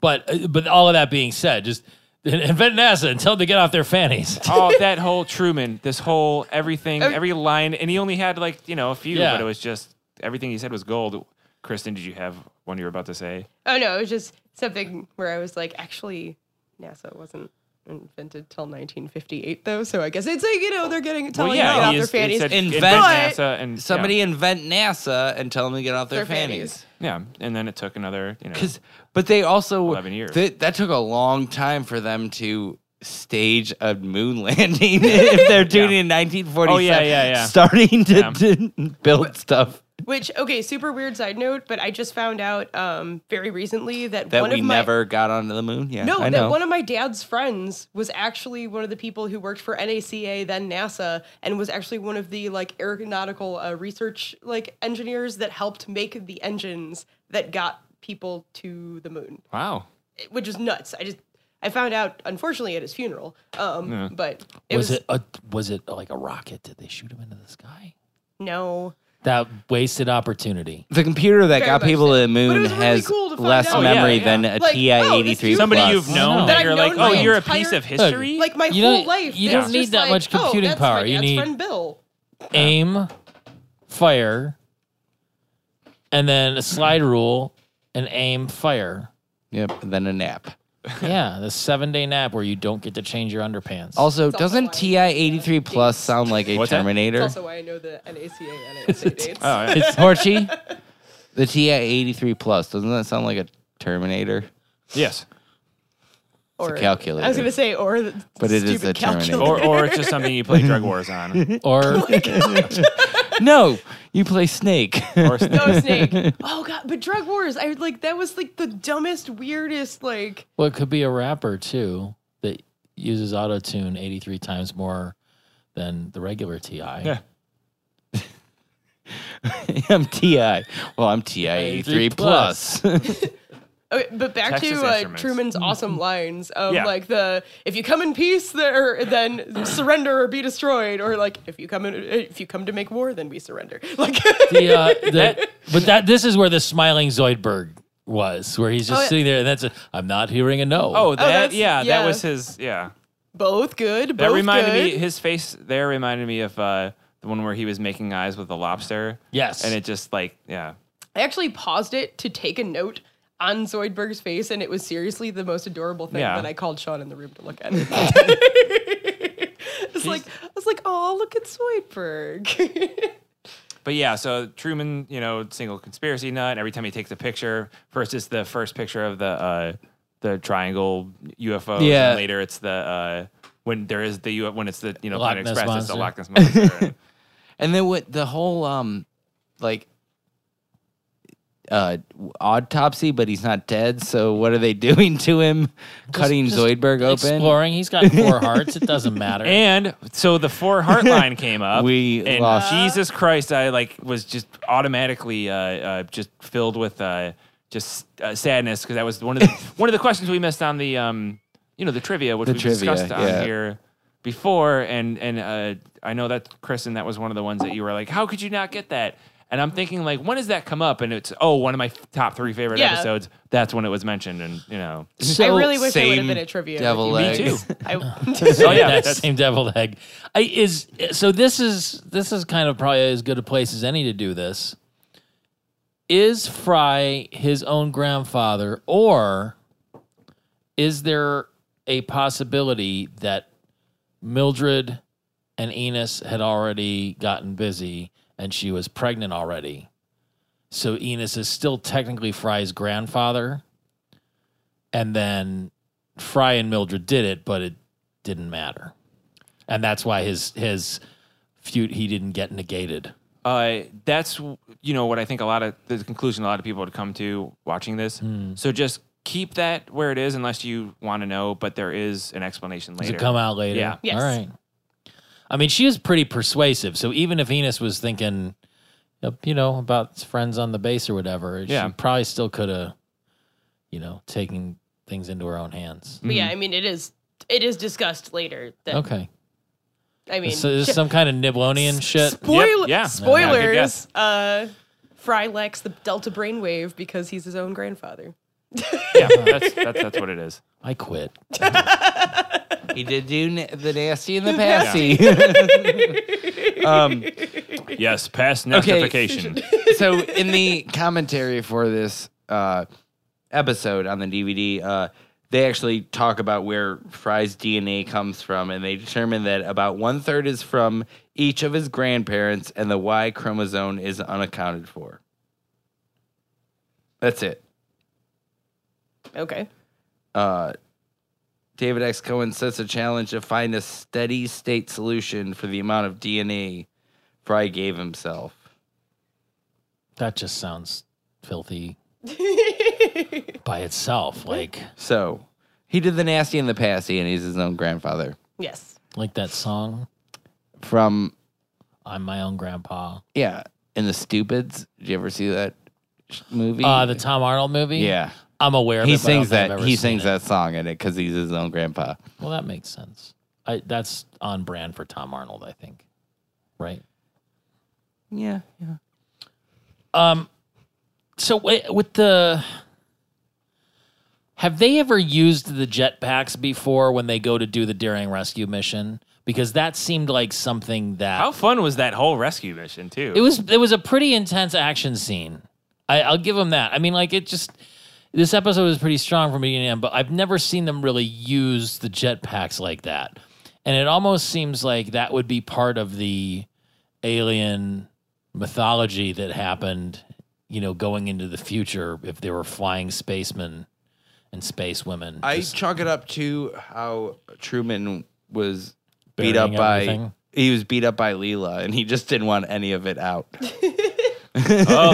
Speaker 4: But but all of that being said, just invent NASA and tell them to get off their fannies.
Speaker 2: oh that whole truman this whole everything
Speaker 3: Ev-
Speaker 2: every line and he only had like you know a few
Speaker 4: Yeah.
Speaker 2: but it was just everything he said was gold kristen did you have one you were about to say
Speaker 3: Oh no, it was just something where I was like, actually, NASA wasn't invented till 1958 though, so I guess it's like you know they're getting telling
Speaker 2: yeah,
Speaker 3: them
Speaker 2: he
Speaker 3: to
Speaker 2: is-
Speaker 3: get off
Speaker 2: it
Speaker 3: their
Speaker 2: said
Speaker 3: fannies.
Speaker 1: Invent-
Speaker 2: invent NASA and
Speaker 1: Somebody invent NASA and tell them to get off their,
Speaker 3: Their
Speaker 1: fannies.
Speaker 3: fannies.
Speaker 2: yeah, yeah and then it took another you know
Speaker 1: 'Cause- but they also
Speaker 2: 11 years.
Speaker 1: they- that took a long time for them to stage a moon landing if they're doing it in 1947.
Speaker 2: Oh, yeah, yeah, yeah.
Speaker 1: Starting to, to build stuff
Speaker 3: Which okay, super weird side note, but I just found out um, very recently that,
Speaker 1: that
Speaker 3: one
Speaker 1: we
Speaker 3: of my
Speaker 1: never got onto the moon. Yeah,
Speaker 3: no,
Speaker 1: I
Speaker 3: that
Speaker 1: know.
Speaker 3: one of my dad's friends was actually one of the people who worked for NACA then NASA and was actually one of the like aeronautical uh, research like engineers that helped make the engines that got people to the moon.
Speaker 2: wow
Speaker 3: which was nuts. I just I found out unfortunately at his funeral. Um, but it was,
Speaker 4: was it a, was it like a rocket? Did they shoot him into the sky?
Speaker 3: no.
Speaker 4: That wasted opportunity.
Speaker 1: the computer that
Speaker 3: Very
Speaker 1: got
Speaker 3: much
Speaker 1: people
Speaker 3: so.
Speaker 1: to the moon
Speaker 3: But it was really
Speaker 1: has
Speaker 3: cool to find
Speaker 1: less
Speaker 3: out. Oh,
Speaker 2: yeah,
Speaker 1: memory
Speaker 2: yeah.
Speaker 1: than a
Speaker 3: Like, oh, this
Speaker 1: TI-83
Speaker 3: is
Speaker 2: somebody
Speaker 1: plus.
Speaker 2: you've known that
Speaker 4: Wow.
Speaker 3: That
Speaker 2: you're
Speaker 3: I've
Speaker 2: like
Speaker 3: known
Speaker 2: oh
Speaker 3: my
Speaker 2: you're a
Speaker 3: entire-
Speaker 2: piece of
Speaker 4: Look,
Speaker 2: history
Speaker 3: Like my
Speaker 4: You
Speaker 3: whole
Speaker 4: don't-
Speaker 3: life.
Speaker 4: you
Speaker 3: it
Speaker 4: don't
Speaker 3: was
Speaker 4: need
Speaker 3: just
Speaker 4: that
Speaker 3: like,
Speaker 4: much computing
Speaker 3: oh, that's
Speaker 4: power.
Speaker 3: My
Speaker 4: You
Speaker 3: dad's
Speaker 4: need-
Speaker 3: friend Bill.
Speaker 4: aim, fire, and then a slide rule, and aim, fire.
Speaker 1: Yep, and then a nap.
Speaker 4: Yeah, the seven day nap where you don't get to change your underpants.
Speaker 1: Also,
Speaker 3: also
Speaker 1: doesn't
Speaker 3: why-
Speaker 1: TI-83 plus sound like a
Speaker 2: What's that?
Speaker 1: Terminator?
Speaker 3: That's also why I know the NACA and NASA dates.
Speaker 2: oh yeah.
Speaker 1: Horchie, the TI-83 plus, doesn't that sound like a Terminator?
Speaker 2: yes
Speaker 3: Or
Speaker 1: calculator.
Speaker 3: I was gonna say, or the
Speaker 1: But it is
Speaker 3: stupid
Speaker 1: a Terminator.
Speaker 2: or, or it's just something you play drug wars on.
Speaker 4: Or
Speaker 1: No, you play Snake.
Speaker 2: Or s-
Speaker 3: No snake. Oh god, but drug wars. I like that was like the dumbest, weirdest. Like
Speaker 4: well, it could be a rapper too that uses auto tune 83 times more than the regular TI.
Speaker 2: Yeah.
Speaker 1: I'm Ti. Well, I'm Ti eighty three plus.
Speaker 3: okay, but back
Speaker 2: Texas
Speaker 3: to uh,
Speaker 2: Instruments.
Speaker 3: Truman's
Speaker 1: Mm.
Speaker 3: awesome lines of
Speaker 2: Yeah.
Speaker 3: like the if you come in peace, there then surrender or be destroyed, or like if you come in, if you come to make war, then we surrender. Like
Speaker 4: The, uh, the, but that this is where the smiling Zoidberg was, where he's just
Speaker 3: Oh, yeah.
Speaker 4: sitting there, and that's i I'm not hearing a no.
Speaker 2: Oh, that
Speaker 3: that's-
Speaker 2: yeah,
Speaker 3: yeah.
Speaker 2: that was his yeah.
Speaker 3: both good. Both
Speaker 2: That reminded
Speaker 3: good.
Speaker 2: me his face there reminded me of uh, the one where he was making eyes with the lobster.
Speaker 4: Yes.
Speaker 2: And it just like yeah.
Speaker 3: I actually paused it to take a note on Zoidberg's face, and it was seriously the most adorable thing.
Speaker 2: Yeah.
Speaker 3: Then I called Sean in the room to look at it. It's like I was like, oh, look at Zoidberg.
Speaker 2: But yeah, so Truman, you know, single conspiracy nut. Every time he takes a picture, first it's the first picture of the uh, the triangle UFO.
Speaker 1: Yeah.
Speaker 2: And later it's the uh, when there is the U- when it's the you know
Speaker 4: Loch
Speaker 2: Planet
Speaker 4: Ness
Speaker 2: Express, it's the
Speaker 4: Monster.
Speaker 2: Loch Ness monster.
Speaker 1: And then what the whole um like uh autopsy, but he's not dead. So what are they doing to him? Cutting
Speaker 4: just
Speaker 1: Zoidberg open.
Speaker 4: exploring. He's got four hearts. It doesn't matter.
Speaker 2: and so the four heart line came up.
Speaker 1: We
Speaker 2: and
Speaker 1: lost-
Speaker 2: Jesus Christ, I like was just automatically uh, uh, just filled with uh, just uh, sadness because that was one of the, one of the questions we missed on the um you know the trivia which
Speaker 1: The
Speaker 2: we have
Speaker 1: trivia,
Speaker 2: discussed on
Speaker 1: yeah.
Speaker 2: here before and and uh, I know that Kristen that was one of the ones that you were like how could you not get that. And I'm thinking, like, when does that come up? And it's oh, one of my f- top three favorite
Speaker 3: Yeah.
Speaker 2: episodes. That's when it was mentioned, and you know,
Speaker 1: So,
Speaker 3: I really wish I would
Speaker 1: same
Speaker 3: have been at trivia. with
Speaker 1: Devil
Speaker 3: you.
Speaker 1: legs.
Speaker 2: too.
Speaker 3: I,
Speaker 2: oh yeah,
Speaker 4: that
Speaker 2: that's-
Speaker 4: same deviled egg. I, is so. This is this is kind of probably as good a place as any to do this. Is Fry his own grandfather, or is there a possibility that Mildred and Enos had already gotten busy and she was pregnant already? So Enos is still technically Fry's grandfather, and then Fry and Mildred did it, but it didn't matter, and that's why his his feud he didn't get negated.
Speaker 2: uh, that's you know what I think a lot of the conclusion a lot of people would come to watching this.
Speaker 4: Hmm.
Speaker 2: So just keep that where it is, unless you want to know. But there is an explanation
Speaker 4: Does
Speaker 2: later.
Speaker 4: it come out later?
Speaker 2: Yeah.
Speaker 3: Yes.
Speaker 4: All right. I mean, she was pretty persuasive. So even if Enos was thinking, yep, you know, about his friends on the base or whatever,
Speaker 2: Yeah.
Speaker 4: she probably still could have, you know, taken things into her own hands.
Speaker 3: but yeah, I mean, it is it is discussed later. That,
Speaker 4: Mm-hmm. Okay.
Speaker 3: I mean,
Speaker 4: So there's
Speaker 3: sh-
Speaker 4: some kind of Nibblonian shit.
Speaker 3: spoil-
Speaker 2: Yep, yeah. Yeah, good
Speaker 3: spoilers.
Speaker 2: guess.
Speaker 3: uh, Fry lacks the Delta brainwave because he's his own grandfather.
Speaker 2: yeah, that's, that's that's what it is.
Speaker 4: I quit.
Speaker 1: He did do na- the nasty and the passy. um,
Speaker 2: Yes, past
Speaker 1: notification.
Speaker 2: notification.
Speaker 1: so in the commentary for this uh, episode on the DVD, uh, they actually talk about where Fry's DNA comes from, and they determine that about one third is from each of his grandparents, and the Y chromosome is unaccounted for. That's it.
Speaker 3: Okay.
Speaker 1: Uh, David X. Cohen sets a challenge to find a steady state solution for the amount of DNA Fry gave himself.
Speaker 4: That just sounds filthy by itself. Like
Speaker 1: So he did the nasty and the passy, and he's his own grandfather
Speaker 3: yes.
Speaker 4: like that song,
Speaker 1: from
Speaker 4: I'm my own grandpa.
Speaker 1: yeah. In the Stupids, did you ever see that sh- movie?
Speaker 4: Uh, the Tom Arnold movie?
Speaker 1: yeah,
Speaker 4: I'm aware of
Speaker 1: he
Speaker 4: it, but I don't
Speaker 1: sings
Speaker 4: think I've
Speaker 1: that
Speaker 4: ever
Speaker 1: he
Speaker 4: seen
Speaker 1: sings
Speaker 4: it.
Speaker 1: that song in it because he's his own grandpa.
Speaker 4: Well, that makes sense. I, that's on brand for Tom Arnold, I think. Right.
Speaker 1: Yeah, yeah.
Speaker 4: Um, so wi- with the, have they ever used the jetpacks before when they go to do the daring rescue mission? Because that seemed like something that
Speaker 2: How fun was that whole rescue mission too?
Speaker 4: it was it was a pretty intense action scene. I, I'll give them that. I mean, like it just this episode was pretty strong from beginning to end, but I've never seen them really use the jetpacks like that, and it almost seems like that would be part of the alien mythology that happened. You know, going into the future, if they were flying spacemen and space women.
Speaker 1: I
Speaker 4: Just
Speaker 1: chalk it up to how Truman was beat up
Speaker 4: Burying
Speaker 1: by
Speaker 4: everything.
Speaker 1: he was beat up by Leela and he just didn't want any of it out.
Speaker 2: Oh,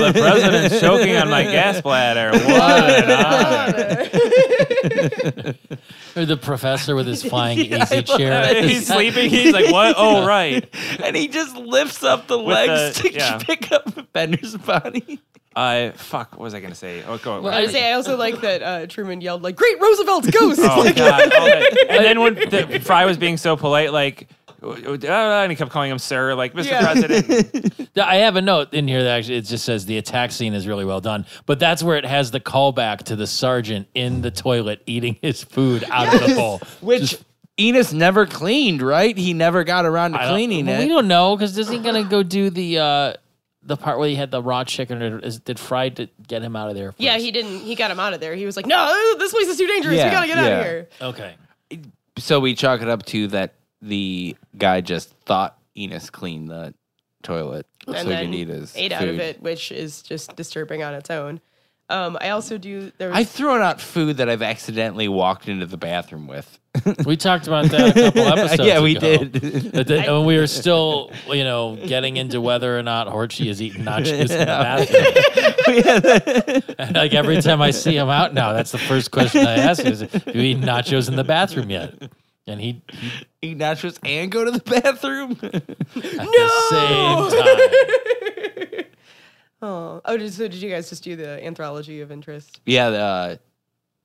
Speaker 2: the president's choking on my gas bladder. What an honor.
Speaker 4: or the professor with his flying easy chair.
Speaker 2: He's sleeping. He's like, what? Oh, right.
Speaker 1: and he just lifts up the legs
Speaker 2: the-
Speaker 1: to
Speaker 2: yeah.
Speaker 1: pick up Bender's body.
Speaker 2: I Uh, fuck. What was I gonna say? Oh, go.
Speaker 3: I would say I also like that uh, Truman yelled like "Great Roosevelt's ghost!"
Speaker 2: Oh
Speaker 3: Like,
Speaker 2: god! all that- And then when the, Fry was being so polite, like, uh, and he kept calling him sir, like Mr.
Speaker 3: Yeah.
Speaker 2: President.
Speaker 4: I have a note in here that actually it just says the attack scene is really well done, but that's where it has the callback to the sergeant in the toilet eating his food out of the bowl.
Speaker 1: Which Enos never cleaned, right? He never got around to
Speaker 4: I don't-
Speaker 1: cleaning
Speaker 4: well,
Speaker 1: it.
Speaker 4: We don't know because isn't he gonna go do the uh, the part where he had the raw chicken? Or is, did Fry to get him out of there? First?
Speaker 3: yeah, he didn't. He got him out of there. He was like, "No, this place is too dangerous.
Speaker 1: Yeah,
Speaker 3: we gotta get out
Speaker 1: yeah.
Speaker 3: of here."
Speaker 4: Okay.
Speaker 1: so we chalk it up to that the guy just thought Enos cleaned the toilet.
Speaker 3: And
Speaker 1: so
Speaker 3: then
Speaker 1: he could eat his
Speaker 3: ate out of
Speaker 1: food.
Speaker 3: it, which is just disturbing on its own. Um, I also do. There was,
Speaker 1: I've thrown out food that I've accidentally walked into the bathroom with.
Speaker 4: We talked about that a couple episodes
Speaker 1: yeah, we
Speaker 4: ago.
Speaker 1: did.
Speaker 4: But then, when we were still, you know, getting into whether or not Horchi is eating nachos in the bathroom. and like every time I see him out now, that's the first question I ask is, "Do you eat nachos in the bathroom yet?" And he
Speaker 1: eat nachos and go to the bathroom.
Speaker 4: at the same time.
Speaker 3: oh, oh, did, so did you guys just do the anthology of interest?
Speaker 1: yeah, the, uh,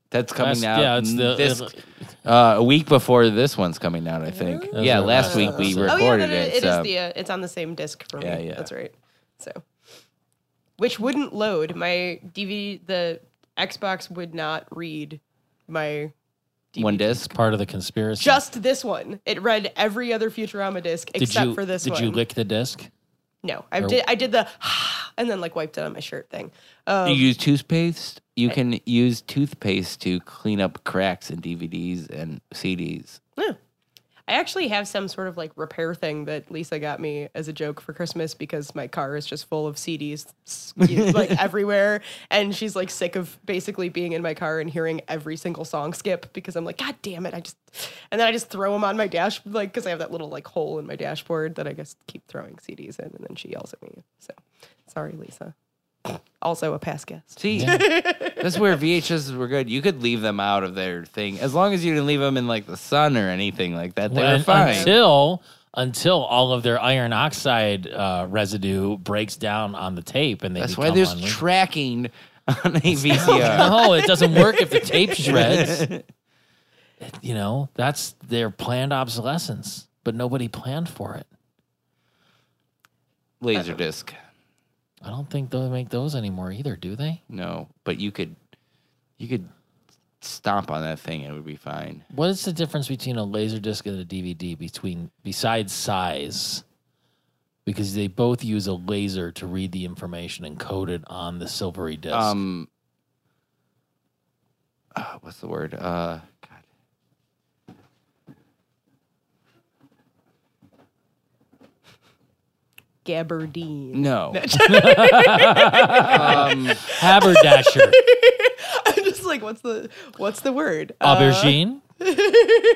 Speaker 1: that's coming
Speaker 4: Last-
Speaker 1: out.
Speaker 4: yeah, it's
Speaker 1: n-
Speaker 4: the
Speaker 1: this, uh, a week before this one's coming out. I think.
Speaker 4: Those
Speaker 1: yeah,
Speaker 4: are
Speaker 1: last
Speaker 4: last
Speaker 1: week we
Speaker 4: episodes.
Speaker 1: recorded
Speaker 3: oh yeah, then
Speaker 1: it.
Speaker 3: it, it is
Speaker 1: so-
Speaker 3: the. Uh, it's on the same disc for
Speaker 1: Yeah,
Speaker 3: me.
Speaker 1: yeah.
Speaker 3: That's right. So, which wouldn't load my DVD. The Xbox would not read my
Speaker 1: one disc.
Speaker 4: part of the conspiracy.
Speaker 3: just this one. It read every other Futurama disc
Speaker 4: did
Speaker 3: except
Speaker 4: you,
Speaker 3: for this
Speaker 4: Did
Speaker 3: one.
Speaker 4: you lick the disc?
Speaker 3: No, I did. I did the and then like wiped it on my shirt thing. Um,
Speaker 1: you use toothpaste. You can use toothpaste to clean up cracks in DVDs and CDs.
Speaker 3: I actually have some sort of like repair thing that Lisa got me as a joke for Christmas because my car is just full of CDs skewed, like everywhere, and she's like sick of basically being in my car and hearing every single song skip because I'm like, God damn it! I just and then I just throw them on my dash like because I have that little like hole in my dashboard that I just keep throwing CDs in, and then she yells at me. So sorry, Lisa. Also a past guest.
Speaker 1: See, that's where VHSs were good. You could leave them out of their thing as long as you didn't leave them in like the sun or anything like that. They
Speaker 4: Well,
Speaker 1: were
Speaker 4: and-
Speaker 1: fine.
Speaker 4: Until until all of their iron oxide uh, residue breaks down on the tape, and they
Speaker 1: that's
Speaker 4: become
Speaker 1: why there's
Speaker 4: unre-
Speaker 1: tracking on a VCR.
Speaker 4: Oh, no, it doesn't work if the tape shreds. You know, that's their planned obsolescence, but nobody planned for it.
Speaker 1: Laserdisc.
Speaker 4: I don't think they make those anymore either, do they?
Speaker 1: No, but you could, you could stomp on that thing. and It would be fine.
Speaker 4: What is the difference between a laser disc and a DVD between besides size? Because they both use a laser to read the information encoded on the silvery disc.
Speaker 1: Um, uh, what's the word? Uh, God.
Speaker 3: Gabardine.
Speaker 1: No.
Speaker 4: Haberdasher,
Speaker 3: I'm just like, what's the what's the word? Uh,
Speaker 4: aubergine.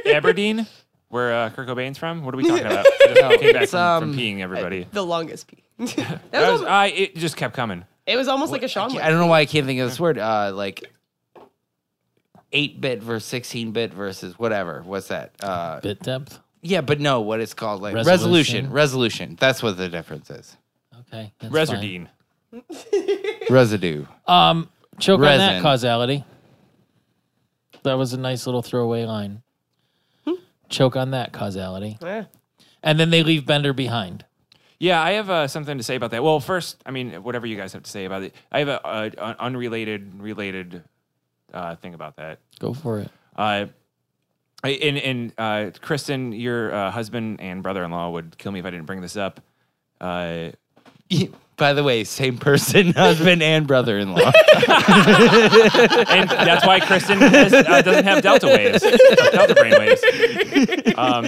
Speaker 2: Aberdeen, where uh, Kurt Cobain's from. What are we talking about? I just came back
Speaker 1: it's,
Speaker 2: from,
Speaker 1: um,
Speaker 2: from peeing everybody.
Speaker 3: the longest pee. that was,
Speaker 2: That was,
Speaker 3: almo-
Speaker 2: I, it just kept coming.
Speaker 3: it was almost like a Sean.
Speaker 1: I don't know why I can't think of this word. Uh, like eight bit versus sixteen bit versus whatever. What's that? Uh,
Speaker 4: Bit depth.
Speaker 1: yeah, but no, what it's called like resolution.
Speaker 4: Resolution.
Speaker 1: Resolution. That's what the difference is.
Speaker 4: Okay. that's fine.
Speaker 2: Reserdine.
Speaker 1: Residue.
Speaker 4: Um, choke on
Speaker 1: Resin.
Speaker 4: that causality. That was a nice little throwaway line.
Speaker 2: Hmm.
Speaker 4: Choke on that causality,
Speaker 3: Eh.
Speaker 4: and then they leave Bender behind.
Speaker 2: Yeah, I have uh, something to say about that. Well, first, I mean, whatever you guys have to say about it, I have a, a, an unrelated, related uh, thing about that.
Speaker 4: Go for it.
Speaker 2: Uh, I- and and uh, Kristen, your uh, husband and brother-in-law would kill me if I didn't bring this up. Uh,
Speaker 1: By the way, same person, husband and brother in law.
Speaker 2: and that's why Kristen has, uh, doesn't have delta waves, or delta brain waves. Um,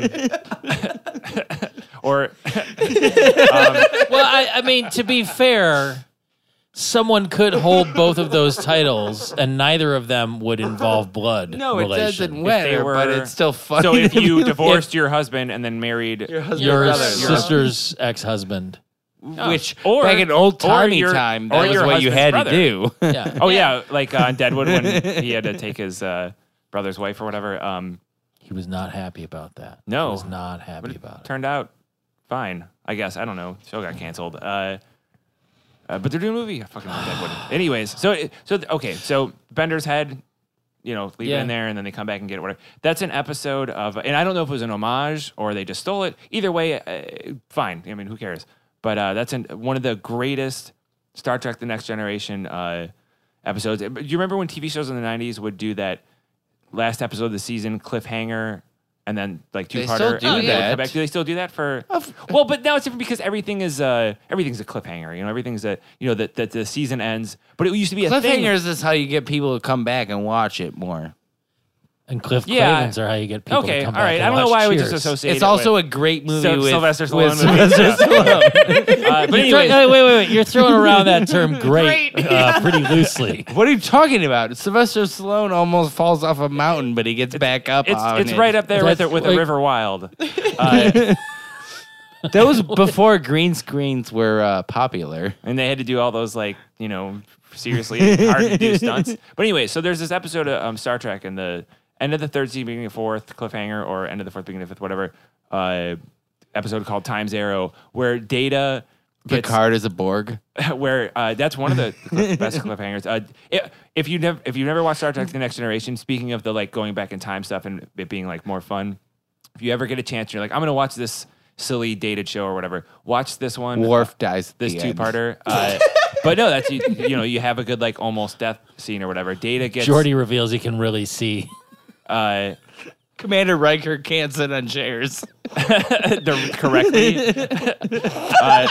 Speaker 2: or
Speaker 4: Well, I, I mean, to be fair, someone could hold both of those titles, and neither of them would involve blood.
Speaker 1: No, it
Speaker 4: relation.
Speaker 1: doesn't matter, but it's still funny.
Speaker 2: So if
Speaker 1: to be
Speaker 2: you
Speaker 1: like-
Speaker 2: divorced your husband and then married
Speaker 1: your husband,
Speaker 4: Your
Speaker 1: brother,
Speaker 4: sister's ex-husband.
Speaker 1: which
Speaker 2: Or-
Speaker 1: back in old
Speaker 2: or
Speaker 1: timey
Speaker 2: your-
Speaker 1: time,
Speaker 2: or
Speaker 1: that was
Speaker 2: your
Speaker 1: what you
Speaker 2: husband's
Speaker 1: had
Speaker 2: brother.
Speaker 1: to do.
Speaker 4: Yeah.
Speaker 2: Oh yeah, like uh, Deadwood when he had to take his uh, brother's wife or whatever. Um,
Speaker 4: He was not happy about that.
Speaker 2: No.
Speaker 4: He was not
Speaker 2: but
Speaker 4: happy
Speaker 2: it
Speaker 4: about it.
Speaker 2: Uh, turned out fine, I guess. I don't know. Still got canceled. Uh, uh, but they're doing a movie. I fucking love Deadwood. Anyways, so it- so th- okay, so Bender's head, you know, leave it
Speaker 4: Yeah.
Speaker 2: in there, and then they come back and get it. Whatever. That's an episode of, and I don't know if it was an homage or they just stole it. Either way, uh, fine. I mean, who cares? But uh, that's an, one of the greatest Star Trek: The Next Generation uh, episodes. Uh, but Do you remember when TV shows in the '90s would do that last episode of the season cliffhanger? And then like two
Speaker 1: They still
Speaker 2: parter.
Speaker 1: do that.
Speaker 2: Do they still do that for? Well, but now it's different because everything is uh everything's a cliffhanger. You know, everything's a you know that that the season ends. But it used to be a thing.
Speaker 1: Cliffhangers is how you get people to come back and watch it more.
Speaker 4: And Cliff
Speaker 2: Yeah.
Speaker 4: Clavens are how you get people
Speaker 2: Okay,
Speaker 4: to come
Speaker 2: all
Speaker 4: back
Speaker 2: right.
Speaker 4: and
Speaker 2: I don't know
Speaker 4: watch
Speaker 2: why I would
Speaker 4: Cheers.
Speaker 2: just associate.
Speaker 1: It's also a great movie
Speaker 2: Sil-
Speaker 1: with
Speaker 2: Sylvester
Speaker 1: with
Speaker 2: Stallone movie.
Speaker 1: Sylvester Stallone.
Speaker 2: Uh, but
Speaker 4: You're
Speaker 2: anyways,
Speaker 4: throwing- wait, wait, wait. You're throwing around that term "great" uh, pretty loosely.
Speaker 1: what are you talking about? Sylvester Stallone almost falls off a mountain, but he gets back up.
Speaker 2: it's
Speaker 1: on
Speaker 2: it's
Speaker 1: it.
Speaker 2: right up there with the,
Speaker 4: That's
Speaker 2: with the
Speaker 4: like-
Speaker 2: River Wild. Uh,
Speaker 1: That was before green screens were uh, popular.
Speaker 2: and they had to do all those like you know seriously hard to do stunts. But anyway, so there's this episode of um, Star Trek and the end of the third season, beginning of fourth cliffhanger, or end of the fourth, beginning of fifth, whatever uh, episode called Times Arrow, where Data gets
Speaker 1: Picard is a Borg.
Speaker 2: where uh, that's one of the cl- best cliffhangers. Uh, i- if you never if you never watched Star Trek: The Next Generation, speaking of the like going back in time stuff and it being like more fun, if you ever get a chance, you're like, I'm gonna watch this silly dated show or whatever. Watch this one,
Speaker 1: Worf dies. at
Speaker 2: this
Speaker 1: the
Speaker 2: two
Speaker 1: end.
Speaker 2: parter. Uh, but no, that's you, you know you have a good like almost death scene or whatever. Data gets
Speaker 4: Jordy reveals he can really see.
Speaker 2: uh,
Speaker 1: Commander Riker can't sit on chairs.
Speaker 2: the, correctly. uh,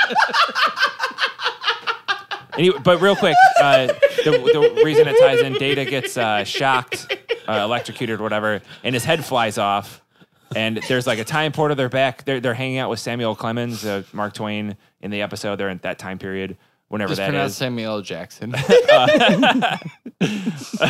Speaker 2: anyway, but real quick, uh, the, the reason it ties in, Data gets uh, shocked, uh, electrocuted, or whatever, and his head flies off. And there's like a time portal. They're back. They're, they're hanging out with Samuel Clemens, uh, Mark Twain in the episode. They're in that time period, whenever
Speaker 1: Just
Speaker 2: that
Speaker 1: pronounce
Speaker 2: is.
Speaker 1: Samuel L. Jackson.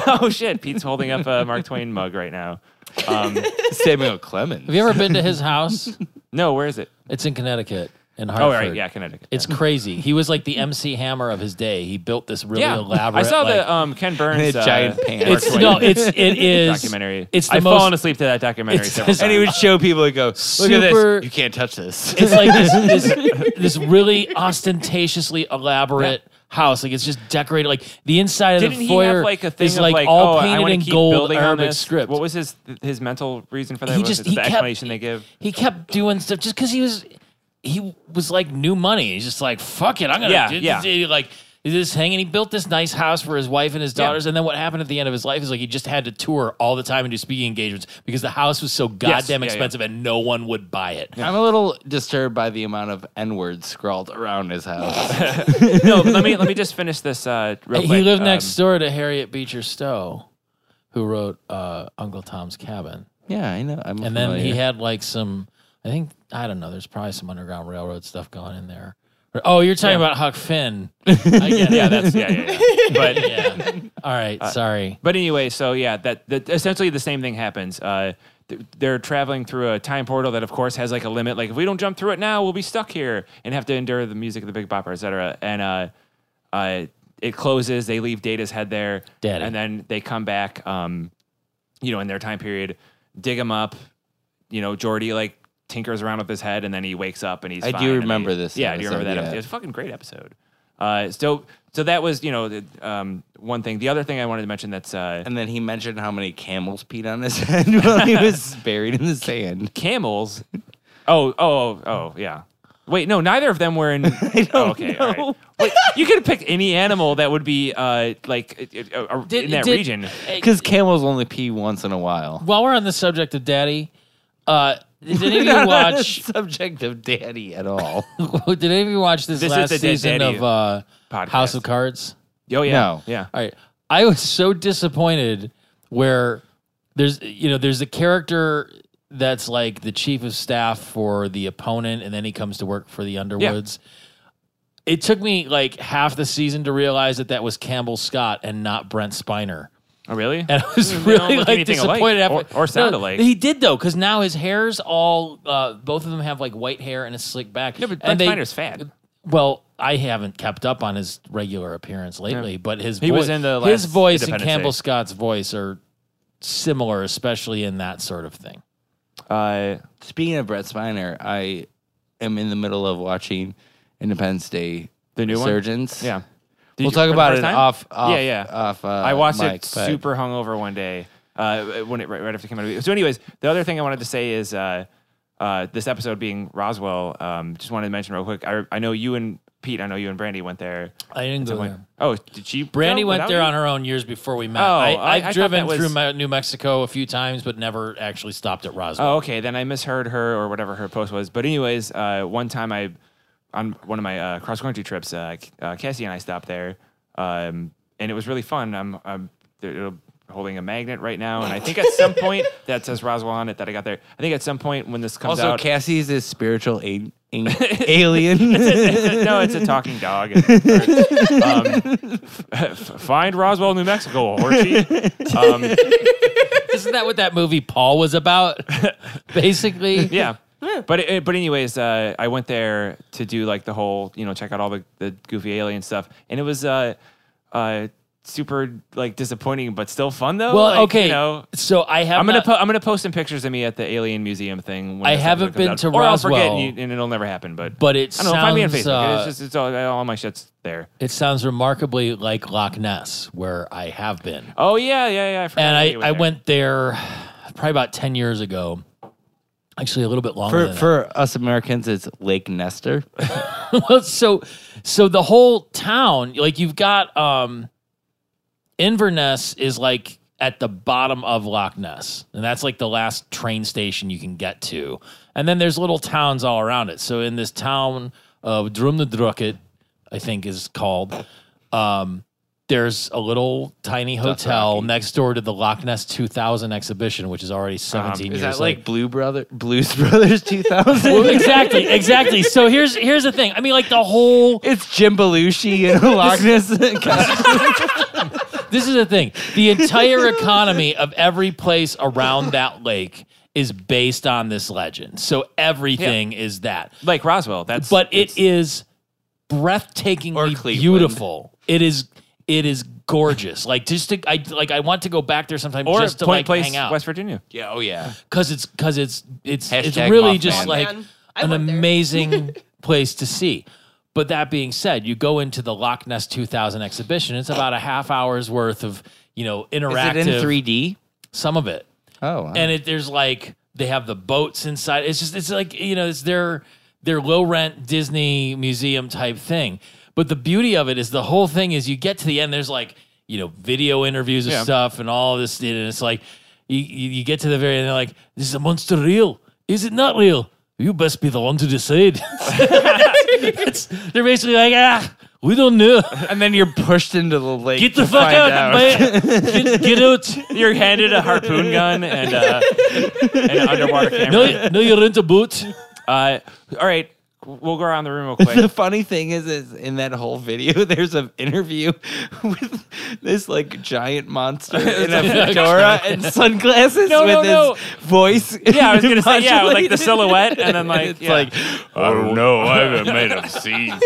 Speaker 2: oh shit! Pete's holding up a Mark Twain mug right now. Um,
Speaker 1: Samuel Clemens.
Speaker 4: Have you ever been to his house?
Speaker 2: no, where is it?
Speaker 4: It's in Connecticut, in
Speaker 2: Oh,
Speaker 4: Hartford.
Speaker 2: right, yeah, Connecticut.
Speaker 4: It's crazy. He was like the MC Hammer of his day. He built this really
Speaker 2: yeah,
Speaker 4: elaborate.
Speaker 2: I saw
Speaker 4: like-
Speaker 2: the um, Ken Burns
Speaker 1: The giant
Speaker 2: uh,
Speaker 1: pan.
Speaker 2: Mark
Speaker 4: It's
Speaker 2: Twain
Speaker 4: no, it's it is
Speaker 2: documentary.
Speaker 4: It's the
Speaker 2: I've
Speaker 4: most.
Speaker 2: fallen asleep to that documentary
Speaker 4: it's-
Speaker 2: several
Speaker 1: and
Speaker 2: times.
Speaker 1: he would show people and go, "Look at
Speaker 4: Super-
Speaker 1: this. You can't touch this."
Speaker 4: It's like this this, this really ostentatiously elaborate. House like it's just decorated like the inside of
Speaker 2: Didn't
Speaker 4: the
Speaker 2: he
Speaker 4: foyer
Speaker 2: have like a thing
Speaker 4: is
Speaker 2: of
Speaker 4: like,
Speaker 2: like
Speaker 4: all
Speaker 2: oh, I
Speaker 4: painted
Speaker 2: want
Speaker 4: in
Speaker 2: to keep
Speaker 4: gold
Speaker 2: building on
Speaker 4: Arabic
Speaker 2: this?
Speaker 4: script.
Speaker 2: What was his his mental reason for that?
Speaker 4: he
Speaker 2: was
Speaker 4: just
Speaker 2: it
Speaker 4: he
Speaker 2: the
Speaker 4: kept
Speaker 2: explanation they give.
Speaker 4: he kept doing stuff just because he was he was like new money. He's just like fuck it, I'm gonna
Speaker 2: Yeah,
Speaker 4: do,
Speaker 2: yeah.
Speaker 4: do- like is this hanging. He built this nice house for his wife and his
Speaker 2: Yeah.
Speaker 4: daughters, and then what happened at the end of his life is like he just had to tour all the time and do speaking engagements because the house was so goddamn
Speaker 2: yeah, yeah.
Speaker 4: expensive and no one would buy it.
Speaker 1: I'm a little disturbed by the amount of N words scrawled around his house.
Speaker 2: no, but let me let me just finish this. Uh, real
Speaker 4: He
Speaker 2: quick.
Speaker 4: lived
Speaker 2: Um,
Speaker 4: next door to Harriet Beecher Stowe, who wrote uh, Uncle Tom's Cabin.
Speaker 1: yeah, I know. I'm
Speaker 4: and then
Speaker 1: familiar.
Speaker 4: he had like some i think i don't know there's probably some underground railroad stuff going in there Or- oh you're talking about huck finn i get
Speaker 2: Yeah,
Speaker 4: it.
Speaker 2: that's yeah, yeah, yeah. But
Speaker 4: yeah all right
Speaker 2: Uh,
Speaker 4: sorry
Speaker 2: But anyway, so yeah, that, that essentially the same thing happens. Uh, th- they're traveling through a time portal that, of course, has like a limit. Like if we don't jump through it now, we'll be stuck here and have to endure the music of the Big Bopper, etc. And uh, uh, it closes. They leave Data's head there,
Speaker 4: Daddy.
Speaker 2: and then they come back. Um, you know, in their time period, dig him up. You know, Jordy like tinkers around with his head, and then he wakes up and he's.
Speaker 1: I do
Speaker 2: fine, and
Speaker 1: remember
Speaker 2: they-
Speaker 1: this
Speaker 2: Yeah, I do
Speaker 1: episode,
Speaker 2: remember that
Speaker 1: yeah.
Speaker 2: episode. It was a fucking great episode. Uh, so so that was you know the, um, one thing. The other thing I wanted to mention that's uh,
Speaker 1: And then he mentioned how many camels peed on his head while he was buried in the sand.
Speaker 2: camels. Oh, oh, oh, oh, yeah. Wait, no, neither of them were in. oh, okay, all right. Wait, you could pick any animal that would be uh like uh, uh, uh, in that
Speaker 4: did-
Speaker 2: region.
Speaker 1: Because camels only pee once in a while.
Speaker 4: while we're on the subject of daddy uh did any of you watch
Speaker 1: subject of daddy at all.
Speaker 4: did any of you watch this,
Speaker 2: This is
Speaker 4: last
Speaker 2: the Dead
Speaker 4: season
Speaker 2: Daddy
Speaker 4: of uh
Speaker 2: podcast.
Speaker 4: house of cards
Speaker 2: Oh yeah,
Speaker 1: No.
Speaker 2: yeah.
Speaker 4: All right. I was so disappointed where there's you know, there's a character that's like the chief of staff for the opponent and then he comes to work for the Underwoods. it took me like half the season to realize that that was Campbell Scott and not Brent Spiner.
Speaker 2: Oh, really?
Speaker 4: And I was
Speaker 2: They don't
Speaker 4: really
Speaker 2: look
Speaker 4: like
Speaker 2: anything alike
Speaker 4: disappointed
Speaker 2: or-
Speaker 4: after-
Speaker 2: or sound alike.
Speaker 4: He did though, because now his hair's all. Uh, both of them have like white hair and a slick back.
Speaker 2: No, but
Speaker 4: and
Speaker 2: Brent Spiner's fat.
Speaker 4: Well, I haven't kept up on his regular appearance lately, but his
Speaker 2: He
Speaker 4: voi-
Speaker 2: was in the last
Speaker 4: his voice and
Speaker 2: Independence
Speaker 4: Campbell
Speaker 2: Day.
Speaker 4: Scott's voice are similar, especially in that sort of thing.
Speaker 2: Uh,
Speaker 1: Speaking of Brett Spiner, I am in the middle of watching Independence Day
Speaker 2: The new one?
Speaker 1: Resurgence.
Speaker 2: yeah. Did
Speaker 1: We'll
Speaker 2: you-
Speaker 1: talk
Speaker 2: for the
Speaker 1: about
Speaker 2: first
Speaker 1: it
Speaker 2: time?
Speaker 1: off, off.
Speaker 2: Yeah, yeah.
Speaker 1: Off. Uh,
Speaker 2: I watched
Speaker 1: mic,
Speaker 2: it
Speaker 1: but-
Speaker 2: super hungover one day uh, when it right, right after it came out. So, anyways, the other thing I wanted to say is uh, uh, this episode being Roswell. Um, just wanted to mention real quick. I, I know you and Pete. I know you and Brandy went there.
Speaker 4: I didn't go there.
Speaker 2: Oh, did she?
Speaker 4: Brandy
Speaker 2: go
Speaker 4: went
Speaker 2: without
Speaker 4: there
Speaker 2: you?
Speaker 4: on her own years before we met.
Speaker 2: Oh,
Speaker 4: I,
Speaker 2: I-
Speaker 4: I've
Speaker 2: I thought
Speaker 4: driven
Speaker 2: that
Speaker 4: through
Speaker 2: was-
Speaker 4: my, New Mexico a few times, but never actually stopped at Roswell.
Speaker 2: Oh, okay. Then I misheard her or whatever her post was. But anyways, uh, one time I, on one of my uh, cross country trips, uh, C- uh, Cassie and I stopped there, um, and it was really fun. I'm, I'm they're holding a magnet right now, and I think at some point that says Roswell on it that I got there. I think at some point when this comes
Speaker 1: Also,
Speaker 2: out,
Speaker 1: Cassie's is spiritual a- a- alien.
Speaker 2: no, it's a talking dog. um, f- find Roswell, New Mexico, Horchie. Um,
Speaker 4: Isn't that what that movie Paul was about? Basically,
Speaker 2: yeah. But it, but anyways, uh, I went there to do like the whole you know check out all the, the goofy alien stuff, and it was uh, uh, super like disappointing, but still fun though.
Speaker 4: Well,
Speaker 2: Like,
Speaker 4: okay.
Speaker 2: you know.
Speaker 4: so I have.
Speaker 2: I'm gonna
Speaker 4: not-
Speaker 2: po- I'm gonna post some pictures of me at the alien museum thing. When
Speaker 4: I
Speaker 2: this episode
Speaker 4: haven't
Speaker 2: comes
Speaker 4: been
Speaker 2: out.
Speaker 4: to
Speaker 2: or I'll forget
Speaker 4: Roswell.
Speaker 2: and, you, and it'll never happen. But
Speaker 4: But it
Speaker 2: I don't know. Find me on
Speaker 4: sounds,
Speaker 2: Facebook.
Speaker 4: uh,
Speaker 2: it's just it's all all my shit's there.
Speaker 4: It sounds remarkably like Loch Ness, where I have been.
Speaker 2: Oh yeah, yeah, yeah. I forgot
Speaker 4: and
Speaker 2: that
Speaker 4: I,
Speaker 2: you
Speaker 4: I
Speaker 2: there.
Speaker 4: went there probably about 10 years ago actually a little bit longer
Speaker 1: for
Speaker 4: than
Speaker 1: for us Americans, it's Lake Nestor.
Speaker 4: that. Well, so so the whole town like you've got um inverness is like at the bottom of loch ness and that's like the last train station you can get to and then there's little towns all around it so in this town of drumnadrucket i think is called um there's a little tiny hotel next door to the Loch Ness 2000 exhibition, which is already 17
Speaker 1: Um, Is
Speaker 4: years
Speaker 1: that
Speaker 4: late.
Speaker 1: like Blue Brother Blues Brothers 2000?
Speaker 4: Well, exactly, exactly. So here's here's the thing. I mean, like the whole.
Speaker 1: it's Jim Belushi and Loch Ness.
Speaker 4: This is the thing. The entire economy of every place around that lake is based on this legend. So everything is that.
Speaker 2: like Roswell. That's
Speaker 4: But it is breathtakingly
Speaker 1: Cleveland.
Speaker 4: beautiful. It is it is gorgeous. Like just to, I like I want to go back there sometime
Speaker 2: or
Speaker 4: just to
Speaker 2: Point
Speaker 4: like
Speaker 2: Place,
Speaker 4: hang out.
Speaker 2: West Virginia.
Speaker 1: yeah, oh yeah.
Speaker 4: because it's because it's it's it's
Speaker 1: Hashtag
Speaker 4: really
Speaker 1: Mothman.
Speaker 4: just
Speaker 1: Mothman.
Speaker 4: like
Speaker 3: I
Speaker 4: an
Speaker 3: went there.
Speaker 4: amazing place to see. But that being said, you go into the Loch Ness 2000 exhibition. It's about a half hour's worth of you know interactive.
Speaker 1: Is it in 3D?
Speaker 4: Some of it,
Speaker 1: Oh,
Speaker 2: Uh-huh.
Speaker 1: wow.
Speaker 4: and it, there's like they have the boats inside. It's just it's like you know it's their their low rent Disney museum type thing. But the beauty of it is the whole thing is you get to the end. There's like you know video interviews of
Speaker 2: Yeah.
Speaker 4: stuff and all this, and it's like you, you you get to the very end. They're like, "This is a monster real? Is it not real? You best be the one to decide." It's- they're basically like, "Ah, we don't know."
Speaker 1: and then you're pushed into the lake.
Speaker 4: Get the
Speaker 1: to
Speaker 4: fuck
Speaker 1: find
Speaker 4: out, man. Get, get out.
Speaker 2: You're handed a harpoon gun and, uh, and an underwater camera.
Speaker 4: No, no, you're into boot.
Speaker 2: Uh, all right, we'll go around the room real quick.
Speaker 1: The funny thing is, is in that whole video, there's an interview with this like giant monster in a fedora and sunglasses
Speaker 2: No,
Speaker 1: with
Speaker 2: no,
Speaker 1: his
Speaker 2: no.
Speaker 1: voice.
Speaker 2: yeah, I was gonna say yeah, with, like the
Speaker 1: modulated.
Speaker 2: silhouette, and then like
Speaker 1: it's
Speaker 2: yeah.
Speaker 1: like
Speaker 5: I don't know. I haven't made up scenes,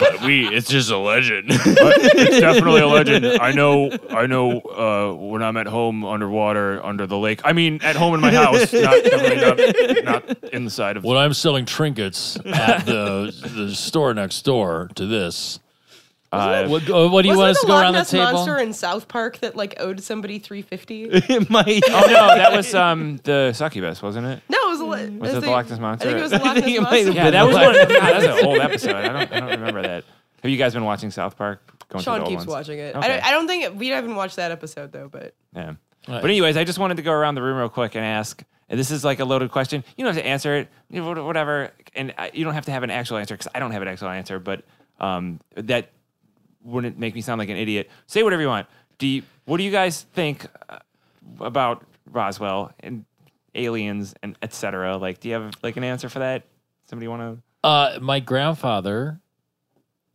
Speaker 5: but we it's just a legend. it's definitely a legend. I know. I know. Uh, when I'm at home underwater, under the lake. I mean, at home in my house, not definitely not, not inside of.
Speaker 4: When I'm selling trinkets at the, the store next door to this,
Speaker 2: uh,
Speaker 4: what, uh, what do
Speaker 3: Wasn't
Speaker 4: you want
Speaker 3: the
Speaker 4: us to go
Speaker 3: Loch
Speaker 4: around the
Speaker 3: Ness
Speaker 4: table?
Speaker 3: monster in South Park that like owed somebody three fifty? no, it
Speaker 1: it might.
Speaker 2: oh no, that was um the succubus, wasn't it?
Speaker 3: was, a li-
Speaker 2: Was it the Loch Ness Monster?
Speaker 3: I think it was the Loch
Speaker 1: think
Speaker 3: Ness
Speaker 1: it might have
Speaker 3: monster.
Speaker 1: been
Speaker 2: Yeah, that was
Speaker 1: Loch
Speaker 2: one. God, that's an old episode. I don't, I don't remember that. Have you guys been watching South Park? Going through the
Speaker 3: Sean
Speaker 2: old
Speaker 3: keeps
Speaker 2: ones?
Speaker 3: watching it.
Speaker 2: Okay.
Speaker 3: I, don't, I don't think we haven't watched that episode though, but
Speaker 2: Yeah.
Speaker 4: Right.
Speaker 2: But anyways, I just wanted to go around the room real quick and ask. And this is like a loaded question. You don't have to answer it, you know, whatever. And I, you don't have to have an actual answer because I don't have an actual answer. But um, that wouldn't make me sound like an idiot. Say whatever you want. Do you, what do you guys think uh, about Roswell and aliens and etc. Like, do you have like an answer for that? Somebody want to?
Speaker 4: Uh, my grandfather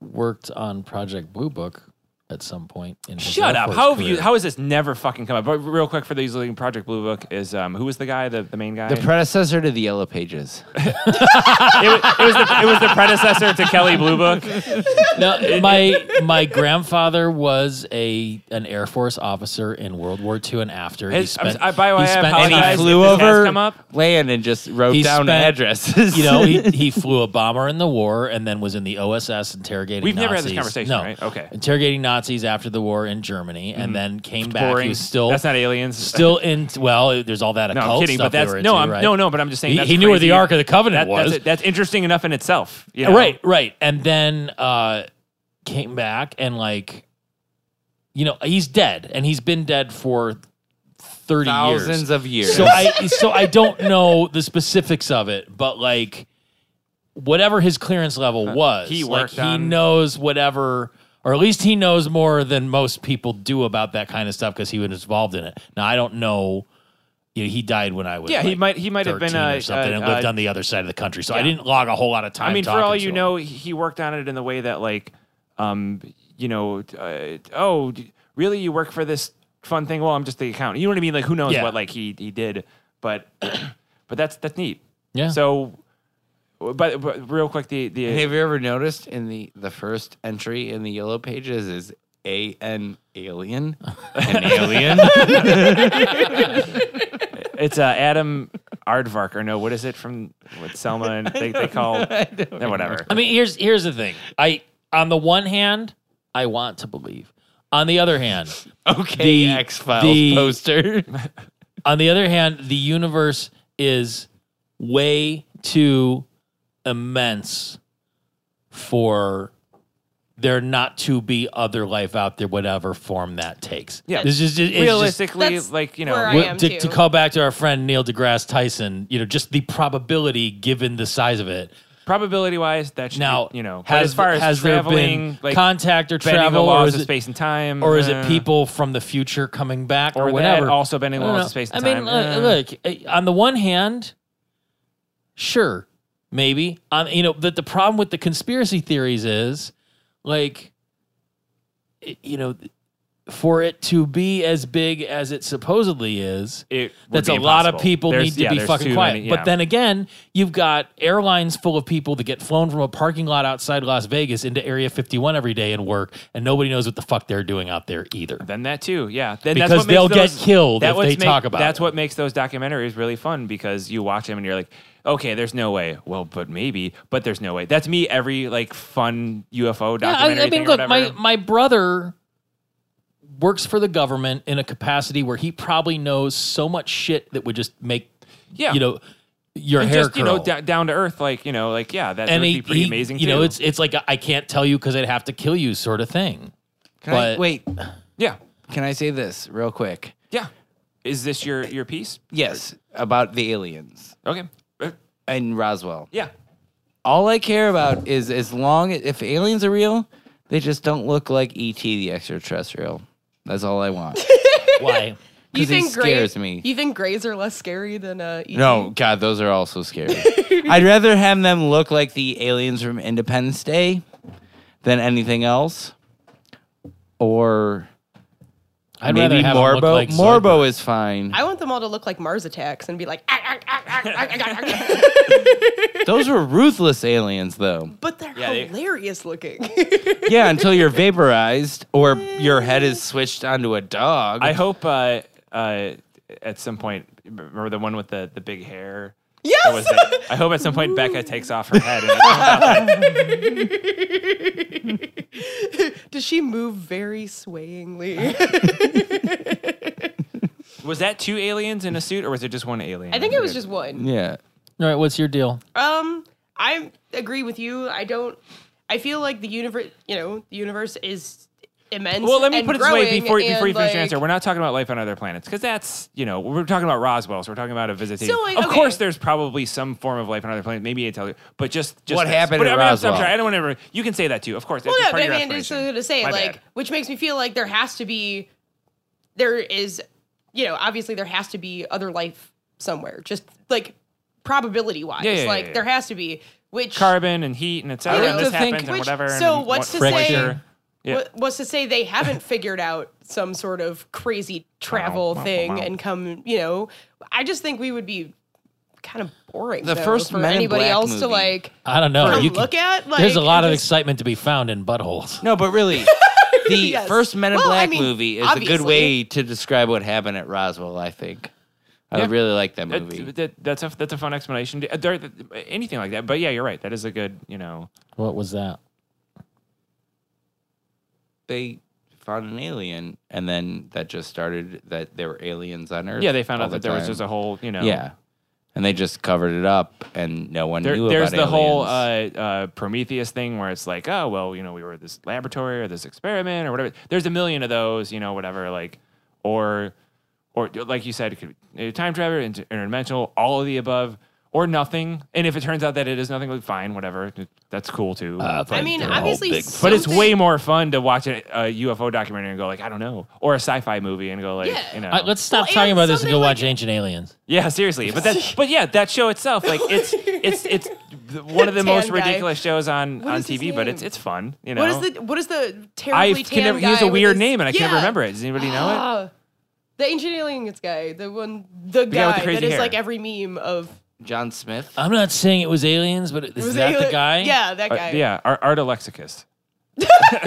Speaker 4: worked on Project Blue Book at some point. In his
Speaker 2: Shut
Speaker 4: Air
Speaker 2: up!
Speaker 4: Force
Speaker 2: How have you?
Speaker 4: career.
Speaker 2: How has this never fucking come up? But real quick for these leading Project Blue Book is um, who was the guy, the, the main guy?
Speaker 1: The predecessor to the Yellow Pages.
Speaker 2: it, was, it was the, it was the predecessor to Kelly Blue Book.
Speaker 4: No, my my grandfather was a an Air Force officer in World War II and after. He
Speaker 2: His- I'm s-
Speaker 4: spent,
Speaker 2: I- by the way,
Speaker 4: he
Speaker 2: I
Speaker 4: spent-
Speaker 1: And he
Speaker 2: apologize. Guys,
Speaker 1: flew
Speaker 2: if this has
Speaker 1: over
Speaker 2: come up-
Speaker 1: land and just wrote
Speaker 4: He
Speaker 1: down
Speaker 4: spent-
Speaker 1: addresses.
Speaker 4: you know, he, he flew a bomber in the war and then was in the OSS interrogating.
Speaker 2: We've
Speaker 4: Nazis.
Speaker 2: never had this conversation,
Speaker 4: no.
Speaker 2: right? Okay.
Speaker 4: Interrogating Nazis after the war in Germany, and then came back. He
Speaker 2: Boring.
Speaker 4: was still
Speaker 2: Mm-hmm. That's not aliens.
Speaker 4: still in. Well, there's all that
Speaker 2: no,
Speaker 4: occult
Speaker 2: I'm kidding.
Speaker 4: stuff
Speaker 2: But
Speaker 4: they
Speaker 2: that's
Speaker 4: were
Speaker 2: no,
Speaker 4: into,
Speaker 2: I'm,
Speaker 4: right?
Speaker 2: no, no. But I'm just saying
Speaker 4: He-
Speaker 2: that's
Speaker 4: he knew where the
Speaker 2: crazy.
Speaker 4: Ark of the Covenant
Speaker 2: That- that's-
Speaker 4: was.
Speaker 2: That's, interesting enough in itself. you know?
Speaker 4: Right, right. And then uh came back and like you know, he's dead and he's been dead for 30
Speaker 1: Thousands
Speaker 4: years.
Speaker 1: of years.
Speaker 4: so I so I don't know the specifics of it, but like whatever his clearance level was,
Speaker 2: Uh, he
Speaker 4: like
Speaker 2: worked
Speaker 4: he
Speaker 2: on-
Speaker 4: knows whatever or at least he knows more than most people do about that kind of stuff because he was involved in it. Now I don't know you know, he died when I was
Speaker 2: Yeah, he
Speaker 4: like,
Speaker 2: might- he might have been,
Speaker 4: 13
Speaker 2: uh,
Speaker 4: or something and
Speaker 2: uh,
Speaker 4: lived
Speaker 2: uh,
Speaker 4: on the other side of the country, so I
Speaker 2: yeah.
Speaker 4: didn't log a whole lot of time.
Speaker 2: I mean, for
Speaker 4: talking
Speaker 2: all
Speaker 4: to
Speaker 2: you
Speaker 4: him.
Speaker 2: know, he worked on it in the way that, like, um, you know, uh, oh, d- really? You work for this fun thing? Well, I'm just the accountant. You know what I mean? Like, who knows
Speaker 4: Yeah.
Speaker 2: what like he he did? But but that's that's neat.
Speaker 4: Yeah.
Speaker 2: So, but, but real quick, the the
Speaker 1: And have you ever noticed in the the first entry in the Yellow Pages is a an alien, an alien.
Speaker 2: it's uh, Adam Aardvark or no? What is it from what Selma and they, they call? no, whatever.
Speaker 4: I mean, here's here's the thing. I on the one hand, I want to believe. On the other hand,
Speaker 1: okay,
Speaker 4: The-
Speaker 1: X Files
Speaker 4: the-
Speaker 1: poster.
Speaker 4: on the other hand, the universe is way too immense for there not to be other life out there, whatever form that takes.
Speaker 2: Yeah.
Speaker 4: this is just, it's just-
Speaker 2: Realistically,
Speaker 3: That's
Speaker 2: like you
Speaker 3: where
Speaker 2: know,
Speaker 3: I
Speaker 4: Well,
Speaker 3: am
Speaker 4: to, to
Speaker 3: too.
Speaker 4: call back to our friend Neil deGrasse Tyson, you know, just the probability given the size of it.
Speaker 2: probability wise, that should
Speaker 4: Now,
Speaker 2: be, you know. but
Speaker 4: has,
Speaker 2: as far as
Speaker 4: has there
Speaker 2: traveling,
Speaker 4: been
Speaker 2: like
Speaker 4: contact or
Speaker 2: bending
Speaker 4: travel,
Speaker 2: the
Speaker 4: or
Speaker 2: laws
Speaker 4: is
Speaker 2: of
Speaker 4: it-
Speaker 2: space and time,
Speaker 4: or is
Speaker 2: uh,
Speaker 4: it people from the future coming back or,
Speaker 2: or that,
Speaker 4: whatever?
Speaker 2: also bending
Speaker 4: I
Speaker 2: the
Speaker 4: don't
Speaker 2: laws
Speaker 4: know.
Speaker 2: of space
Speaker 4: I
Speaker 2: and time?
Speaker 4: mean,
Speaker 2: Eh.
Speaker 4: look, look, on the one hand, sure, maybe. Um, you know, that the problem with the conspiracy theories is, like, it- you know, for it to be as big as it supposedly is,
Speaker 2: It would
Speaker 4: that's
Speaker 2: be
Speaker 4: a lot of
Speaker 2: impossible.
Speaker 4: people
Speaker 2: There's-
Speaker 4: need to
Speaker 2: yeah,
Speaker 4: be
Speaker 2: there's
Speaker 4: fucking
Speaker 2: too
Speaker 4: quiet.
Speaker 2: many- yeah.
Speaker 4: But then again, you've got airlines full of people that get flown from a parking lot outside Las Vegas into Area 51 every day and work, and nobody knows what the fuck they're doing out there either.
Speaker 2: then that too, yeah. Then
Speaker 4: Because
Speaker 2: that's what makes
Speaker 4: they'll get
Speaker 2: those-
Speaker 4: killed
Speaker 2: that
Speaker 4: if
Speaker 2: what's
Speaker 4: they talk about
Speaker 2: That's
Speaker 4: it.
Speaker 2: what makes those documentaries really fun because you watch them and you're like, okay, there's no way. Well, but maybe, but there's no way. That's me every like fun UFO documentary.
Speaker 4: Yeah, I, I
Speaker 2: thing
Speaker 4: mean,
Speaker 2: or
Speaker 4: look,
Speaker 2: whatever.
Speaker 4: my my brother works for the government in a capacity where he probably knows so much shit that would just make
Speaker 2: Yeah.
Speaker 4: you know your
Speaker 2: And
Speaker 4: hair
Speaker 2: just you
Speaker 4: curl.
Speaker 2: know da- down to earth, like you know, like yeah, that
Speaker 4: and
Speaker 2: would
Speaker 4: he,
Speaker 2: be pretty
Speaker 4: he-
Speaker 2: amazing.
Speaker 4: you
Speaker 2: too.
Speaker 4: know, it's it's like I I can't tell you because I'd have to kill you, sort of thing.
Speaker 1: Can I,
Speaker 4: But-
Speaker 1: wait,
Speaker 2: yeah,
Speaker 1: can I say this real quick?
Speaker 2: yeah. Is this your your piece?
Speaker 1: Yes, about the aliens
Speaker 2: Okay, Uh,
Speaker 1: and Roswell.
Speaker 2: yeah.
Speaker 1: All I care about is as long if aliens are real, they just don't look like ET the extraterrestrial. That's all I want.
Speaker 3: You
Speaker 4: Why?
Speaker 1: 'Cause he
Speaker 3: think gray-
Speaker 1: scares me.
Speaker 3: You think grays are less scary than uh? ET?
Speaker 1: No, God, those are also scary. I'd rather have them look like the aliens from Independence Day than anything else. Or
Speaker 4: I'd
Speaker 1: maybe
Speaker 4: rather have him look
Speaker 1: Morbo.
Speaker 4: like Zoidberg.
Speaker 1: Morbo is fine.
Speaker 3: I want them all to look like Mars attacks and be like, "Ah, ah, ah, ah, ah, ah, ah, ah."
Speaker 1: Those were ruthless aliens, though.
Speaker 3: but they're
Speaker 2: Yeah, they-
Speaker 3: hilarious looking.
Speaker 1: Yeah, until you're vaporized or your head is switched onto a dog.
Speaker 2: I hope uh, uh, at some point. Remember the one with the the big hair. What was
Speaker 3: yes.
Speaker 2: that? I hope at some point Becca takes off her head. And it comes out.
Speaker 3: Does she move very swayingly?
Speaker 2: was that two aliens in a suit, or was it just one alien?
Speaker 3: I think it was just one.
Speaker 1: yeah.
Speaker 4: All right, what's your deal?
Speaker 3: Um, I agree with you. I don't. I feel like the universe, you know, the universe is immense.
Speaker 2: Well, let me
Speaker 3: and
Speaker 2: put it this way
Speaker 3: growing
Speaker 2: before
Speaker 3: and,
Speaker 2: before you finish
Speaker 3: like,
Speaker 2: your answer. We're not talking about life on other planets because that's you know we're talking about Roswell, so we're talking about a visitation.
Speaker 3: So, like,
Speaker 2: of
Speaker 3: okay.
Speaker 2: course, there's probably some form of life on other planets. Maybe it's other, but just, just
Speaker 1: What
Speaker 2: this.
Speaker 1: happened
Speaker 2: But
Speaker 1: at
Speaker 2: I mean, I'm- I'm
Speaker 1: Roswell?
Speaker 2: sorry, I don't want to ever. You can say that too. Of course.
Speaker 3: Well,
Speaker 2: that's
Speaker 3: yeah,
Speaker 2: part
Speaker 3: but
Speaker 2: of your
Speaker 3: I mean, it's
Speaker 2: explanation.
Speaker 3: going to say
Speaker 2: My
Speaker 3: like,
Speaker 2: bad.
Speaker 3: which makes me feel like there has to be, there is, you know, obviously there has to be other life somewhere. Just like probability wise,
Speaker 2: Yeah, yeah, yeah,
Speaker 3: like
Speaker 2: yeah.
Speaker 3: there has to be. Which
Speaker 2: carbon and heat and etc.
Speaker 3: You
Speaker 2: And
Speaker 3: know,
Speaker 2: this
Speaker 1: to
Speaker 2: happens
Speaker 1: think-
Speaker 2: and
Speaker 3: which-
Speaker 2: whatever.
Speaker 3: so
Speaker 2: and
Speaker 3: what's
Speaker 2: what-
Speaker 3: to say?
Speaker 2: pressure. Yeah.
Speaker 3: What, what's to say they haven't figured out some sort of crazy travel
Speaker 2: wow,
Speaker 3: thing
Speaker 2: wow.
Speaker 3: and come, you know, I just think we would be kind of boring.
Speaker 1: The
Speaker 3: though,
Speaker 1: first
Speaker 3: for
Speaker 1: Men in
Speaker 3: anybody
Speaker 1: Black
Speaker 3: else to
Speaker 1: movie.
Speaker 3: like
Speaker 4: I don't know.
Speaker 3: come
Speaker 4: You
Speaker 3: look
Speaker 4: can,
Speaker 3: at. Like,
Speaker 4: there's a lot of
Speaker 3: just-
Speaker 4: excitement to be found in buttholes.
Speaker 1: No, but really, the
Speaker 3: Yes.
Speaker 1: first Men in
Speaker 3: Well, I
Speaker 1: Black
Speaker 3: mean,
Speaker 1: movie is a good
Speaker 3: obviously.
Speaker 1: way to describe what happened at Roswell. I think. I
Speaker 2: Yeah.
Speaker 1: really like that
Speaker 2: That-
Speaker 1: movie.
Speaker 2: that- that's a that's a fun explanation. Uh, there- anything like that, but yeah, you're right. That is a good you know.
Speaker 4: What was that?
Speaker 1: they found an alien, and then that just started that there were aliens on Earth.
Speaker 2: Yeah, they found
Speaker 1: all
Speaker 2: out
Speaker 1: the
Speaker 2: that there was
Speaker 1: time.
Speaker 2: just a whole you know.
Speaker 1: yeah, and they just covered it up, and no one
Speaker 2: There-
Speaker 1: knew
Speaker 2: there's
Speaker 1: about
Speaker 2: the whole uh,
Speaker 1: aliens.
Speaker 2: uh, Prometheus thing where it's like, oh well, you know, we were at this laboratory or this experiment or whatever. There's a million of those, you know, whatever. Like, or, or like you said, it could be a time travel, inter- interdimensional, all of the above, or nothing. And if it turns out that it is nothing, like, fine, whatever. That's cool too.
Speaker 1: Uh,
Speaker 3: I mean, obviously,
Speaker 2: but it's
Speaker 3: something-
Speaker 2: way more fun to watch a, a UFO documentary and go like, I don't know, or a sci-fi movie and go like,
Speaker 3: Yeah.
Speaker 2: you know,
Speaker 4: All right, let's stop
Speaker 3: Well, and
Speaker 4: talking about this and go
Speaker 3: something
Speaker 4: watch
Speaker 3: like-
Speaker 4: Ancient Aliens.
Speaker 2: Yeah, seriously, but that, but yeah, that show itself, like it's it's it's th- one of the
Speaker 3: Tan
Speaker 2: most
Speaker 3: guy.
Speaker 2: ridiculous shows on
Speaker 3: What
Speaker 2: on
Speaker 3: is his
Speaker 2: TV, but it's
Speaker 3: name?
Speaker 2: it's fun, you know.
Speaker 3: What is the what is the terribly
Speaker 2: I
Speaker 3: tan
Speaker 2: can never. He
Speaker 3: guy
Speaker 2: has a
Speaker 3: with
Speaker 2: weird
Speaker 3: his-
Speaker 2: name, and I can't
Speaker 3: Yeah.
Speaker 2: remember it. Does anybody know it?
Speaker 3: Ah, the ancient aliens guy, the one, the,
Speaker 2: guy with the
Speaker 3: guy
Speaker 2: crazy
Speaker 3: that is
Speaker 2: hair.
Speaker 3: like every meme of
Speaker 1: John Smith.
Speaker 4: I'm not saying it was aliens, but
Speaker 3: It
Speaker 4: is
Speaker 3: was
Speaker 4: that
Speaker 3: ali-
Speaker 4: the guy?
Speaker 3: Yeah, that
Speaker 2: Uh,
Speaker 3: guy.
Speaker 2: yeah, Ar- Art Alexicus.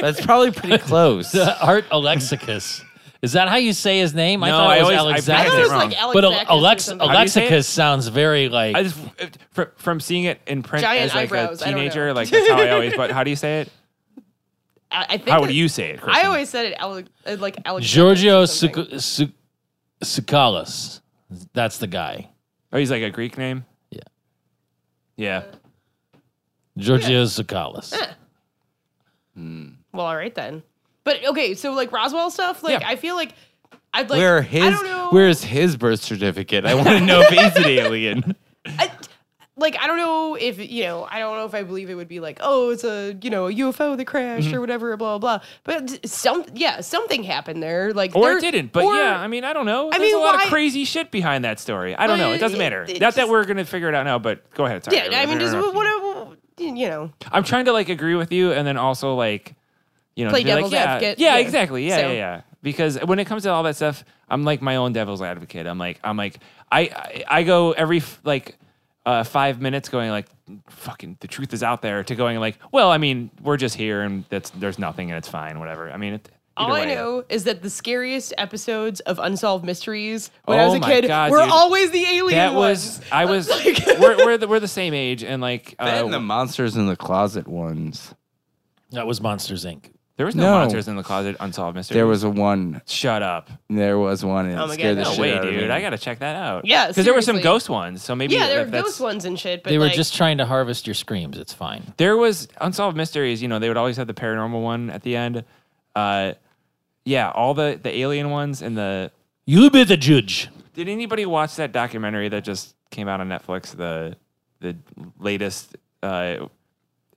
Speaker 1: That's probably pretty close.
Speaker 4: The Art Alexicus. is that how you say his name? I
Speaker 2: No,
Speaker 4: thought
Speaker 2: I
Speaker 4: it was
Speaker 2: always- I
Speaker 3: I thought
Speaker 2: That's
Speaker 3: it
Speaker 4: Alexakis.
Speaker 3: was
Speaker 2: wrong.
Speaker 3: like Alex.
Speaker 4: But
Speaker 3: Zacchus
Speaker 4: Al-
Speaker 3: or
Speaker 4: Alex
Speaker 3: something.
Speaker 2: do you say it?
Speaker 4: Alexicus sounds very like
Speaker 2: I just it- from, from seeing it in print
Speaker 3: Giant
Speaker 2: as like
Speaker 3: eyebrows,
Speaker 2: a
Speaker 3: I don't know.
Speaker 2: teenager, like that's how I always. But how do you say it?
Speaker 3: I, I think
Speaker 2: How would
Speaker 3: it-
Speaker 2: you say it? Kristen?
Speaker 3: I always said it Ale- uh, like Alex.
Speaker 4: Giorgio
Speaker 3: Zacchus or something.
Speaker 4: Sik- Sik- Sikalis. That's the guy.
Speaker 2: Oh, he's like a Greek name.
Speaker 4: Yeah.
Speaker 2: Yeah.
Speaker 4: Giorgio Sikalis.
Speaker 3: Well, all right then. But okay, so like Roswell stuff. Like
Speaker 2: Yeah.
Speaker 3: I feel like I'd like.
Speaker 1: where his
Speaker 3: I don't know.
Speaker 1: where's his birth certificate? I want to know if he's an alien.
Speaker 3: I, like I don't know if you know. I don't know if I believe it would be like, oh, it's a you know a UFO that crashed
Speaker 2: Mm-hmm.
Speaker 3: or whatever, blah blah. blah. But some, yeah, something happened there. Like
Speaker 2: Or
Speaker 3: there-
Speaker 2: it didn't, but
Speaker 3: or-
Speaker 2: yeah, I mean, I don't know. There's
Speaker 3: mean,
Speaker 2: a lot
Speaker 3: why-
Speaker 2: of crazy shit behind that story. I don't know. It doesn't
Speaker 3: Well, it-
Speaker 2: matter.
Speaker 3: it
Speaker 2: Not that
Speaker 3: just-
Speaker 2: we're gonna figure it out now, but go ahead. Sorry.
Speaker 3: yeah. I mean, just
Speaker 2: interrupted you.
Speaker 3: whatever. You know,
Speaker 2: I'm trying to like agree with you and then also like you know
Speaker 3: Play
Speaker 2: be like,
Speaker 3: devil's
Speaker 2: yeah,
Speaker 3: advocate.
Speaker 2: Yeah,
Speaker 3: Yeah.
Speaker 2: exactly. Yeah,
Speaker 3: So-
Speaker 2: yeah, yeah. Because when it comes to all that stuff, I'm like my own devil's advocate. I'm like I'm like I I, I go every f- like uh, five minutes going like fucking the truth is out there to going like well I mean we're just here and that's there's nothing and it's fine whatever I mean it,
Speaker 3: all
Speaker 2: either
Speaker 3: I
Speaker 2: way. uh,
Speaker 3: know is that the scariest episodes of Unsolved Mysteries when I
Speaker 2: Oh
Speaker 3: was a
Speaker 2: my
Speaker 3: kid
Speaker 2: God,
Speaker 3: were
Speaker 2: dude.
Speaker 3: always the alien
Speaker 2: that
Speaker 3: ones.
Speaker 2: was I was we're we're the, we're the same age and like uh,
Speaker 1: and the monsters in the closet ones.
Speaker 4: That was Monsters Inc.
Speaker 2: there was no,
Speaker 1: No.
Speaker 2: monsters in the closet unsolved mystery
Speaker 1: There was a one.
Speaker 2: shut up
Speaker 1: There was one. And it
Speaker 3: Oh my
Speaker 1: scared
Speaker 3: God,
Speaker 1: the
Speaker 2: No
Speaker 1: shit
Speaker 2: way,
Speaker 1: out of
Speaker 2: dude!
Speaker 1: me.
Speaker 2: I gotta check that out.
Speaker 3: Yeah,
Speaker 2: because there were some
Speaker 3: seriously.
Speaker 2: ghost ones. So maybe
Speaker 3: yeah, there
Speaker 2: if
Speaker 3: were
Speaker 2: that's-
Speaker 3: ghost ones and shit, but
Speaker 4: They were
Speaker 3: like,
Speaker 4: just trying to harvest your screams. It's fine.
Speaker 2: There was unsolved mysteries. You know, they would always have the paranormal one at the end. Uh, yeah, all the the alien ones and the.
Speaker 4: You be the judge.
Speaker 2: Did anybody watch that documentary that just came out on Netflix? The the latest uh,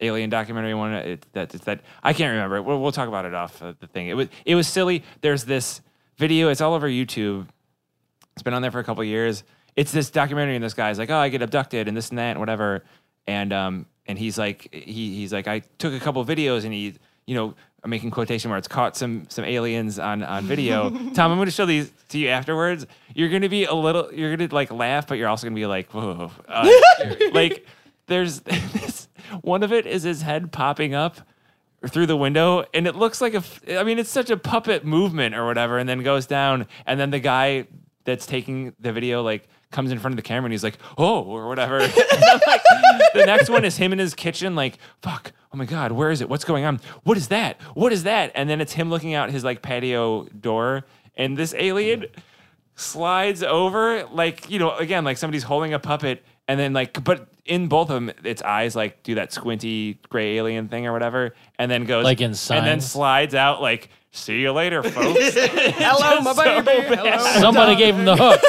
Speaker 2: alien documentary one. It, that it's that I can't remember. We'll, we'll talk about it off uh, the thing. It was it was silly. There's this video. It's all over YouTube. It's been on there for a couple of years. It's this documentary, and this guy's like, "Oh, I get abducted, and this and that, and whatever." And um, and he's like, he he's like, I took a couple of videos, and he, you know, I'm making quotation marks, caught some some aliens on on video. Tom, I'm going to show these to you afterwards. You're going to be a little, you're going to like laugh, but you're also going to be like, whoa, uh, like there's this one of it is his head popping up through the window and it looks like a f- i mean it's such a puppet movement or whatever and then goes down and then the guy that's taking the video like comes in front of the camera and he's like oh or whatever And I'm like, the next one is him in his kitchen like fuck oh my god where is it what's going on what is that what is that and then it's him looking out his like patio door and this alien slides over like you know again like somebody's holding a puppet and then like but in both of them its eyes like do that squinty gray alien thing or whatever and then goes
Speaker 4: Like in
Speaker 2: and then
Speaker 4: Signs?
Speaker 2: slides out like see you later folks hello
Speaker 3: my baby. Hello.
Speaker 4: Somebody gave him the hook.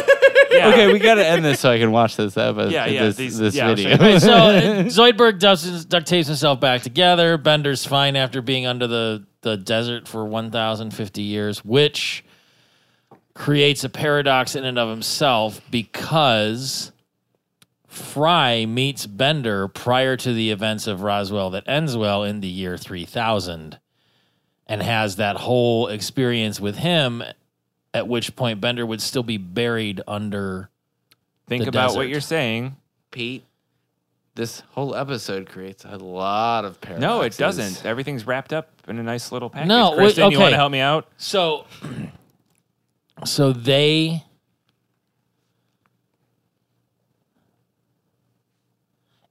Speaker 2: yeah.
Speaker 1: okay, we gotta end this so I can watch this episode.
Speaker 2: Yeah, yeah,
Speaker 1: this,
Speaker 2: these-
Speaker 1: this
Speaker 2: yeah, I'll show
Speaker 1: video.
Speaker 4: Right, so uh, Zoidberg ducks, duct tapes himself back together. Bender's fine after being under the, the desert for 1,050 years, which creates a paradox in and of himself because Fry meets Bender prior to the events of Roswell that ends well in the year 3000 and has that whole experience with him, at which point Bender would still be buried under.
Speaker 2: Think
Speaker 4: The
Speaker 2: about
Speaker 4: desert.
Speaker 2: what you're saying.
Speaker 1: Pete, this whole episode creates a lot of paradoxes.
Speaker 2: No, it doesn't. Everything's wrapped up in a nice little package.
Speaker 4: No, wait,
Speaker 2: Kristen, you want
Speaker 4: okay.
Speaker 2: to help me out?
Speaker 4: So, so they.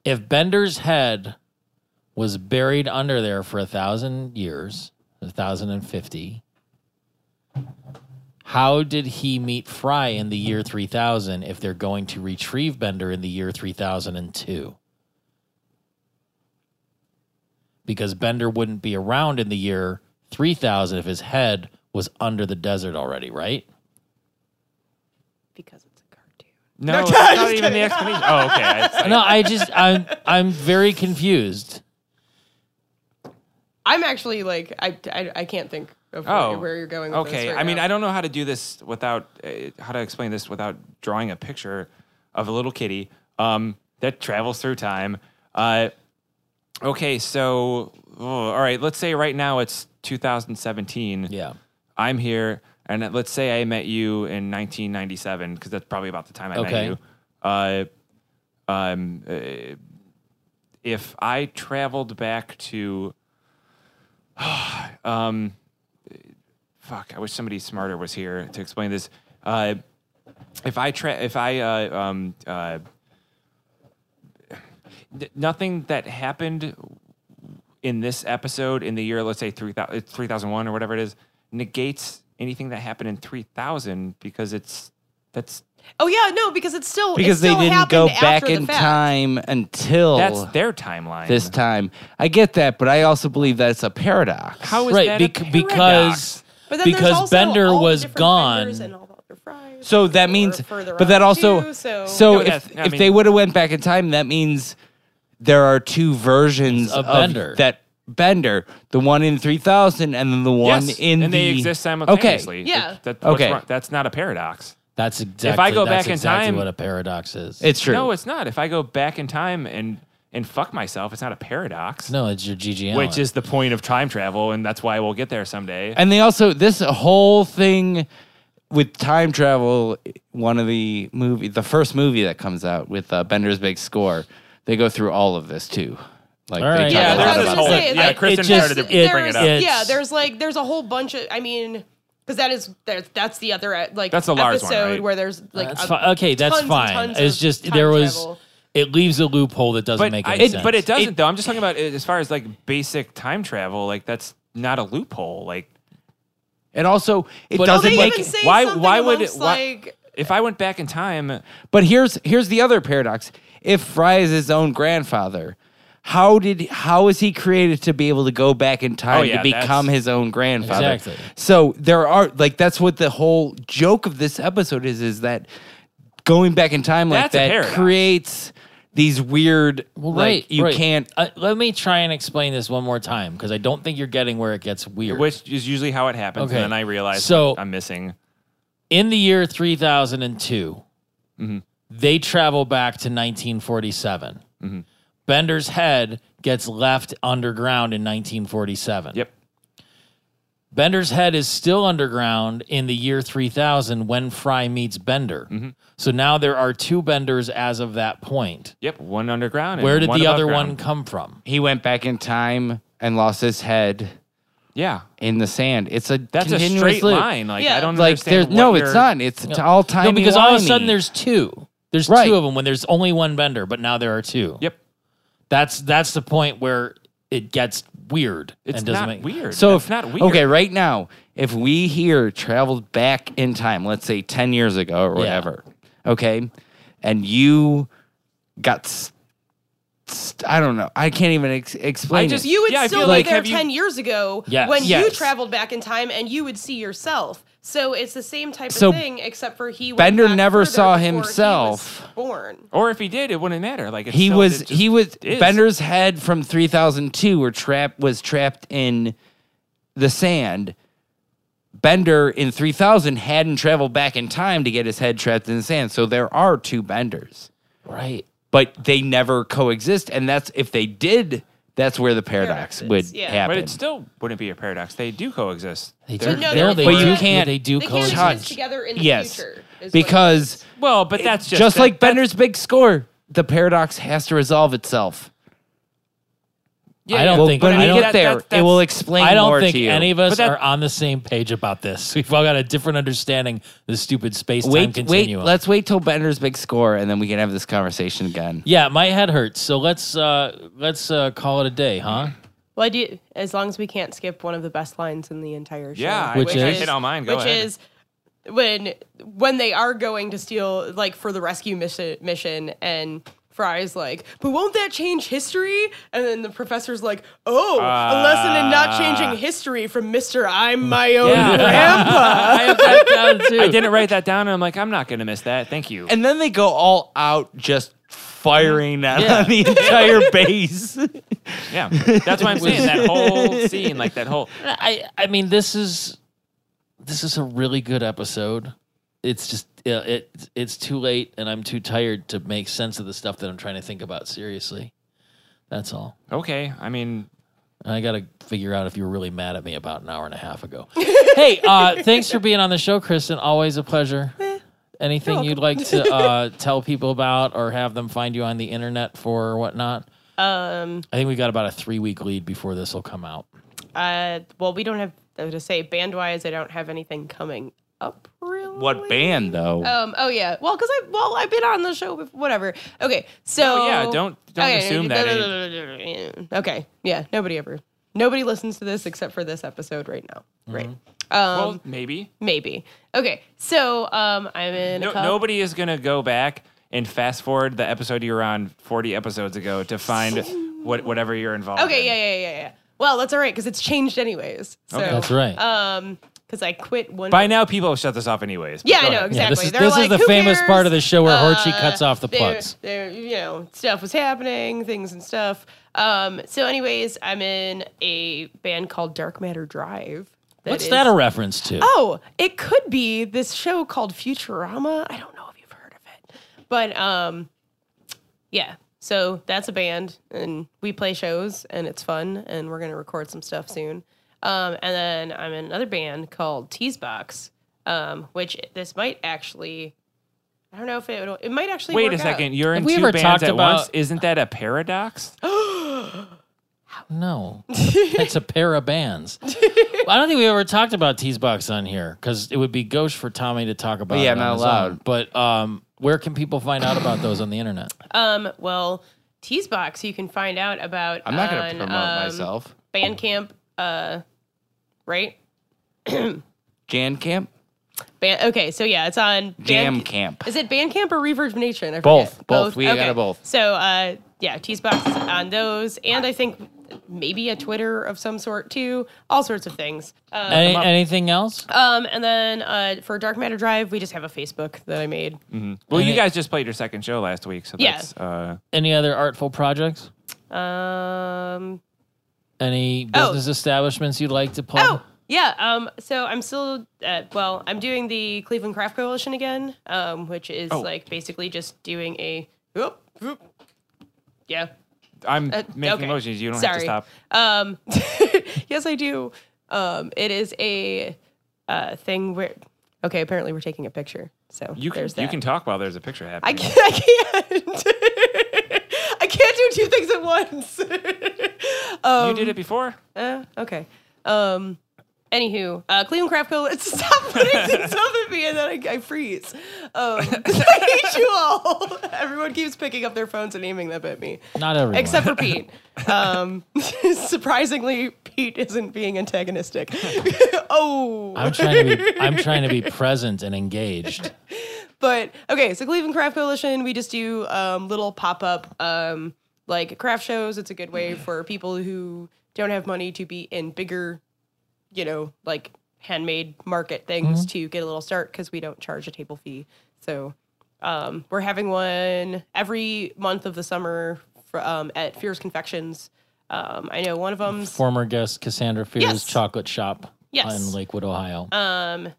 Speaker 4: If Bender's head was buried under there for a thousand years, a thousand and fifty, how did he meet Fry in the year three thousand if they're going to retrieve Bender in the year three thousand and two? because Bender wouldn't be around in the year 3000 if his head was under the desert already, right?
Speaker 3: because it's a cartoon.
Speaker 2: No, it's not even the explanation. Oh, okay. I-
Speaker 4: No, I just I'm I'm very confused.
Speaker 3: I'm actually like I I, I can't think of where-
Speaker 2: Oh,
Speaker 3: where you're going. With
Speaker 2: Okay, I mean, I don't know how to do this without uh, how to explain this without drawing a picture of a little kitty um, that travels through time. Uh, okay, so oh, all right, let's say right now it's 2017.
Speaker 4: Yeah.
Speaker 2: I'm here, and let's say I met you in 1997 because that's probably about the time I
Speaker 4: Okay.
Speaker 2: met you. Uh, um, uh, if I traveled back to, um, fuck, I wish somebody smarter was here to explain this. Uh, if I tra- if I uh, um, uh, n- nothing that happened in this episode in the year, let's say 3000 it's 3001 or whatever it is, negates anything that happened in 3000 because it's that's
Speaker 3: Oh yeah, no, because it's still it
Speaker 1: Because they
Speaker 3: still
Speaker 1: didn't
Speaker 3: happened
Speaker 1: go
Speaker 3: after
Speaker 1: back
Speaker 3: the
Speaker 1: in
Speaker 3: fact.
Speaker 1: time until
Speaker 2: that's their timeline.
Speaker 1: Oh. this time. I get that, but I also believe that's a paradox.
Speaker 2: How is
Speaker 4: Right,
Speaker 2: that a
Speaker 4: bec- because
Speaker 2: paradox?
Speaker 3: But then there's
Speaker 4: because
Speaker 3: also
Speaker 4: Bender
Speaker 3: all the
Speaker 4: was
Speaker 3: different
Speaker 4: gone.
Speaker 3: Benders and all the other Frys
Speaker 1: so that
Speaker 3: who
Speaker 1: means
Speaker 3: are further
Speaker 1: but that
Speaker 3: on
Speaker 1: also
Speaker 3: too, so,
Speaker 1: so
Speaker 2: No,
Speaker 1: if,
Speaker 2: yes, I
Speaker 1: if
Speaker 2: mean-
Speaker 1: they would have went back in time that means there are two versions
Speaker 4: Of
Speaker 1: of,
Speaker 4: Bender.
Speaker 1: that bender the one in 3000 and then the one
Speaker 2: Yes,
Speaker 1: in
Speaker 2: and
Speaker 1: the
Speaker 2: they exist simultaneously.
Speaker 3: Okay. Yeah.
Speaker 2: That- that- what's
Speaker 1: Okay.
Speaker 2: wrong- that's not a paradox.
Speaker 4: That's exactly
Speaker 2: go
Speaker 4: that's
Speaker 2: back in
Speaker 4: exactly
Speaker 2: time-
Speaker 4: what a paradox is.
Speaker 1: it's true
Speaker 2: No, it's not. If I go back in time and and fuck myself, it's not a paradox.
Speaker 4: no, it's your GG Allen.
Speaker 2: Which is the point of time travel, and that's why we'll get there someday.
Speaker 1: and they also this whole thing with time travel one of the movie the first movie that comes out with uh, bender's big score they go through all of this too like
Speaker 4: All
Speaker 1: they
Speaker 4: right.
Speaker 1: talk
Speaker 4: Yeah,
Speaker 1: a
Speaker 3: there's
Speaker 1: lot
Speaker 3: this
Speaker 1: about
Speaker 3: whole-
Speaker 1: that.
Speaker 3: say, like,
Speaker 2: yeah, Kristen
Speaker 4: it just-
Speaker 2: started to
Speaker 4: it-
Speaker 2: bring it up.
Speaker 4: It's-
Speaker 3: yeah, there's like there's a whole bunch of I mean because that is there's that's the other uh, like
Speaker 2: That's the Lars one,
Speaker 3: episode
Speaker 2: right?
Speaker 3: where there's like
Speaker 4: that's
Speaker 3: a-
Speaker 4: fi- okay, that's
Speaker 3: tons and
Speaker 4: fine.
Speaker 3: tons
Speaker 4: It's
Speaker 3: of
Speaker 4: just
Speaker 3: time
Speaker 4: there was
Speaker 3: travel.
Speaker 4: it leaves a loophole that doesn't
Speaker 2: but
Speaker 4: make
Speaker 2: I-
Speaker 4: any
Speaker 2: it,
Speaker 4: sense.
Speaker 2: But it doesn't though. I'm just talking about it, as far as like basic time travel. Like that's not a loophole. Like
Speaker 1: and also it
Speaker 4: But-
Speaker 3: Well,
Speaker 1: doesn't
Speaker 3: they
Speaker 1: make
Speaker 3: even say
Speaker 2: why-
Speaker 3: something
Speaker 2: why would
Speaker 3: amongst,
Speaker 2: it- why-
Speaker 3: like
Speaker 2: if I went back in time,
Speaker 1: But here's here's the other paradox. If Fry is his own grandfather, how did how is he created to be able to go back in time
Speaker 2: Oh, yeah,
Speaker 1: to become
Speaker 2: that's-
Speaker 1: his own grandfather?
Speaker 4: Exactly.
Speaker 1: So there are like that's what the whole joke of this episode is is that going back in time like
Speaker 2: That's a
Speaker 1: that
Speaker 2: paradox.
Speaker 1: creates these weird
Speaker 4: Well,
Speaker 1: like
Speaker 4: right,
Speaker 1: you
Speaker 4: right.
Speaker 1: can't
Speaker 4: Uh, let me try and explain this one more time because I don't think you're getting where it gets weird.
Speaker 2: which is usually how it happens,
Speaker 4: Okay.
Speaker 2: and then I realize
Speaker 4: So-
Speaker 2: I'm missing.
Speaker 4: in the year 3002,
Speaker 2: Mm-hmm.
Speaker 4: they travel back to 1947.
Speaker 2: Mm-hmm.
Speaker 4: Bender's head gets left underground in 1947.
Speaker 2: Yep.
Speaker 4: Bender's head is still underground in the year 3000 when Fry meets Bender.
Speaker 2: Mm-hmm.
Speaker 4: So now there are two Benders as of that point.
Speaker 2: Yep. One underground. and
Speaker 4: Where did
Speaker 2: one
Speaker 4: the
Speaker 2: above
Speaker 4: other
Speaker 2: ground.
Speaker 4: one come from?
Speaker 1: he went back in time and lost his head
Speaker 2: Yeah.
Speaker 1: in the sand. It's a
Speaker 2: That's a
Speaker 1: continuous
Speaker 2: straight
Speaker 1: loop.
Speaker 2: line. Like
Speaker 3: Yeah.
Speaker 2: I don't
Speaker 1: Like
Speaker 2: understand.
Speaker 1: there's
Speaker 2: what
Speaker 1: no, it's
Speaker 2: you're-
Speaker 1: not. It's t- all time.
Speaker 4: No, because all of a sudden there's two. There's
Speaker 1: Right.
Speaker 4: two of them when there's only one Bender, but now there are two.
Speaker 2: Yep.
Speaker 4: That's that's the point where it gets weird
Speaker 2: It's
Speaker 4: and doesn't
Speaker 2: not
Speaker 4: make
Speaker 2: weird.
Speaker 1: So
Speaker 2: That's
Speaker 1: if
Speaker 2: not weird.
Speaker 1: Okay, right now, if we here traveled back in time, let's say ten years ago or whatever, okay, and you got, st- st- I don't know, I can't even ex- explain.
Speaker 2: just-
Speaker 1: it.
Speaker 3: you would
Speaker 2: Yeah, I
Speaker 3: still
Speaker 2: feel
Speaker 3: be
Speaker 2: like-
Speaker 3: there
Speaker 2: have you-
Speaker 3: ten years ago
Speaker 4: Yes.
Speaker 3: when you
Speaker 1: Yes.
Speaker 3: traveled back in time and you would see yourself. So it's the same type
Speaker 1: So
Speaker 3: of thing, except for he. went
Speaker 1: Bender
Speaker 3: back
Speaker 1: never
Speaker 3: further
Speaker 1: saw
Speaker 3: before he was
Speaker 1: himself.
Speaker 3: born.
Speaker 2: Or if he did, it wouldn't matter. Like it's
Speaker 1: he
Speaker 2: still-
Speaker 1: was
Speaker 2: it just
Speaker 1: he was
Speaker 2: is.
Speaker 1: Bender's head from three thousand two were trapped was trapped in the sand. Bender in three thousand hadn't traveled back in time to get his head trapped in the sand, so there are two Benders.
Speaker 4: Right.
Speaker 1: but they never coexist. And that's if they did, that's where the paradox
Speaker 3: Paradoxes,
Speaker 1: would
Speaker 3: yeah.
Speaker 1: happen.
Speaker 2: But it still wouldn't be a paradox. They do coexist.
Speaker 4: They
Speaker 2: They're-
Speaker 4: do.
Speaker 3: no,
Speaker 4: no,
Speaker 3: they're
Speaker 4: they
Speaker 1: But you
Speaker 4: do-
Speaker 1: can't-
Speaker 4: They do
Speaker 3: They can't
Speaker 4: coexist.
Speaker 1: touch.
Speaker 3: exist together in the
Speaker 1: Yes.
Speaker 3: future. is what-
Speaker 1: because
Speaker 2: Well, but that's
Speaker 1: just,
Speaker 2: just that-
Speaker 1: like
Speaker 2: that-
Speaker 1: Bender's big score, the paradox has to resolve itself.
Speaker 2: yeah,
Speaker 4: I don't
Speaker 2: yeah.
Speaker 4: think-
Speaker 1: When
Speaker 4: I
Speaker 1: we
Speaker 4: don't-
Speaker 1: get there,
Speaker 2: that- that's-
Speaker 1: it will explain
Speaker 4: I don't
Speaker 1: more
Speaker 4: think
Speaker 1: to you.
Speaker 4: any of us
Speaker 2: But that-
Speaker 4: are on the same page about this. We've all got a different understanding of the stupid space time
Speaker 1: wait, wait.
Speaker 4: continuum.
Speaker 1: Let's wait till Bender's big score, and then we can have this conversation again.
Speaker 4: yeah, my head hurts. So let's uh, let's uh, call it a day, huh?
Speaker 3: Well, I do, as long as we can't skip one of the best lines in the entire show.
Speaker 2: Yeah, I
Speaker 4: Which
Speaker 2: wish I
Speaker 4: is-
Speaker 2: hit on mine. Go
Speaker 3: which
Speaker 2: ahead.
Speaker 3: is when when they are going to steal like for the rescue mission mission and Fry's like, but won't that change history? And then the professor's like, oh, a lesson in not
Speaker 2: Ah.
Speaker 3: changing history from Mr. I'm my own grandpa.
Speaker 4: I have that down too.
Speaker 2: I didn't write that down, and I'm like, I'm not gonna miss that. Thank you.
Speaker 1: And then they go all out, just firing on,
Speaker 4: Yeah.
Speaker 1: on the entire base.
Speaker 2: yeah, that's why I'm saying that whole scene, like that whole.
Speaker 4: I I mean this is this is a really good episode. It's just yeah, it it's too late and I'm too tired to make sense of the stuff that I'm trying to think about seriously. That's all.
Speaker 2: Okay, I mean,
Speaker 4: And I got to figure out if you were really mad at me about an hour and a half ago. hey, uh, thanks for being on the show, Kristen. Always a pleasure.
Speaker 3: Eh,
Speaker 4: Anything you'd like to uh, tell people about or have them find you on the internet for or whatnot?
Speaker 3: um,
Speaker 4: I think we got about a three week lead before this will come out.
Speaker 3: uh, well, we don't have I was to say band wise. I don't have anything coming up really.
Speaker 1: what band though?
Speaker 3: Um. Oh yeah. Well, because I well I've been on the show before. Whatever. Okay. So
Speaker 2: oh yeah, don't don't assume that. any-
Speaker 3: that. Okay. Yeah. Nobody ever. Nobody listens to this except for this episode right now.
Speaker 2: Mm-hmm.
Speaker 3: Right. Um.
Speaker 2: well, maybe.
Speaker 3: maybe. Okay. So um, I'm in.
Speaker 2: No,
Speaker 3: a cou-
Speaker 2: nobody is gonna go back and fast forward the episode you were on 40 episodes ago to find what whatever you're involved.
Speaker 3: Okay.
Speaker 2: in.
Speaker 3: Yeah. Yeah. Yeah. Yeah. Well, that's all right because it's changed anyways. So,
Speaker 2: Okay.
Speaker 4: That's right.
Speaker 3: Um. Because I quit one.
Speaker 2: By now, people have shut this off anyways. but
Speaker 3: Yeah,
Speaker 2: go
Speaker 3: I know
Speaker 2: ahead.
Speaker 3: exactly.
Speaker 4: Yeah, this is-
Speaker 3: They're
Speaker 4: this is
Speaker 3: like,
Speaker 4: the
Speaker 3: "Who
Speaker 4: famous
Speaker 3: cares?" Uh,
Speaker 4: part of the show where Horchie cuts off the
Speaker 3: there-
Speaker 4: plugs.
Speaker 3: there- you know, stuff was happening, things and stuff. Um, so, anyways, I'm in a band called Dark Matter Drive.
Speaker 4: What's
Speaker 3: is-
Speaker 4: that a reference to?
Speaker 3: Oh, it could be this show called Futurama. I don't know if you've heard of it, but um, yeah. So that's a band, and we play shows, and it's fun, and we're gonna record some stuff soon. Um, and then I'm in another band called Tease Box, um, which this might actually. I don't know if it it might actually
Speaker 2: Wait
Speaker 3: work
Speaker 2: a
Speaker 3: out.
Speaker 2: second. You're in
Speaker 4: Have we
Speaker 2: two
Speaker 4: ever
Speaker 2: bands
Speaker 4: talked
Speaker 2: at
Speaker 4: about-
Speaker 2: once. Isn't that a paradox?
Speaker 4: No, that's a pair of bands. Well, I don't think we ever talked about Tease Box on here because it would be gauche for Tommy to talk about.
Speaker 1: Well, yeah,
Speaker 4: it on
Speaker 1: not
Speaker 4: his
Speaker 1: allowed.
Speaker 4: own. But um, where can people find out about those on the internet?
Speaker 3: Um, well, Tease Box you can find out about.
Speaker 1: I'm not gonna
Speaker 3: on,
Speaker 1: promote
Speaker 3: um,
Speaker 1: myself.
Speaker 3: Bandcamp, uh, right?
Speaker 1: Jan Camp,
Speaker 3: Band, okay, so yeah, it's on Band-
Speaker 1: Jam Camp.
Speaker 3: Is it Bandcamp or Reverb I
Speaker 1: Both,
Speaker 3: forget.
Speaker 1: both. We gotta both.
Speaker 3: So uh, yeah, Teasbox is on those, and I think maybe a Twitter of some sort too. All sorts of things. Uh,
Speaker 4: Any, anything else?
Speaker 3: um, and then uh, for Dark Matter Drive, we just have a Facebook that I made.
Speaker 2: Well, you
Speaker 4: it-
Speaker 2: guys just played your second show last week, so
Speaker 3: Yeah.
Speaker 2: that's. Uh,
Speaker 4: Any other artful projects?
Speaker 1: Mm-hmm.
Speaker 3: Um,
Speaker 4: Any
Speaker 3: Oh.
Speaker 4: business establishments you'd like to plug?
Speaker 3: oh. Yeah, um, so I'm still, uh, well, I'm doing the Cleveland Craft Coalition again, um, which is
Speaker 1: Oh.
Speaker 3: like basically just doing a, whoop, whoop. yeah,
Speaker 2: I'm
Speaker 3: Uh,
Speaker 2: making
Speaker 3: okay.
Speaker 2: motions. You don't have to
Speaker 3: Sorry.
Speaker 2: stop.
Speaker 3: Um, yes, I do. Um, it is a uh, thing where. Okay, apparently we're taking a picture. So
Speaker 2: You can
Speaker 3: there's that.
Speaker 2: you can talk while there's a picture
Speaker 3: I
Speaker 2: happening.
Speaker 3: can't. I can't. I can't do two things at once. um,
Speaker 2: you did it before.
Speaker 3: uh, okay. Um. Anywho, uh, Cleveland Craft Co. Let's stop putting things up at me, and then I, I freeze. Um, I hate you all. Everyone keeps picking up their phones and aiming them at me.
Speaker 4: Not everyone.
Speaker 3: Except for Pete. Um, surprisingly, Pete isn't being antagonistic. oh,
Speaker 4: I'm trying to be. I'm trying to be present and engaged.
Speaker 3: but okay. So Cleveland Craft Coalition, we just do um, little pop up um, like craft shows. It's a good way for people who don't have money to be in bigger, you know, like handmade market things to get a little start because we don't charge a table fee. So Um, we're having one every month of the summer fr um, at Fierce Confections. Um, I know one of them's
Speaker 4: Former guest Cassandra Fears
Speaker 3: Yes.
Speaker 4: Chocolate Shop
Speaker 3: Yes.
Speaker 4: in Lakewood, Ohio.
Speaker 3: um,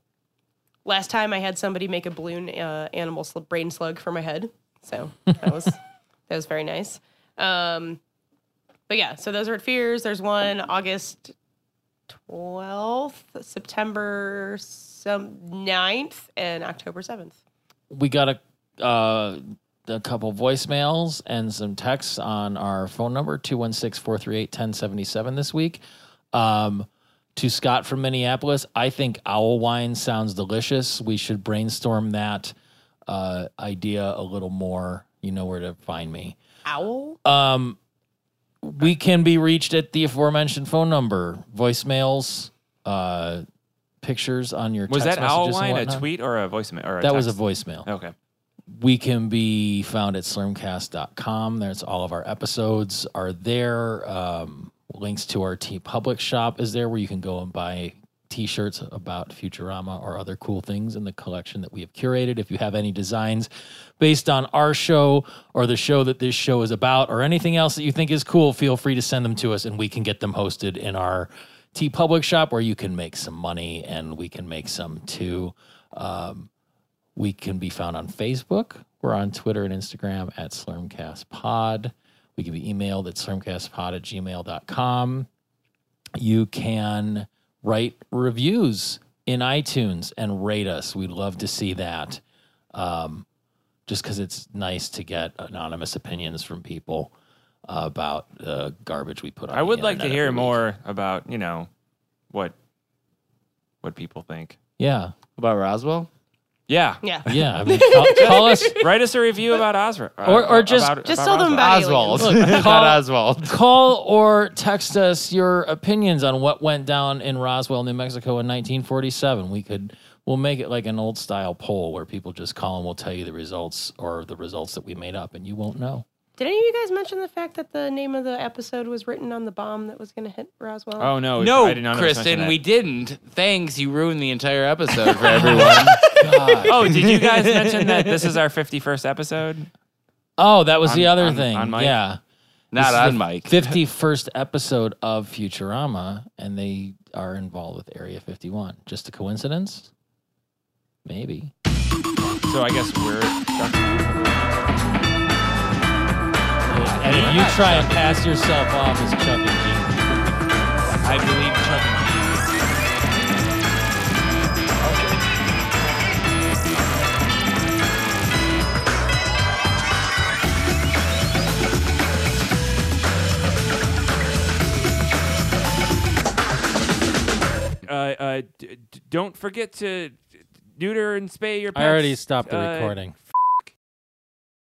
Speaker 3: last time I had somebody make a balloon uh, animal sl- brain slug for my head. So that was That was very nice. Um, but yeah, so those are at Fears. There's one August 12th, September some 9th, and October 7th.
Speaker 4: we got a uh, a couple voicemails and some texts on our phone number 216-438-1077 this week um, to scott from minneapolis i think owl wine sounds delicious we should brainstorm that uh, idea a little more you know where to find me
Speaker 3: Owl?
Speaker 4: um, we can be reached at the aforementioned phone number voicemails uh, pictures on your
Speaker 2: Was
Speaker 4: text
Speaker 2: that
Speaker 4: messages and
Speaker 2: Owlwine a
Speaker 4: whatnot.
Speaker 2: tweet or a voicemail? Or a
Speaker 4: that was a
Speaker 2: text?
Speaker 4: voicemail
Speaker 2: Okay.
Speaker 4: we can be found at slurmcast.com. There's all of our episodes are there. Um, links to our T Public shop is there where you can go and buy t-shirts about Futurama or other cool things in the collection that we have curated. If you have any designs based on our show or the show that this show is about or anything else that you think is cool, feel free to send them to us and we can get them hosted in our T Public shop where you can make some money and we can make some too. Um, we can be found on Facebook. We're on Twitter and Instagram at SlurmcastPod. We can be emailed at slurmcastpod at gmail.com. You can write reviews in iTunes and rate us. We'd love to see that um, just because it's nice to get anonymous opinions from people uh, about the garbage we put on
Speaker 2: I
Speaker 4: the
Speaker 2: would like to
Speaker 4: internet
Speaker 2: hear
Speaker 4: every week.
Speaker 2: more about you know what what people think.
Speaker 4: Yeah.
Speaker 1: About Roswell?
Speaker 2: Yeah.
Speaker 3: Yeah.
Speaker 4: Yeah. I mean, call, call us.
Speaker 2: Write us a review about Osra.
Speaker 4: Or- or just-
Speaker 3: Just tell them
Speaker 2: Osra.
Speaker 3: about
Speaker 1: Oswald.
Speaker 3: aliens.
Speaker 1: Not
Speaker 4: call-
Speaker 1: Oswald.
Speaker 4: Call or text us your opinions on what went down in Roswell, New Mexico in 1947. We could we'll make it like an old style poll where people just call and we'll tell you the results or the results that we made up and you won't know.
Speaker 3: Did any of you guys mention the fact that the name of the episode was written on the bomb that was going to hit Roswell?
Speaker 2: Oh no, I did not
Speaker 1: No,
Speaker 2: understand
Speaker 1: Kristen,
Speaker 2: that.
Speaker 1: we didn't. Thanks, you ruined the entire episode for everyone.
Speaker 2: Oh, did you guys mention that this is our 51st episode?
Speaker 4: Oh, that was the
Speaker 2: On-
Speaker 4: other
Speaker 2: on-
Speaker 4: thing.
Speaker 2: on mic?
Speaker 4: yeah.
Speaker 1: Not
Speaker 4: This is
Speaker 1: on
Speaker 4: the
Speaker 1: Mike.
Speaker 4: 51st episode of Futurama and they are involved with Area 51. Just a coincidence? Maybe.
Speaker 2: So Oh, I guess we're
Speaker 4: And if you try and pass yourself off as Chuck E. and Gene.
Speaker 2: I believe Chuck. Uh, uh, d- d- don't forget to neuter and spay your pets.
Speaker 4: I already stopped the
Speaker 2: uh,
Speaker 4: recording.